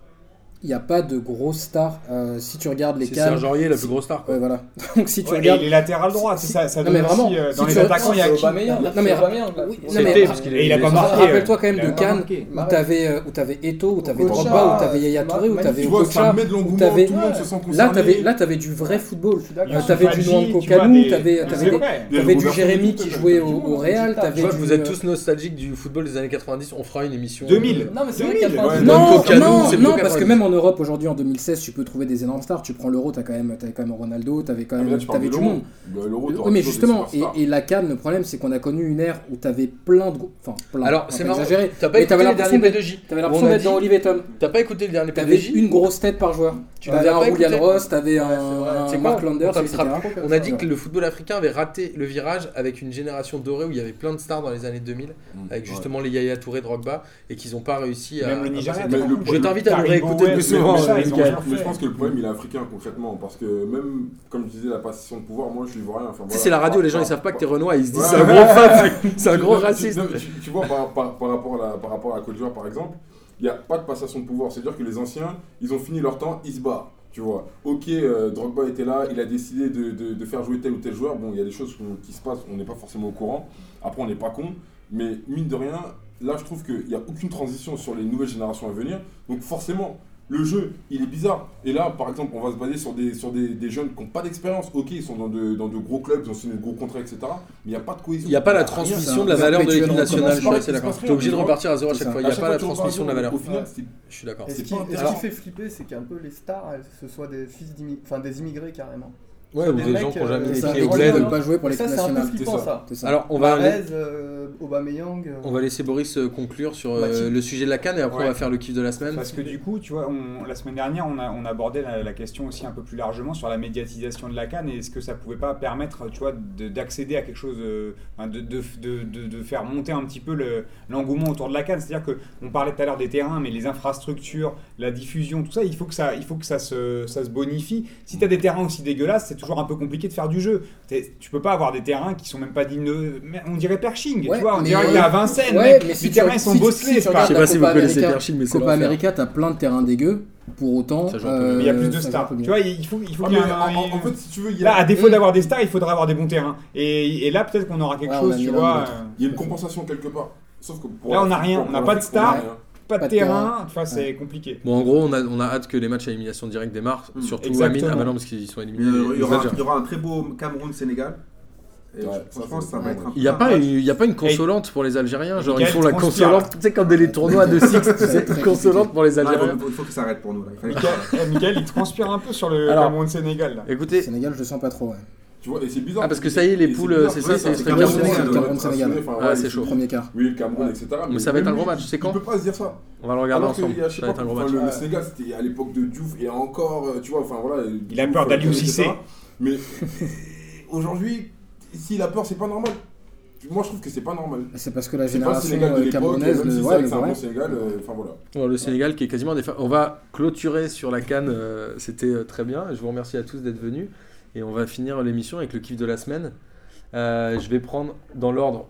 [SPEAKER 6] Il n'y a pas de grosse star. Euh, si tu regardes les
[SPEAKER 1] C'est
[SPEAKER 6] cannes.
[SPEAKER 1] Serge Aurier, la plus grosse star. quoi.
[SPEAKER 6] Ouais, voilà. Donc si tu
[SPEAKER 2] Ouais, et
[SPEAKER 6] regardes.
[SPEAKER 2] les latérales droits,
[SPEAKER 6] Si-
[SPEAKER 2] c'est ça, ça
[SPEAKER 6] Non, mais
[SPEAKER 2] donne
[SPEAKER 6] vraiment,
[SPEAKER 2] aussi, euh,
[SPEAKER 6] si
[SPEAKER 2] dans
[SPEAKER 6] tu
[SPEAKER 2] les
[SPEAKER 6] regardes-
[SPEAKER 2] attaquants, il y a
[SPEAKER 4] C'est
[SPEAKER 2] qui
[SPEAKER 4] Aubameyang,
[SPEAKER 6] Non,
[SPEAKER 4] c'est
[SPEAKER 6] mais-
[SPEAKER 4] Aubameyang, là.
[SPEAKER 6] Oui, non,
[SPEAKER 4] C'est-
[SPEAKER 6] mais-
[SPEAKER 1] C'était, parce qu'il
[SPEAKER 2] Et il a
[SPEAKER 1] est-
[SPEAKER 2] pas
[SPEAKER 1] est-
[SPEAKER 2] marqué.
[SPEAKER 6] Rappelle-toi
[SPEAKER 5] euh,
[SPEAKER 6] quand même
[SPEAKER 2] Il a
[SPEAKER 6] de Cannes
[SPEAKER 2] marqué.
[SPEAKER 6] où t'avais euh, où t'avais Eto, où t'avais
[SPEAKER 4] Okocha,
[SPEAKER 6] Drogba, où t'avais Yaya
[SPEAKER 4] euh,
[SPEAKER 6] Touré, où
[SPEAKER 4] Ma-
[SPEAKER 6] t'avais
[SPEAKER 5] Tu vois, ça
[SPEAKER 6] Okocha.
[SPEAKER 5] met de l'engouement,
[SPEAKER 6] où t'avais-
[SPEAKER 5] tout le monde se sent concerné.
[SPEAKER 6] Là t'avais là t'avais du vrai football.
[SPEAKER 4] suis
[SPEAKER 6] Là
[SPEAKER 4] d'accord.
[SPEAKER 6] t'avais du
[SPEAKER 2] Fadji,
[SPEAKER 6] Noam
[SPEAKER 2] tu vois,
[SPEAKER 6] Kokanou,
[SPEAKER 2] des-
[SPEAKER 6] t'avais
[SPEAKER 2] C'est
[SPEAKER 6] t'avais des-
[SPEAKER 2] vrai.
[SPEAKER 5] Des
[SPEAKER 6] t'avais du
[SPEAKER 5] Roberto
[SPEAKER 6] Jérémy
[SPEAKER 5] Fernandez,
[SPEAKER 6] qui jouait
[SPEAKER 5] t'avais
[SPEAKER 6] au,
[SPEAKER 5] du monde.
[SPEAKER 6] au Real,
[SPEAKER 4] Je
[SPEAKER 1] Je
[SPEAKER 6] t'avais
[SPEAKER 1] vois
[SPEAKER 6] du
[SPEAKER 1] que vous êtes tous nostalgiques du football des années 90, on fera une émission.
[SPEAKER 2] 2000.
[SPEAKER 4] Non, mais c'est
[SPEAKER 2] 2000,
[SPEAKER 4] vrai qu'il y a pas
[SPEAKER 5] ouais.
[SPEAKER 4] de-
[SPEAKER 1] Même
[SPEAKER 6] Non,
[SPEAKER 1] Coca, nous,
[SPEAKER 6] non,
[SPEAKER 1] c'est
[SPEAKER 6] non,
[SPEAKER 1] Coca
[SPEAKER 6] parce que
[SPEAKER 1] Cola.
[SPEAKER 6] même en Europe aujourd'hui en 2016, tu peux trouver des énormes stars. Tu prends l'euro, t'as quand même, t'avais quand même Ronaldo, t'avais quand
[SPEAKER 5] Ah, mais
[SPEAKER 6] même,
[SPEAKER 5] là, tu parles
[SPEAKER 6] t'avais
[SPEAKER 5] de
[SPEAKER 6] du
[SPEAKER 5] l'euro.
[SPEAKER 6] monde.
[SPEAKER 5] Bah, l'euro,
[SPEAKER 6] Oui,
[SPEAKER 5] t'auras
[SPEAKER 6] mais
[SPEAKER 5] toujours des
[SPEAKER 6] justement, et,
[SPEAKER 5] superstars.
[SPEAKER 6] et la Cannes, le problème, c'est qu'on a connu une ère où t'avais plein de. gros- Enfin, plein.
[SPEAKER 1] Alors,
[SPEAKER 6] on va
[SPEAKER 1] c'est
[SPEAKER 6] pas
[SPEAKER 1] marrant.
[SPEAKER 6] exagérer.
[SPEAKER 1] T'as pas
[SPEAKER 6] Mais t'avais
[SPEAKER 1] écouté le
[SPEAKER 6] l'impression
[SPEAKER 1] dernier
[SPEAKER 6] d'être-
[SPEAKER 1] PDG.
[SPEAKER 6] T'avais l'impression d'être dans Olivier Tom.
[SPEAKER 1] T'as pas écouté le dernier
[SPEAKER 6] T'avais
[SPEAKER 1] PDG
[SPEAKER 6] une grosse tête par joueur.
[SPEAKER 1] Tu
[SPEAKER 6] T'avais
[SPEAKER 1] l'as
[SPEAKER 6] un
[SPEAKER 1] pas
[SPEAKER 6] Julian
[SPEAKER 1] écouté
[SPEAKER 6] Ross, t'avais un,
[SPEAKER 1] C'est
[SPEAKER 6] un
[SPEAKER 1] quoi
[SPEAKER 6] Mark Landers,
[SPEAKER 1] On t'en
[SPEAKER 6] etc.
[SPEAKER 1] sera plus On a dit
[SPEAKER 6] Ouais.
[SPEAKER 1] que le football africain avait raté le virage avec une génération dorée où il y avait plein de stars dans les années 2000, avec justement les Yaya Touré, Drogba, et qu'ils n'ont pas réussi à.
[SPEAKER 2] Même le
[SPEAKER 1] à
[SPEAKER 2] Nigeria.
[SPEAKER 1] passer.
[SPEAKER 5] Mais le-
[SPEAKER 1] Je t'invite à nous réécouter
[SPEAKER 2] Taribo,
[SPEAKER 1] plus
[SPEAKER 2] ouais,
[SPEAKER 1] souvent,
[SPEAKER 2] mais ça,
[SPEAKER 1] euh,
[SPEAKER 2] ils ont
[SPEAKER 1] Mickaël.
[SPEAKER 2] rien
[SPEAKER 5] Mais je
[SPEAKER 2] fait.
[SPEAKER 5] pense que le problème il est africain concrètement parce que même comme je disais la passation de pouvoir moi je suis vraiment
[SPEAKER 1] Tu
[SPEAKER 5] enfin,
[SPEAKER 1] sais,
[SPEAKER 5] voilà,
[SPEAKER 1] c'est la radio,
[SPEAKER 5] par-
[SPEAKER 1] les gens ils
[SPEAKER 5] par-
[SPEAKER 1] savent pas que t'es
[SPEAKER 5] par-
[SPEAKER 1] Renoir, ils se disent
[SPEAKER 5] Ouais.
[SPEAKER 1] c'est un gros fan, c'est un gros
[SPEAKER 5] Non, mais tu-
[SPEAKER 1] raciste.
[SPEAKER 5] non, mais Tu, tu vois, par, par- par rapport à la, par rapport à la Côte d'Ivoire, par exemple, il n'y a pas de passation de pouvoir. C'est-à-dire que les anciens, ils ont fini leur temps, ils se barrent. Tu vois, ok, euh, Drogba était là, il a décidé de, de- de faire jouer tel ou tel joueur. Bon, il y a des choses qu'on- qui se passent, on n'est pas forcément au courant. Après, on n'est pas con. Mais mine de rien, là, je trouve qu'il n'y a aucune transition sur les nouvelles générations à venir. Donc, forcément, le jeu, il est bizarre. Et là, par exemple, on va se baser sur des, sur des, des jeunes qui n'ont pas d'expérience. Ok, ils sont dans de, dans de gros clubs, ils ont signé de gros contrats, etc. Mais il n'y a pas de cohésion.
[SPEAKER 1] Il n'y a pas la
[SPEAKER 5] Rien.
[SPEAKER 1] transmission
[SPEAKER 6] rien,
[SPEAKER 1] de la
[SPEAKER 6] c'est un
[SPEAKER 1] valeur de
[SPEAKER 6] perpétuel
[SPEAKER 1] l'équipe nationale, je suis
[SPEAKER 5] recommencement.
[SPEAKER 1] assez d'accord.
[SPEAKER 5] Ça se passe
[SPEAKER 1] T'es obligé de
[SPEAKER 5] rien,
[SPEAKER 1] repartir à zéro à chaque
[SPEAKER 6] c'est
[SPEAKER 1] fois, il
[SPEAKER 5] À
[SPEAKER 1] n'y a
[SPEAKER 5] chaque
[SPEAKER 1] pas la
[SPEAKER 5] fois, tu
[SPEAKER 1] transmission de la
[SPEAKER 5] repars à
[SPEAKER 1] valeur.
[SPEAKER 5] zéro. Au final,
[SPEAKER 4] Ouais.
[SPEAKER 5] c'est-
[SPEAKER 1] Je suis d'accord.
[SPEAKER 4] Et ce
[SPEAKER 5] C'est
[SPEAKER 4] qui,
[SPEAKER 5] pas
[SPEAKER 4] et ce
[SPEAKER 5] intéressant.
[SPEAKER 4] qui fait flipper, c'est qu'un peu les stars, elles- ce soit des fils d'immigrés, enfin des immigrés carrément.
[SPEAKER 1] Ouais,
[SPEAKER 4] Sur
[SPEAKER 1] ou
[SPEAKER 4] des
[SPEAKER 1] des
[SPEAKER 4] mecs,
[SPEAKER 1] gens qui n'ont
[SPEAKER 4] euh,
[SPEAKER 1] jamais
[SPEAKER 6] C'est
[SPEAKER 4] qui
[SPEAKER 6] ça,
[SPEAKER 1] été
[SPEAKER 4] est
[SPEAKER 6] et
[SPEAKER 1] au
[SPEAKER 6] qui
[SPEAKER 4] relève.
[SPEAKER 1] bled.
[SPEAKER 6] veulent pas jouer pour
[SPEAKER 4] Et ça,
[SPEAKER 6] l'équipe
[SPEAKER 4] c'est un peu
[SPEAKER 6] nationale.
[SPEAKER 4] flippant
[SPEAKER 5] ça.
[SPEAKER 4] ça.
[SPEAKER 6] C'est ça.
[SPEAKER 1] Alors, on va aller-
[SPEAKER 4] Barrez, euh, Aubameyang. euh,
[SPEAKER 1] On va laisser Boris euh, conclure sur euh,
[SPEAKER 4] Mathieu.
[SPEAKER 1] le sujet de la canne et après
[SPEAKER 2] Ouais.
[SPEAKER 1] on va faire le kiff de la semaine.
[SPEAKER 2] Parce que du coup, tu vois, on- la semaine dernière, on, a, on abordait la, la question aussi un peu plus largement sur la médiatisation de la Cannes et est-ce que ça pouvait pas permettre, tu vois, de- d'accéder à quelque chose, euh, enfin, de, de, de- de- de faire monter un petit peu le- l'engouement autour de la Cannes. C'est-à-dire que on parlait tout à l'heure des terrains, mais les infrastructures, la diffusion, tout ça, il faut que ça, il faut que ça se, ça se bonifie. Si tu as des terrains aussi dégueulasses, c'est toujours un peu compliqué de faire du jeu. T'es- Tu peux pas avoir des terrains qui sont même pas dignes de. mais On dirait Pershing,
[SPEAKER 6] Ouais,
[SPEAKER 2] tu vois, on
[SPEAKER 6] mais-
[SPEAKER 2] dirait que t'es à Vincennes,
[SPEAKER 6] Ouais,
[SPEAKER 2] mec.
[SPEAKER 6] mais si
[SPEAKER 2] les
[SPEAKER 6] tu-
[SPEAKER 2] terrains ils sont
[SPEAKER 6] si tu-
[SPEAKER 2] bosselés,
[SPEAKER 6] si tu
[SPEAKER 2] c'est pas.
[SPEAKER 1] Je sais pas si vous
[SPEAKER 6] Copa
[SPEAKER 1] connaissez
[SPEAKER 6] América-
[SPEAKER 1] Perchil, mais c'est
[SPEAKER 6] Copa
[SPEAKER 1] l'enfer.
[SPEAKER 6] América, t'as plein de terrains dégueux. Pour autant, euh,
[SPEAKER 1] Ça joue un peu mieux.
[SPEAKER 2] Mais il y a plus de
[SPEAKER 6] ça joue un
[SPEAKER 2] stars.
[SPEAKER 6] peu mieux.
[SPEAKER 2] Tu vois, il faut, il faut
[SPEAKER 5] Ah,
[SPEAKER 2] qu'il y
[SPEAKER 5] mais
[SPEAKER 2] ait un-
[SPEAKER 5] en, en- en fait, si tu veux, il y
[SPEAKER 2] Là, à
[SPEAKER 5] a,
[SPEAKER 2] défaut
[SPEAKER 6] Mm.
[SPEAKER 2] d'avoir des stars, il faudra avoir des bons terrains. Et, et là, peut-être qu'on aura quelque
[SPEAKER 6] Ouais, on a
[SPEAKER 2] chose,
[SPEAKER 6] mis
[SPEAKER 2] tu
[SPEAKER 6] l'un
[SPEAKER 2] vois.
[SPEAKER 6] dans
[SPEAKER 2] euh,
[SPEAKER 5] il y a une compensation quelque part. Sauf que pour
[SPEAKER 2] Là,
[SPEAKER 5] la-
[SPEAKER 2] on n'a rien,
[SPEAKER 5] pour-
[SPEAKER 2] on n'a
[SPEAKER 5] pour
[SPEAKER 2] pas
[SPEAKER 5] la-
[SPEAKER 2] de star.
[SPEAKER 5] on n'a rien.
[SPEAKER 2] Pas de
[SPEAKER 6] Pas de
[SPEAKER 2] terrain,
[SPEAKER 6] terrain.
[SPEAKER 2] tu vois, c'est compliqué.
[SPEAKER 1] Bon, en gros, on a, on a hâte que les matchs à élimination directe démarrent,
[SPEAKER 3] Mm,
[SPEAKER 1] surtout
[SPEAKER 2] exactement.
[SPEAKER 1] Amine. Ah bah non, parce qu'ils sont
[SPEAKER 3] Euh, Il y,
[SPEAKER 1] éliminés.
[SPEAKER 3] aura- il y aura,
[SPEAKER 1] Dodgers.
[SPEAKER 3] il y aura un très beau Cameroun-Sénégal. Et
[SPEAKER 5] Ouais,
[SPEAKER 3] je
[SPEAKER 5] ça,
[SPEAKER 3] pense que ça
[SPEAKER 5] c'est-
[SPEAKER 3] va être un
[SPEAKER 1] Il n'y a,
[SPEAKER 3] peu-
[SPEAKER 1] pas une- il y a pas une consolante pour les Algériens. Genre, ils
[SPEAKER 2] Michael
[SPEAKER 1] font la
[SPEAKER 2] transpire,
[SPEAKER 1] consolante. Tu sais, comme dans les tournois de Six, tu sais,
[SPEAKER 6] Très
[SPEAKER 1] une consolante pour les
[SPEAKER 3] Ah,
[SPEAKER 1] Algériens.
[SPEAKER 3] Il faut- il faut que ça arrête pour nous. Là. Il fallait-
[SPEAKER 2] Michael, eh, Michael, il transpire un peu sur le
[SPEAKER 1] Alors-
[SPEAKER 2] Cameroun-Sénégal. là.
[SPEAKER 1] Écoutez,
[SPEAKER 6] Sénégal, je le sens pas trop. Ouais.
[SPEAKER 5] Tu vois, et c'est bizarre.
[SPEAKER 1] Ah, parce que ça y est, les
[SPEAKER 5] Et c'est
[SPEAKER 1] poules,
[SPEAKER 5] bizarre,
[SPEAKER 1] c'est
[SPEAKER 5] oui,
[SPEAKER 1] ça, c'est-
[SPEAKER 5] c'est
[SPEAKER 1] c'est
[SPEAKER 5] Cameroun,
[SPEAKER 6] Cameroun,
[SPEAKER 5] Sénégal,
[SPEAKER 6] Cameroun,
[SPEAKER 5] ouais,
[SPEAKER 6] Sénégal.
[SPEAKER 5] enfin,
[SPEAKER 1] Ah,
[SPEAKER 5] ouais,
[SPEAKER 1] c'est
[SPEAKER 5] c'est
[SPEAKER 1] chaud.
[SPEAKER 6] Premier quart.
[SPEAKER 5] Oui, le Cameroun, etc.
[SPEAKER 1] Mais ça va être
[SPEAKER 5] même
[SPEAKER 1] un gros
[SPEAKER 5] lui,
[SPEAKER 1] match, c'est quand
[SPEAKER 5] Il peut pas se dire ça.
[SPEAKER 1] on va le regarder
[SPEAKER 5] Alors que,
[SPEAKER 1] ensemble.
[SPEAKER 5] il y a, je sais
[SPEAKER 1] Ça va
[SPEAKER 5] pas,
[SPEAKER 1] être un gros
[SPEAKER 5] enfin,
[SPEAKER 1] match.
[SPEAKER 5] le, le Sénégal, c'était à l'époque de Diouf et encore, euh, tu vois, enfin voilà. euh,
[SPEAKER 2] Il a peur d'Aliou Cissé.
[SPEAKER 5] Mais aujourd'hui, s'il a peur, c'est pas normal. Moi, je trouve que c'est pas normal.
[SPEAKER 6] Mais C'est parce que la
[SPEAKER 5] C'est pas le
[SPEAKER 6] génération
[SPEAKER 5] Sénégal de
[SPEAKER 6] euh,
[SPEAKER 5] l'époque, même
[SPEAKER 6] camerounaise.
[SPEAKER 5] si
[SPEAKER 6] le-
[SPEAKER 5] c'est
[SPEAKER 6] ouais,
[SPEAKER 5] vrai que
[SPEAKER 6] mais
[SPEAKER 5] c'est un
[SPEAKER 6] ouais.
[SPEAKER 5] bon Sénégal, euh, enfin voilà.
[SPEAKER 1] Bon, le Sénégal qui est quasiment des fa- On va clôturer sur la canne. C'était euh, très bien. Je vous remercie à tous d'être venus. Et on va finir l'émission avec le kiff de la semaine. Euh, je vais prendre dans l'ordre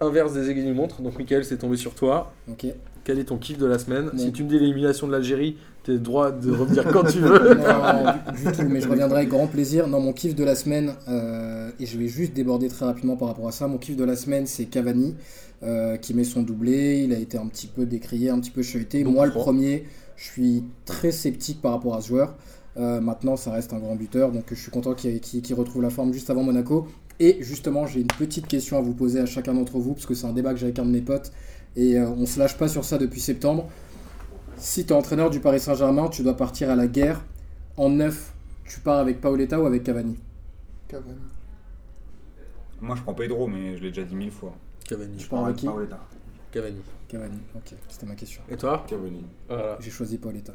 [SPEAKER 1] inverse des aiguilles du montre. Donc, Michael, c'est tombé sur toi.
[SPEAKER 6] Ok.
[SPEAKER 1] Quel est ton kiff de la semaine
[SPEAKER 6] Mon-
[SPEAKER 1] Si tu me dis l'élimination de l'Algérie, t'es droit de revenir quand tu veux.
[SPEAKER 6] Non, du, du tout, mais je reviendrai avec grand plaisir. Non, mon kiff de la semaine, euh, et je vais juste déborder très rapidement par rapport à ça, mon kiff de la semaine, c'est Cavani, euh, qui met son doublé, il a été un petit peu décrié, un petit peu chahuté.
[SPEAKER 1] Beaucoup
[SPEAKER 6] Moi, le
[SPEAKER 1] trop.
[SPEAKER 6] premier, je suis très sceptique par rapport à ce joueur. Euh, maintenant, ça reste un grand buteur, donc je suis content qu'il qu'il- qu'il retrouve la forme juste avant Monaco. Et justement, j'ai une petite question à vous poser à chacun d'entre vous, parce que c'est un débat que j'ai avec un de mes potes, et euh, on se lâche pas sur ça depuis septembre. Si tu es entraîneur du Paris Saint-Germain, tu dois partir à la guerre. En neuf, tu pars avec Paoletta ou avec Cavani
[SPEAKER 4] Cavani.
[SPEAKER 2] Moi, je prends Pedro, mais je l'ai déjà dit mille fois.
[SPEAKER 1] Cavani.
[SPEAKER 6] Tu pars avec qui
[SPEAKER 3] Paoletta.
[SPEAKER 1] Cavani.
[SPEAKER 6] Cavani, ok, c'était ma question.
[SPEAKER 1] Et toi
[SPEAKER 5] Cavani.
[SPEAKER 1] Voilà.
[SPEAKER 6] J'ai choisi Paoletta.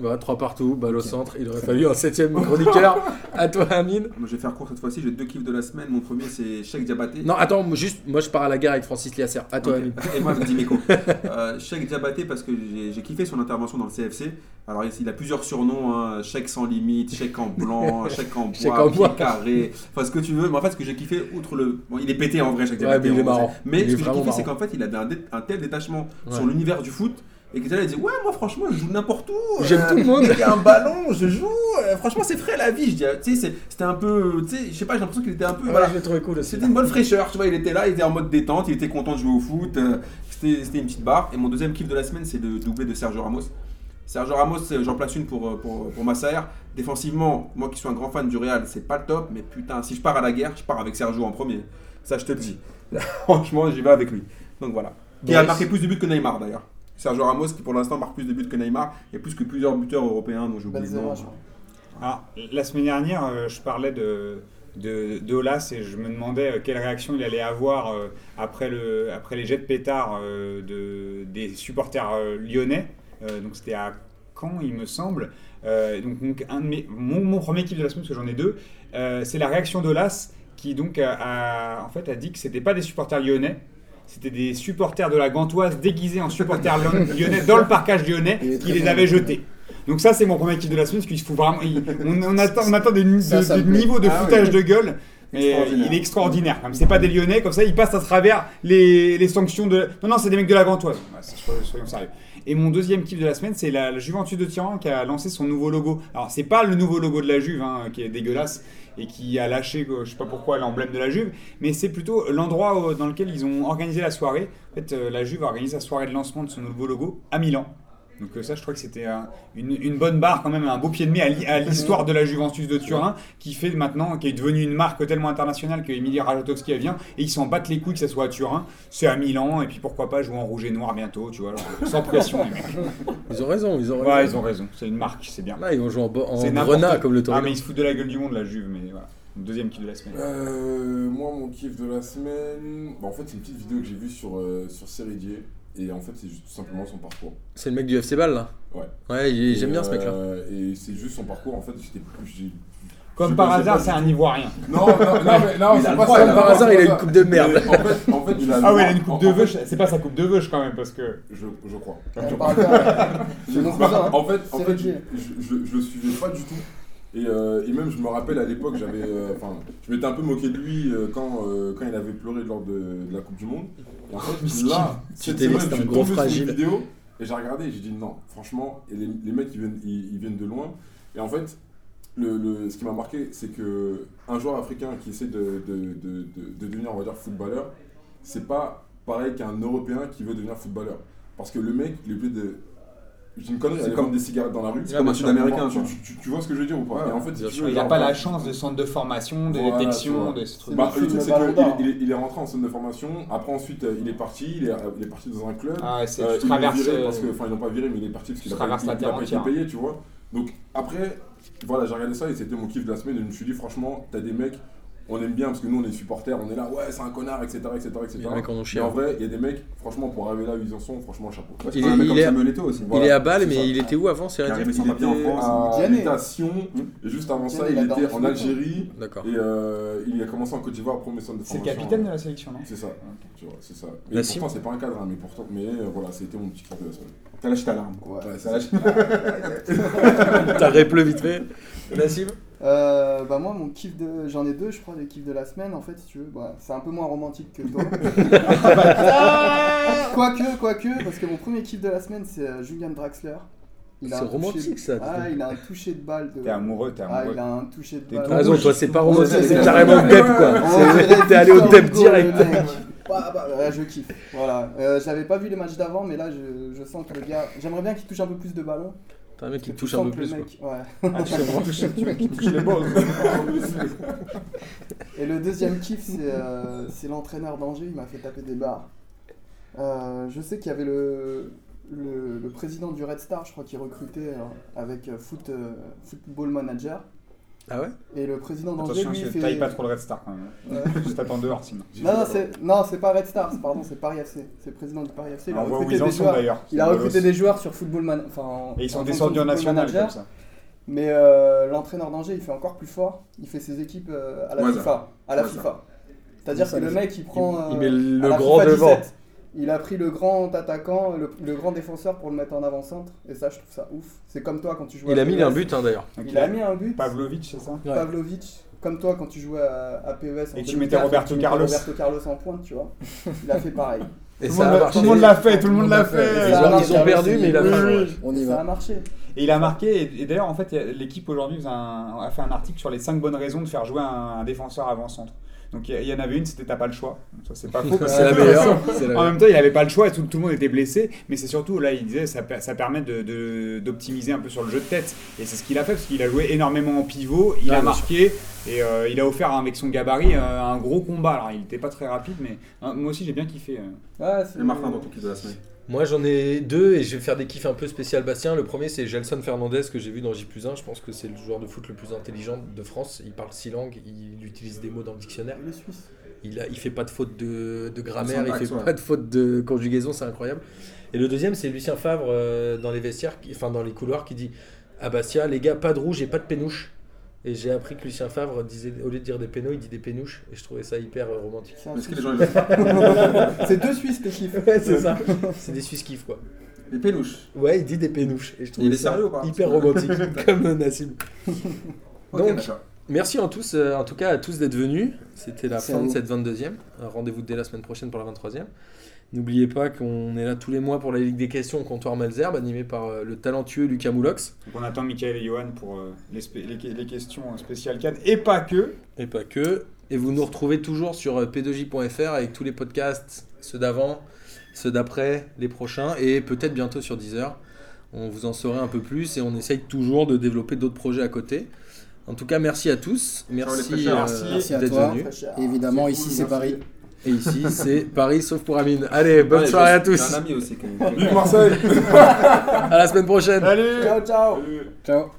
[SPEAKER 1] Bah, trois partout, balle au centre. Il aurait fallu un septième chroniqueur. à toi, Amine.
[SPEAKER 3] Moi, je vais faire court cette fois-ci. J'ai deux kiffs de la semaine. Mon premier, c'est Cheikh Diabaté.
[SPEAKER 1] Non, attends, moi, juste, moi je pars à la guerre avec Francis Liasser. À Ah, toi,
[SPEAKER 3] Ok.
[SPEAKER 1] Amine.
[SPEAKER 3] Et moi, je dis Meko. Euh, Cheikh Diabaté, parce que j'ai j'ai kiffé son intervention dans le CFC. Alors, il- il a plusieurs surnoms hein, Cheikh sans limite, Cheikh en blanc, Cheikh en
[SPEAKER 1] Cheikh
[SPEAKER 3] bois,
[SPEAKER 1] en bois.
[SPEAKER 3] Cheikh carré. Enfin, ce que tu veux. Mais en fait, ce que j'ai kiffé, outre le. bon, il est pété en vrai, Cheikh
[SPEAKER 1] Ouais,
[SPEAKER 3] Diabaté.
[SPEAKER 1] mais il est
[SPEAKER 3] on
[SPEAKER 1] marrant.
[SPEAKER 3] sait.
[SPEAKER 1] Il
[SPEAKER 3] Mais
[SPEAKER 1] est
[SPEAKER 3] ce que j'ai
[SPEAKER 1] vraiment
[SPEAKER 3] kiffé, c'est
[SPEAKER 1] marrant.
[SPEAKER 3] qu'en fait, il avait un, dé- un tel détachement sur
[SPEAKER 1] Ouais.
[SPEAKER 3] l'univers du foot. Et qu'il allait dire Ouais, moi, franchement, je joue n'importe où.
[SPEAKER 1] J'aime
[SPEAKER 3] Euh,
[SPEAKER 1] tout le monde.
[SPEAKER 3] J'ai un ballon, je joue. Euh, franchement, c'est frais la vie. Je dis, ah, Tu sais, c'est- c'était un peu. Tu sais, je sais pas, j'ai l'impression qu'il était un peu. voilà,
[SPEAKER 1] l'ai trouvé cool
[SPEAKER 3] c'était une bonne fraîcheur, tu vois, il était là, il était en mode détente, il était content de jouer au foot, euh, c'était c'était une petite barre. Et mon deuxième kiff de la semaine, c'est le doublé de Sergio Ramos. Sergio Ramos, euh, j'en place une pour, euh, pour, pour Massaer. Défensivement, moi qui suis un grand fan du Real, c'est pas le top, mais putain, si je pars à la guerre, je pars avec Sergio en premier. Ça, je te le dis. Franchement, j'y vais avec lui. Donc voilà. Qui a
[SPEAKER 1] Boris.
[SPEAKER 3] marqué plus de buts que Neymar d'ailleurs. Sergio Ramos, qui pour l'instant marque plus de buts que Neymar, et plus que plusieurs buteurs européens dont j'ai oublié le nom.
[SPEAKER 4] Benzema, je crois.
[SPEAKER 2] Alors, la semaine dernière, euh, je parlais de de d'Olas et je me demandais euh, quelle réaction il allait avoir euh, après le après les jets de pétard euh, de des supporters euh, lyonnais. Euh, donc c'était à Caen, il me semble. Euh, donc donc, un de mes- mon, mon premier kiff de la semaine, parce que j'en ai deux, euh, c'est la réaction d'Olas qui donc a, a- en fait a dit que c'était pas des supporters lyonnais. C'était des supporters de la Gantoise déguisés en supporters lyon- lyonnais dans le parcage lyonnais
[SPEAKER 6] Il est très
[SPEAKER 2] qui les
[SPEAKER 6] bon.
[SPEAKER 2] avaient jetés. Donc ça, c'est mon premier kiff de la semaine, parce qu'il se fout vraiment... il- on, on attend, on attend des, ni-
[SPEAKER 6] Ça,
[SPEAKER 2] de-
[SPEAKER 6] ça
[SPEAKER 2] de
[SPEAKER 6] me plaît.
[SPEAKER 2] niveaux de
[SPEAKER 3] Ah
[SPEAKER 2] foutage de gueule, mais euh,
[SPEAKER 3] Extraordinaire.
[SPEAKER 2] il est extraordinaire. Comme c'est pas des Lyonnais, comme ça, il passe à travers les, les sanctions de... Non, non, c'est des mecs de la Gantoise. Ouais, c'est- soyons, soyons sérieux. Et mon deuxième kiff de la semaine, c'est la, la Juventus de Turin qui a lancé son nouveau logo. Alors, c'est pas le nouveau logo de la Juve, hein, qui est dégueulasse, et qui a lâché, euh, je sais pas pourquoi, l'emblème de la Juve, mais c'est plutôt l'endroit euh, dans lequel ils ont organisé la soirée. En fait, euh, la Juve a organisé la soirée de lancement de son nouveau logo à Milan. Donc euh, ça, je crois que c'était un- une, une bonne barre quand même, un beau pied de nez à l'hi- à l'histoire de la Juventus de Turin, qui fait maintenant, qui est devenue une marque tellement internationale que Emilia Rajatowski elle vient, et ils s'en battent les couilles que ça soit à Turin, c'est à Milan, et puis pourquoi pas jouer en rouge et noir bientôt, tu vois, alors, euh, sans pression les mecs.
[SPEAKER 1] Ils ont raison, ils ont raison.
[SPEAKER 2] Ouais, ils ont raison, c'est une marque, c'est bien.
[SPEAKER 1] Là, ils vont jouer en, bo- en
[SPEAKER 2] C'est n'importe
[SPEAKER 1] grenat
[SPEAKER 2] quoi.
[SPEAKER 1] comme le
[SPEAKER 2] Ah
[SPEAKER 1] Torino.
[SPEAKER 2] mais ils se foutent de la gueule du monde la Juve, mais voilà. Deuxième kill de la semaine.
[SPEAKER 5] Euh, moi, mon kiff de la semaine. Bah, en fait, c'est une petite vidéo que j'ai vue sur, euh, sur Sérédier. Et en fait, c'est juste tout simplement son parcours.
[SPEAKER 1] C'est le mec du FC Ball, là.
[SPEAKER 5] Ouais.
[SPEAKER 1] Ouais, il-
[SPEAKER 5] Et,
[SPEAKER 1] j'aime bien ce mec-là.
[SPEAKER 5] euh, Et c'est juste son parcours. En fait, j'étais plus. j'ai-
[SPEAKER 2] Comme
[SPEAKER 5] je
[SPEAKER 2] par
[SPEAKER 5] connaissais
[SPEAKER 2] hasard,
[SPEAKER 5] pas
[SPEAKER 2] c'est
[SPEAKER 5] du
[SPEAKER 2] un Ivoirien.
[SPEAKER 5] tout. Non, non, non, mais non,
[SPEAKER 3] Il a
[SPEAKER 5] c'est
[SPEAKER 3] le
[SPEAKER 5] pas
[SPEAKER 3] droit,
[SPEAKER 1] Comme
[SPEAKER 5] ça.
[SPEAKER 1] par
[SPEAKER 5] non,
[SPEAKER 1] hasard,
[SPEAKER 5] c'est
[SPEAKER 1] il a
[SPEAKER 5] pas ça.
[SPEAKER 1] une coupe de merde.
[SPEAKER 5] Mais En fait, en fait, il a le
[SPEAKER 2] Ah ouais, il
[SPEAKER 5] droit-
[SPEAKER 2] a une coupe
[SPEAKER 5] en-
[SPEAKER 2] de
[SPEAKER 5] en fait,
[SPEAKER 2] veuche, c'est pas sa coupe de veuche quand même, parce que...
[SPEAKER 5] Je, je crois.
[SPEAKER 4] On parle pas.
[SPEAKER 5] Je
[SPEAKER 4] mon
[SPEAKER 5] crois.
[SPEAKER 4] cousin, hein.
[SPEAKER 5] En fait, en
[SPEAKER 4] C'est
[SPEAKER 5] fait je,
[SPEAKER 4] Régis.
[SPEAKER 5] je, je- je le suivais pas du tout. Et, euh, et même, je me rappelle à l'époque, j'avais, euh, enfin, je m'étais un peu moqué de lui euh, quand, euh, quand il avait pleuré lors de, de la Coupe du Monde. Et en fait,
[SPEAKER 1] Miskin.
[SPEAKER 5] là,
[SPEAKER 1] Tu
[SPEAKER 5] cette
[SPEAKER 1] t'es dit,
[SPEAKER 5] semaine,
[SPEAKER 1] c'est
[SPEAKER 5] je
[SPEAKER 1] un
[SPEAKER 5] suis
[SPEAKER 1] gros
[SPEAKER 5] tombé sur
[SPEAKER 1] fragile.
[SPEAKER 5] une vidéo et j'ai regardé et j'ai dit non, franchement, et les, les mecs, ils viennent, ils, ils viennent de loin. Et en fait, le, le- ce qui m'a marqué, c'est que un joueur africain qui essaie de, de, de, de- de devenir, on va dire, footballeur, c'est pas pareil qu'un Européen qui veut devenir footballeur. Parce que le mec, il est obligé de. J'ai une connerie,
[SPEAKER 3] C'est
[SPEAKER 5] aller
[SPEAKER 3] comme-
[SPEAKER 5] vendre des cigarettes dans la rue.
[SPEAKER 3] c'est comme un Sud-Américain,
[SPEAKER 5] Tu,
[SPEAKER 3] quoi.
[SPEAKER 5] tu- tu- tu vois ce que je veux dire ou pas
[SPEAKER 3] Ouais,
[SPEAKER 5] Et en fait, si
[SPEAKER 1] bien
[SPEAKER 5] tu
[SPEAKER 1] sûr.
[SPEAKER 5] veux,
[SPEAKER 2] Il n'a
[SPEAKER 5] genre,
[SPEAKER 2] pas
[SPEAKER 5] bah,
[SPEAKER 2] la chance de centre de formation, de
[SPEAKER 5] Voilà, tu
[SPEAKER 2] détection,
[SPEAKER 5] vois.
[SPEAKER 2] de ce truc.
[SPEAKER 5] Bah,
[SPEAKER 4] C'est
[SPEAKER 5] le
[SPEAKER 4] le
[SPEAKER 5] truc, c'est
[SPEAKER 4] Ballon d'Or.
[SPEAKER 5] qu'il est, il est rentré en centre de formation. Après, ensuite, euh, il est parti. Il est, il est parti dans un club.
[SPEAKER 2] Ah ouais, c'est-
[SPEAKER 5] Euh,
[SPEAKER 2] tu
[SPEAKER 5] ils l'ont
[SPEAKER 2] traverses.
[SPEAKER 5] viré
[SPEAKER 2] euh,
[SPEAKER 5] parce que, enfin, ils l'ont pas viré, mais il est parti parce qu'il
[SPEAKER 2] tu
[SPEAKER 5] a, pas-
[SPEAKER 2] traverses
[SPEAKER 5] il-
[SPEAKER 2] la
[SPEAKER 5] il a
[SPEAKER 2] terre
[SPEAKER 5] pas été
[SPEAKER 2] entière.
[SPEAKER 5] payé, tu vois. Donc après, voilà, j'ai regardé ça et c'était mon kiff de la semaine. Et je me suis dit, franchement, t'as des mecs, on aime bien parce que nous, on est supporters, on est là, ouais, c'est un connard, etc., etc., etc.
[SPEAKER 1] Les mecs en ont hein.
[SPEAKER 5] Mais
[SPEAKER 1] chier.
[SPEAKER 5] en vrai, il y a des mecs, franchement, pour arriver là où ils en sont, franchement, chapeau.
[SPEAKER 3] Ouais,
[SPEAKER 1] Il
[SPEAKER 3] c'est un
[SPEAKER 1] est-
[SPEAKER 3] mec
[SPEAKER 1] il
[SPEAKER 3] comme
[SPEAKER 1] est-
[SPEAKER 3] Samuel Eto'o aussi.
[SPEAKER 1] Il est à Bâle,
[SPEAKER 5] c'est
[SPEAKER 1] mais
[SPEAKER 5] ça.
[SPEAKER 1] il était où avant C'est rien
[SPEAKER 3] Qui
[SPEAKER 1] à
[SPEAKER 3] est
[SPEAKER 1] dire
[SPEAKER 3] arrivé sans
[SPEAKER 5] Il était
[SPEAKER 3] papier en France.
[SPEAKER 5] à
[SPEAKER 4] Diane.
[SPEAKER 5] Tation, et juste avant ça,
[SPEAKER 4] Diane,
[SPEAKER 5] il
[SPEAKER 4] il adore
[SPEAKER 5] était
[SPEAKER 4] le
[SPEAKER 5] en
[SPEAKER 4] foot.
[SPEAKER 5] Algérie.
[SPEAKER 1] D'accord.
[SPEAKER 5] Et euh, il a commencé en Côte d'Ivoire, premier centre de
[SPEAKER 2] C'est le
[SPEAKER 5] formation. hein.
[SPEAKER 2] capitaine de la sélection, non
[SPEAKER 5] C'est ça, tu vois, c'est ça. Et
[SPEAKER 1] Nassim.
[SPEAKER 5] pourtant, c'est pas un cadre, hein, mais pourtant, mais euh, voilà, c'était mon petit kiff de la semaine. Bah,
[SPEAKER 3] T'as lâché ta larme.
[SPEAKER 4] Ouais.
[SPEAKER 5] Ouais,
[SPEAKER 3] T'as
[SPEAKER 5] ça,
[SPEAKER 3] lâché-
[SPEAKER 1] T'as répleu vite fait. Nassim
[SPEAKER 4] Euh, bah moi mon kiff de j'en ai deux je crois des kiffs de la semaine en fait si tu veux Bah, c'est un peu moins romantique que toi quoique quoique parce que mon premier kiff de la semaine c'est euh, Julian Draxler Il a
[SPEAKER 1] C'est
[SPEAKER 4] un toucher-
[SPEAKER 1] romantique ça.
[SPEAKER 4] ah il a un toucher de balle de
[SPEAKER 2] T'es amoureux, t'es
[SPEAKER 4] ah
[SPEAKER 2] amoureux.
[SPEAKER 4] il a un toucher de
[SPEAKER 2] T'es
[SPEAKER 4] balle
[SPEAKER 1] T'as raison, toi c'est pas romantique,
[SPEAKER 4] Ouais,
[SPEAKER 1] c'est
[SPEAKER 4] c'est-
[SPEAKER 1] carrément
[SPEAKER 3] ouais,
[SPEAKER 1] dep
[SPEAKER 3] ouais,
[SPEAKER 1] quoi.
[SPEAKER 3] ouais.
[SPEAKER 4] On
[SPEAKER 1] C'est-
[SPEAKER 4] dirait
[SPEAKER 1] T'es allé au
[SPEAKER 4] Victor
[SPEAKER 1] dep
[SPEAKER 4] Hugo,
[SPEAKER 1] direct.
[SPEAKER 4] le mec. Bah, bah, bah, je kiffe. Voilà. Euh, J'avais pas vu les matchs d'avant, mais là, je, je sens que le gars. J'aimerais bien qu'il touche un peu plus de ballons.
[SPEAKER 1] T'as un mec qui
[SPEAKER 4] Tu
[SPEAKER 1] te touche
[SPEAKER 4] sens
[SPEAKER 1] un peu
[SPEAKER 4] que le
[SPEAKER 1] plus quoi.
[SPEAKER 4] mec- ouais.
[SPEAKER 2] Ah, tu veux toucher- tu veux qu'il touche les balles.
[SPEAKER 4] Et le deuxième kiff, c'est euh, c'est l'entraîneur d'Angers, il m'a fait taper des barres. Euh, je sais qu'il y avait le, le, le président du Red Star, je crois, qui recrutait euh, avec euh, foot, euh, Football Manager.
[SPEAKER 1] Ah ouais
[SPEAKER 4] Et le président d'Angers,
[SPEAKER 2] Attention,
[SPEAKER 4] lui,
[SPEAKER 2] je
[SPEAKER 4] fait.
[SPEAKER 2] taille pas trop le Red Star quand même.
[SPEAKER 4] Ouais.
[SPEAKER 2] Je t'attends dehors sinon.
[SPEAKER 4] Non, non, c'est- non, c'est pas Red Star, c'est- pardon, c'est Paris FC. C'est le président du Paris FC. Il a
[SPEAKER 1] Ah,
[SPEAKER 2] On voit où
[SPEAKER 4] recruté
[SPEAKER 2] ils en
[SPEAKER 4] des
[SPEAKER 2] sont
[SPEAKER 4] joueurs.
[SPEAKER 2] d'ailleurs.
[SPEAKER 4] Il a recruté des joueurs sur Football Man. Enfin, en-
[SPEAKER 2] Et ils sont
[SPEAKER 4] en
[SPEAKER 2] descendus en
[SPEAKER 4] fonction
[SPEAKER 2] national
[SPEAKER 4] de Football Manager.
[SPEAKER 2] comme ça.
[SPEAKER 4] Mais euh, l'entraîneur d'Angers, il fait encore plus fort. Il fait ses équipes euh, à la
[SPEAKER 3] Ouais, ça.
[SPEAKER 4] FIFA. À la
[SPEAKER 3] Ouais, ça.
[SPEAKER 4] FIFA. C'est-à-dire que
[SPEAKER 6] Ça,
[SPEAKER 4] le
[SPEAKER 6] les-
[SPEAKER 4] mec, il prend.
[SPEAKER 1] Il
[SPEAKER 4] euh,
[SPEAKER 1] met
[SPEAKER 4] à
[SPEAKER 1] le
[SPEAKER 4] la
[SPEAKER 1] grand
[SPEAKER 4] FIFA
[SPEAKER 1] devant.
[SPEAKER 4] 17, Il a pris le grand attaquant, le, le grand défenseur pour le mettre en avant-centre. Et ça, je trouve ça ouf. C'est comme toi quand tu jouais.
[SPEAKER 1] Il
[SPEAKER 4] à
[SPEAKER 1] a mis
[SPEAKER 4] PES.
[SPEAKER 1] un but hein, d'ailleurs.
[SPEAKER 4] Il a mis un but.
[SPEAKER 2] Pavlovic, c'est ça
[SPEAKER 1] Ouais.
[SPEAKER 4] Pavlovic, comme toi quand tu jouais à, à PES. en
[SPEAKER 2] Et tu
[SPEAKER 4] 2004,
[SPEAKER 2] mettais Roberto
[SPEAKER 4] tu mettais
[SPEAKER 2] Carlos.
[SPEAKER 4] Roberto Carlos en pointe, tu vois. Il a fait pareil.
[SPEAKER 1] Et
[SPEAKER 2] Tout le
[SPEAKER 1] ça
[SPEAKER 2] monde
[SPEAKER 1] a
[SPEAKER 2] l'a-
[SPEAKER 1] marché.
[SPEAKER 2] Tout le monde l'a fait, tout le monde l'a
[SPEAKER 1] Ils
[SPEAKER 2] fait.
[SPEAKER 4] Ça a
[SPEAKER 1] ont,
[SPEAKER 4] marché,
[SPEAKER 1] ils ont perdu,
[SPEAKER 6] Carlos,
[SPEAKER 1] mais il a
[SPEAKER 6] oui,
[SPEAKER 1] pas
[SPEAKER 6] oui.
[SPEAKER 1] joué.
[SPEAKER 6] On y
[SPEAKER 4] Ça a
[SPEAKER 6] va.
[SPEAKER 4] marché.
[SPEAKER 2] Et il a marqué, et- et d'ailleurs, en fait, l'équipe aujourd'hui faisait un- a fait un article sur les 5 bonnes raisons de faire jouer un, un défenseur avant-centre. Donc il y, il y en avait une, c'était t'as pas le choix. Ça, c'est pas faux. parce
[SPEAKER 1] C'est la
[SPEAKER 2] que-
[SPEAKER 1] meilleure. C'est la
[SPEAKER 2] En
[SPEAKER 1] meilleure.
[SPEAKER 2] même temps, il avait pas le choix et tout, tout le monde était blessé. Mais c'est surtout, là, il disait, ça, per- ça permet de- de- d'optimiser un peu sur le jeu de tête. Et c'est ce qu'il a fait, parce qu'il a joué énormément en pivot, il
[SPEAKER 1] Ouais,
[SPEAKER 2] a
[SPEAKER 1] bien
[SPEAKER 2] marqué, et euh, il a offert, avec son gabarit, euh, un gros combat. Alors, il était pas très rapide, mais hein, moi aussi, j'ai bien kiffé. euh.
[SPEAKER 4] Ouais, c'est-
[SPEAKER 3] Et Martin dans ton kiff de la semaine.
[SPEAKER 1] Moi j'en ai deux et je vais faire des kiffs un peu spécial Bastien. Le premier c'est Gelson Fernandez que j'ai vu dans J 1. Je pense que c'est le joueur de foot le plus intelligent de France. Il parle six langues, il utilise des mots dans le dictionnaire.
[SPEAKER 4] Le Suisse. syntaxe,
[SPEAKER 1] Il, a, il fait pas de faute de, de grammaire, il fait
[SPEAKER 3] ouais.
[SPEAKER 1] pas de faute de conjugaison, c'est incroyable. Et le deuxième, c'est Lucien Favre euh, dans les vestiaires, qui- enfin dans les couloirs, qui dit à Bastia, les gars, pas de rouge et pas de pénouche. Et j'ai appris que Lucien Favre disait, au lieu de dire des pénaux, il dit des pénouches. Et je trouvais ça hyper euh, romantique.
[SPEAKER 4] c'est un
[SPEAKER 3] Est-ce que
[SPEAKER 4] Suisse.
[SPEAKER 3] les gens ils le font
[SPEAKER 4] C'est deux Suisses, tes kiffs.
[SPEAKER 1] Ouais, c'est ça. C'est des Suisses kiffs, quoi.
[SPEAKER 3] Les pélouches.
[SPEAKER 1] Ouais, il dit des pénouches. Et je trouvais
[SPEAKER 3] Il est
[SPEAKER 1] ça
[SPEAKER 3] sérieux ou pas
[SPEAKER 1] hyper romantique, comme euh, Nassim.
[SPEAKER 3] Ok,
[SPEAKER 1] Donc,
[SPEAKER 3] d'accord.
[SPEAKER 1] Merci en, tous, euh, en tout cas à tous d'être venus. C'était la
[SPEAKER 6] Merci
[SPEAKER 1] fin
[SPEAKER 6] à
[SPEAKER 1] de
[SPEAKER 6] vous.
[SPEAKER 1] cette 22e. Euh, Rendez-vous dès la semaine prochaine pour la 23e. N'oubliez pas qu'on est là tous les mois pour la Ligue des questions au comptoir Malzerbe, animé par euh, le talentueux Lucas Moulox.
[SPEAKER 2] Donc, on attend Michael et Johan pour euh, les, spé- les que- les questions euh, spéciales cadres, et pas que.
[SPEAKER 1] Et pas que. Et vous nous retrouvez toujours sur euh, p2j.fr avec tous les podcasts, ceux d'avant, ceux d'après, les prochains, et peut-être bientôt sur Deezer. On vous en saurait un peu plus et on essaye toujours de développer d'autres projets à côté. En tout cas, merci à tous. Merci, euh,
[SPEAKER 3] fraîcheurs.
[SPEAKER 6] Merci à
[SPEAKER 1] d'être
[SPEAKER 6] toi.
[SPEAKER 1] venus.
[SPEAKER 6] Et Évidemment, ici c'est Paris.
[SPEAKER 1] Et ici, c'est Paris sauf pour Amine. Allez, bonne
[SPEAKER 3] Ouais,
[SPEAKER 1] soirée à
[SPEAKER 3] j'ai- j'ai
[SPEAKER 1] tous.
[SPEAKER 3] Un ami aussi. qui-
[SPEAKER 5] Vive Marseille
[SPEAKER 1] À la semaine prochaine.
[SPEAKER 2] Salut
[SPEAKER 4] Ciao, ciao.
[SPEAKER 6] Ciao.